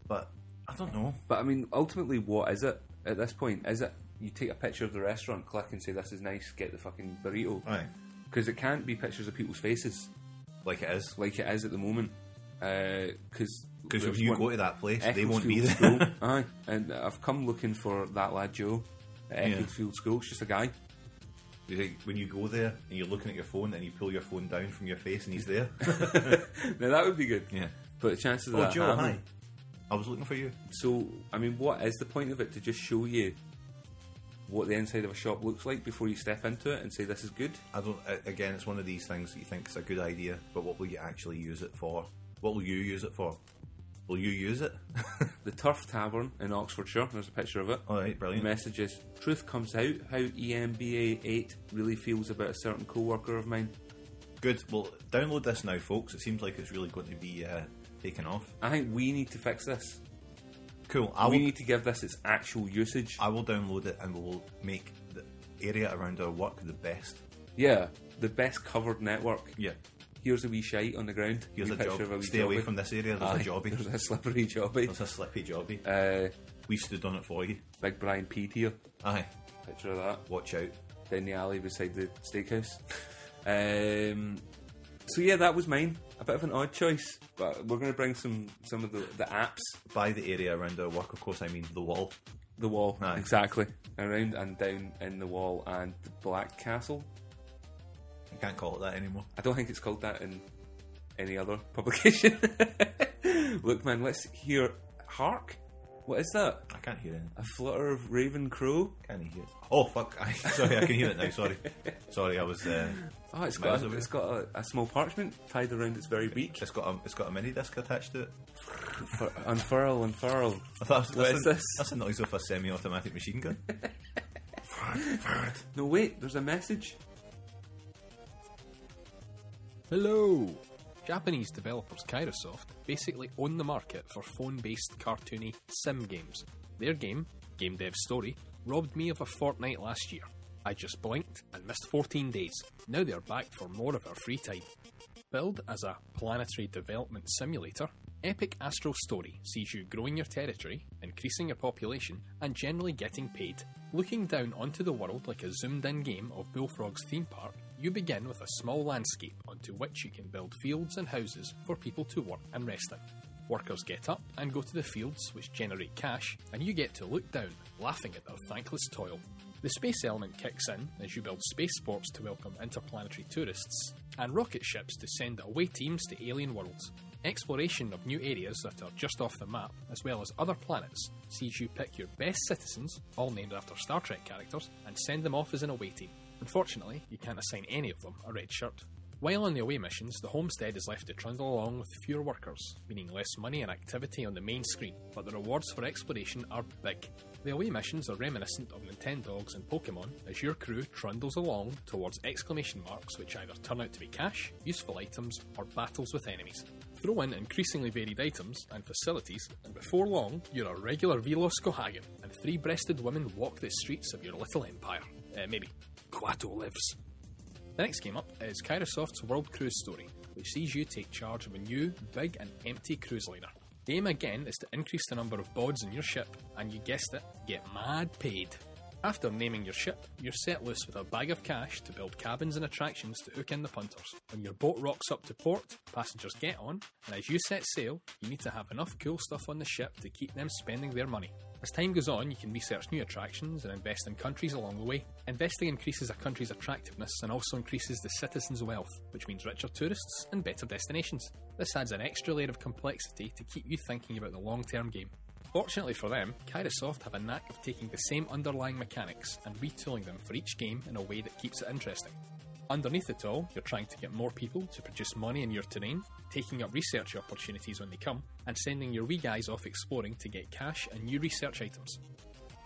S1: But I don't know.
S2: But I mean, ultimately, what is it at this point? Is it you take a picture of the restaurant, click and say this is nice, get the fucking burrito?
S1: Right,
S2: Because it can't be pictures of people's faces
S1: like it is
S2: like it is at the moment. Uh, Because
S1: because if you go to that place, they won't be there.
S2: School. <laughs> Aye, and I've come looking for that lad Joe at
S1: Yeah.
S2: Ecclesfield School. It's just a guy. <laughs>
S1: You think when you go there and you're looking at your phone and you pull your phone down from your face and he's there. <laughs>
S2: Now that would be good.
S1: yeah.
S2: But the chances of
S1: Oh,
S2: that
S1: Joe, hi.
S2: happening-
S1: I was looking for you.
S2: So, I mean, what is the point of it to just show you what the inside of a shop looks like before you step into it and say this is good?
S1: I don't. a- Again, it's one of these things that you think is a good idea, but what will you actually use it for? What will you use it for? Will you use it? <laughs>
S2: The Turf Tavern in Oxfordshire. There's a picture of it.
S1: All right,
S2: The
S1: brilliant.
S2: message is truth comes out how E EMBA 8 really feels about a certain co worker of mine.
S1: Good. Well, download this now, folks. It seems like it's really going to be uh, taken off.
S2: I think we need to fix this.
S1: Cool. I will. Oh.
S2: We need to give this its actual usage.
S1: Uh, I will download it and we'll make area around our work the best.
S2: Yeah, the best covered network.
S1: Yeah.
S2: Here's a wee shite on the ground.
S1: Here's
S2: Wee
S1: a
S2: picture
S1: job.
S2: of wee
S1: Stay away
S2: jobby.
S1: from this area. There's
S2: <laughs> Aye,
S1: a jobby. <laughs>
S2: There's a slippery jobby.
S1: There's a slippy jobby.
S2: Uh,
S1: We've stood on it for you.
S2: big Brian P tier.
S1: Aye.
S2: Picture of that.
S1: Watch out.
S2: Down the alley beside the steakhouse. <laughs> um, so yeah, that was mine. A bit of an odd choice, but we're going to bring some some of the, the apps,
S1: By the area around our work, of course, I mean the wall.
S2: the wall,
S1: Aye.
S2: exactly around and down in the wall and the Black Castle.
S1: I can't call it that anymore.
S2: I don't think it's called that in any other <laughs> publication. Look, man, let's hear. Hark! What is that?
S1: I can't hear it.
S2: A flutter of raven crow?
S1: Can you hear it? Oh, fuck. I, <laughs> sorry, I can hear it now. Sorry. Sorry, I was. Uh,
S2: Oh, it's
S1: Miles
S2: got a,
S1: over.
S2: it's got a, a small parchment tied around its very
S1: <laughs>
S2: beak.
S1: it's got a it's got a mini disc attached to it. <laughs>
S2: Fur- unfurl, unfurl.
S1: I thought that's,
S2: What
S1: that's
S2: is
S1: a,
S2: this?
S1: That's a noise of a semi-automatic machine gun. Fart, fart.
S2: No, wait, there's a message.
S3: Hello! Japanese developers Kairosoft basically own the market for phone based cartoony sim games. Their game, Game Dev Story, robbed me of a fortnight last year. I just blinked and missed 14 days. Now they're back for more of our free time. Billed as a planetary development simulator, Epic Astro Story sees you growing your territory, increasing your population, and generally getting paid. Looking down onto the world like a zoomed in game of Bullfrog's theme park, you begin with a small landscape onto which you can build fields and houses for people to work and rest in. Workers get up and go to the fields, which generate cash, and you get to look down, laughing at their thankless toil. The space element kicks in as you build spaceports to welcome interplanetary tourists, and rocket ships to send away teams to alien worlds. Exploration of new areas that are just off the map, as well as other planets, sees you pick your best citizens, all named after Star Trek characters, and send them off as an away team. Unfortunately, you can't assign any of them a red shirt. While on the away missions, the homestead is left to trundle along with fewer workers, meaning less money and activity on the main screen, but the rewards for exploration are big. The away missions are reminiscent of Nintendogs and Pokemon, as your crew trundles along towards exclamation marks which either turn out to be cash, useful items, or battles with enemies. Throw in increasingly varied items and facilities, and before long, you're a regular Velos Kohagen, and three breasted women walk the streets of your little empire. Uh, maybe. Quato lives. The next game up is Kairosoft's World Cruise Story, which sees you take charge of a new, big, and empty cruise liner. The aim again is to increase the number of bods in your ship, and you guessed it, get mad paid. After naming your ship, you're set loose with a bag of cash to build cabins and attractions to hook in the punters. When your boat rocks up to port, passengers get on, and as you set sail, you need to have enough cool stuff on the ship to keep them spending their money. As time goes on, you can research new attractions and invest in countries along the way. Investing increases a country's attractiveness and also increases the citizens' wealth, which means richer tourists and better destinations. This adds an extra layer of complexity to keep you thinking about the long term game. Fortunately for them, Kairosoft have a knack of taking the same underlying mechanics and retooling them for each game in a way that keeps it interesting. Underneath it all, you're trying to get more people to produce money in your terrain, taking up research opportunities when they come, and sending your wee guys off exploring to get cash and new research items.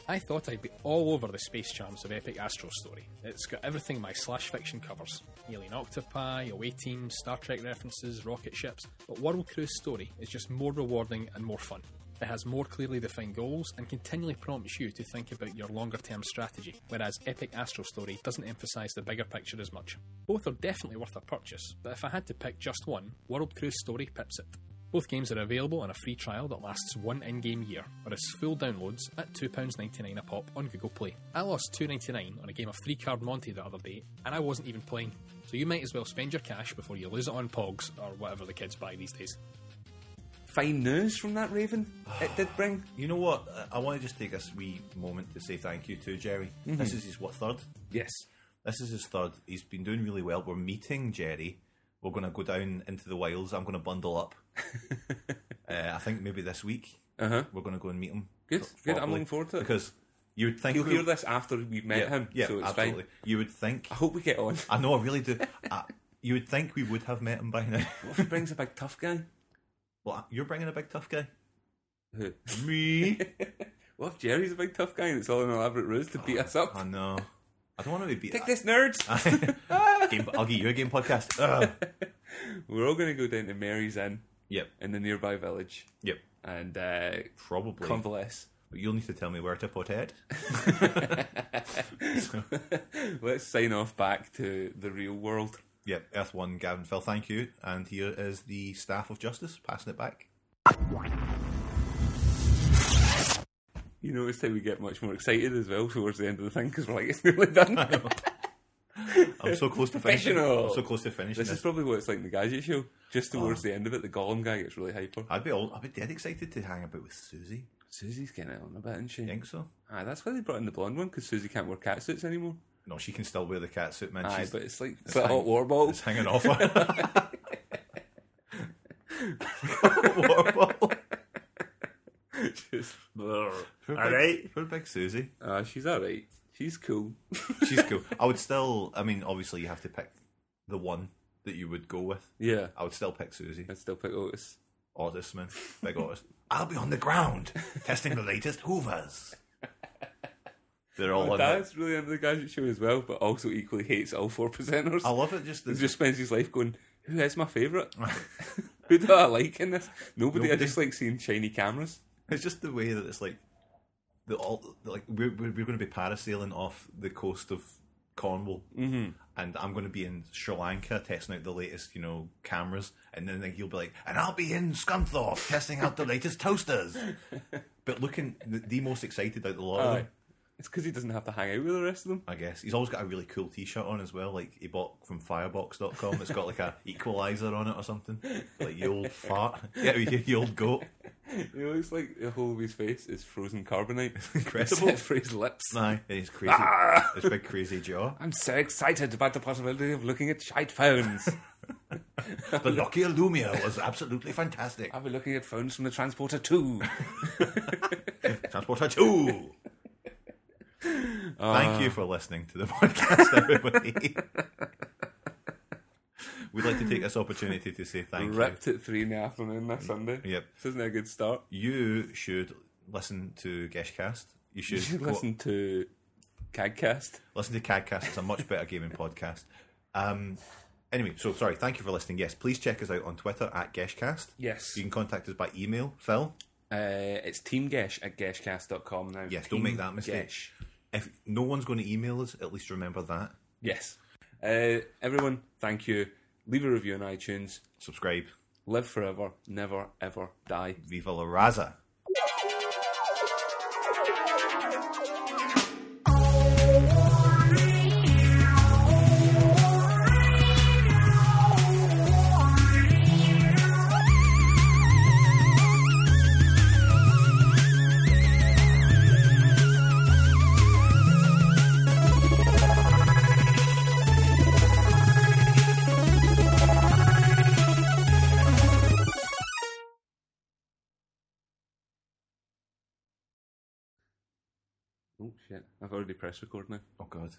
S3: I thought I'd be all over the space charms of Epic Astro Story. It's got everything my slash fiction covers alien octopi, away teams, Star Trek references, rocket ships, but World Cruise Story is just more rewarding and more fun. It has more clearly defined goals and continually prompts you to think about your longer term strategy, whereas Epic Astro Story doesn't emphasise the bigger picture as much. Both are definitely worth a purchase, but if I had to pick just one, World Cruise Story pips it. Both games are available on a free trial that lasts one in-game year, or as full downloads at £2.99 a pop on Google Play. I lost $2.99 on a game of three-card Monty the other day, and I wasn't even playing. So you might as well spend your cash before you lose it on Pogs or whatever the kids buy these days.
S2: Fine news from that Raven.
S1: <sighs>
S2: It did bring.
S1: You know what? I- I want to just take this wee moment to say thank you to Jerry.
S2: Mm-hmm.
S1: This is his what third?
S2: Yes.
S1: This is his third. He's been doing really well. We're meeting Jerry. We're going to go down into the wilds. I'm going to bundle
S2: <laughs>
S1: up. uh, I think maybe this week
S2: Uh-huh.
S1: we're going to go and meet him.
S2: Good,
S1: pro-
S2: good. I'm
S1: properly.
S2: looking forward to it.
S1: because you would think
S2: You'll
S1: we-
S2: hear this after we've met
S1: Yeah,
S2: him,
S1: yeah,
S2: so it's
S1: absolutely.
S2: fine.
S1: You would think.
S2: I hope we get on.
S1: I know. I really do. I, you would think we would have met him by now. <laughs>
S2: What if he brings a big tough guy?
S1: well, you're bringing a big tough guy.
S2: Who? <laughs>
S1: Me.
S2: What if Jerry's a big tough guy and it's all an elaborate ruse to beat us up?
S1: I know. I don't want to be beat.
S2: Take this, nerds!
S1: <laughs> Ah. game, I'll get you a game podcast. Ugh.
S2: We're all going to go down to Mary's Inn
S1: Yep.
S2: in the nearby village
S1: Yep.
S2: and uh,
S1: Probably.
S2: convalesce.
S1: But you'll need to tell me where to put <laughs>
S2: <laughs>
S1: head.
S2: Let's sign off back to the real world.
S1: Yep, Earth One, Gavin Phil, thank you. And here is the staff of justice passing it back.
S2: You notice how we get much more excited as well towards the end of the thing because we're like, <laughs> it's nearly done.
S1: I'm so close to finishing.
S2: Professional.
S1: I'm so close to finishing
S2: this
S1: this.
S2: is probably what it's like in the Gadget Show. Just
S1: Oh.
S2: towards the end of it, the Gollum guy gets really hyper.
S1: I'd be all, I'd be dead excited to hang about with Susie.
S2: Susie's getting it on a bit, isn't she?
S1: You think so?
S2: Ah, that's why they brought in the blonde one because Susie can't wear cat suits anymore.
S1: No, she can still wear the cat suit, man.
S2: Aye,
S1: She's
S2: but it's like it's
S1: hang-
S2: like hot
S1: <laughs>
S2: water bottle.
S1: it's hanging off her. <laughs> Water bottle.
S2: <laughs> Just-
S1: Poor
S2: All
S1: big-
S2: right.
S1: Poor big Susie.
S2: Ah, she's all right. She's cool. <laughs>
S1: She's cool. I would still, I mean, obviously you have to pick the one that you would go with.
S2: yeah,
S1: I would still pick Susie.
S2: I still pick Otis.
S1: Otis Smith, big Otis. <laughs> I'll be on the ground testing the latest Hoovers. They're all
S2: My
S1: on that.
S2: dad's really into the Gadget Show as well, but also equally hates all four presenters.
S1: I love it. Just,
S2: He
S1: the,
S2: just spends his life going, "Who is
S1: <laughs>
S2: my favourite? Who do I like in this? Nobody. I
S1: Nobody.
S2: just like seeing shiny cameras."
S1: <laughs> it's just the way that it's like the all like we're we're, we're going to be parasailing off the coast of Cornwall, mm-hmm. and I'm going to be in Sri Lanka testing out the latest you know cameras, and then like, you'll be like, and I'll be in Scunthorpe testing out the latest toasters. But looking the, the most excited out of the lot of them,
S2: It's because he doesn't have to hang out with the rest of them.
S1: I guess. He's always got a really cool T-shirt on as well, like he bought from Firebox.com. It's got like a <laughs> equalizer on it or something, like you old fart, yeah, you, you old goat.
S2: He looks like the whole of his face is frozen carbonite,
S1: <laughs> Incredible.
S2: except for his lips.
S1: Aye, and his crazy,
S2: Ah!
S1: his big crazy jaw.
S2: I'm so excited about the possibility of looking at shite phones.
S1: <laughs> The Nokia Lumia was absolutely fantastic.
S2: I'll be looking at phones from the transporter too.
S1: Transporter 2! Thank you for listening to the <laughs> podcast, everybody. We'd like to take this opportunity to say thank
S2: Ripped at three in the afternoon that Sunday.
S1: Mm. Yep.
S2: This isn't a good start.
S1: you. You should listen to Geshcast. You should,
S2: You should
S1: go-
S2: listen to Cagcast.
S1: listen to Cadcast. It's a much better gaming podcast. Um, anyway, so sorry. Thank you for listening. Yes, please check us out on Twitter at Geshcast.
S2: Yes.
S1: You can contact us by email, Phil.
S2: Uh, it's teamgesh at geshcast.com now.
S1: Yes, don't make that mistake.
S2: Teamgesh.
S1: If no one's going to email us, at least remember that.
S2: Yes. Uh, everyone, thank you. Leave a review on iTunes.
S1: Subscribe.
S2: Live forever. Never, ever die.
S1: Viva la Raza.
S2: Oh, shit. I've already pressed record now.
S1: Oh God.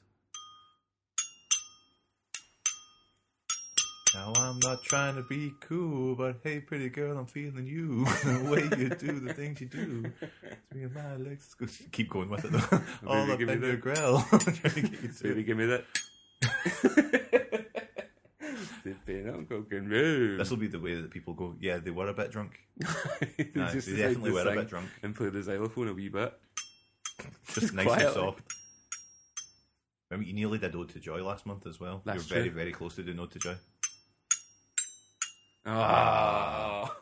S1: Now I'm not trying to be cool, but hey, pretty girl, I'm feeling you. <laughs> the way you do the things you do. It's me and my legs. <laughs> Keep going with it
S2: <laughs>
S1: though. All up
S2: give me
S1: in
S2: the-
S1: your grill. <laughs> Trying to get you to
S2: Baby,
S1: it.
S2: give me that. <laughs> Baby, don't go get me.
S1: This will be the way that people go. Yeah, they were a bit drunk.
S2: <laughs> They
S1: No,
S2: just
S1: they
S2: decide
S1: definitely
S2: to
S1: were a
S2: sing
S1: bit drunk.
S2: And play the xylophone a wee bit. <laughs>
S1: Just nice and
S2: Quietly.
S1: soft. Remember, you nearly did Ode to Joy last month as well.
S2: That's
S1: You're very,
S2: true.
S1: very close to doing Ode to Joy.
S2: Ah.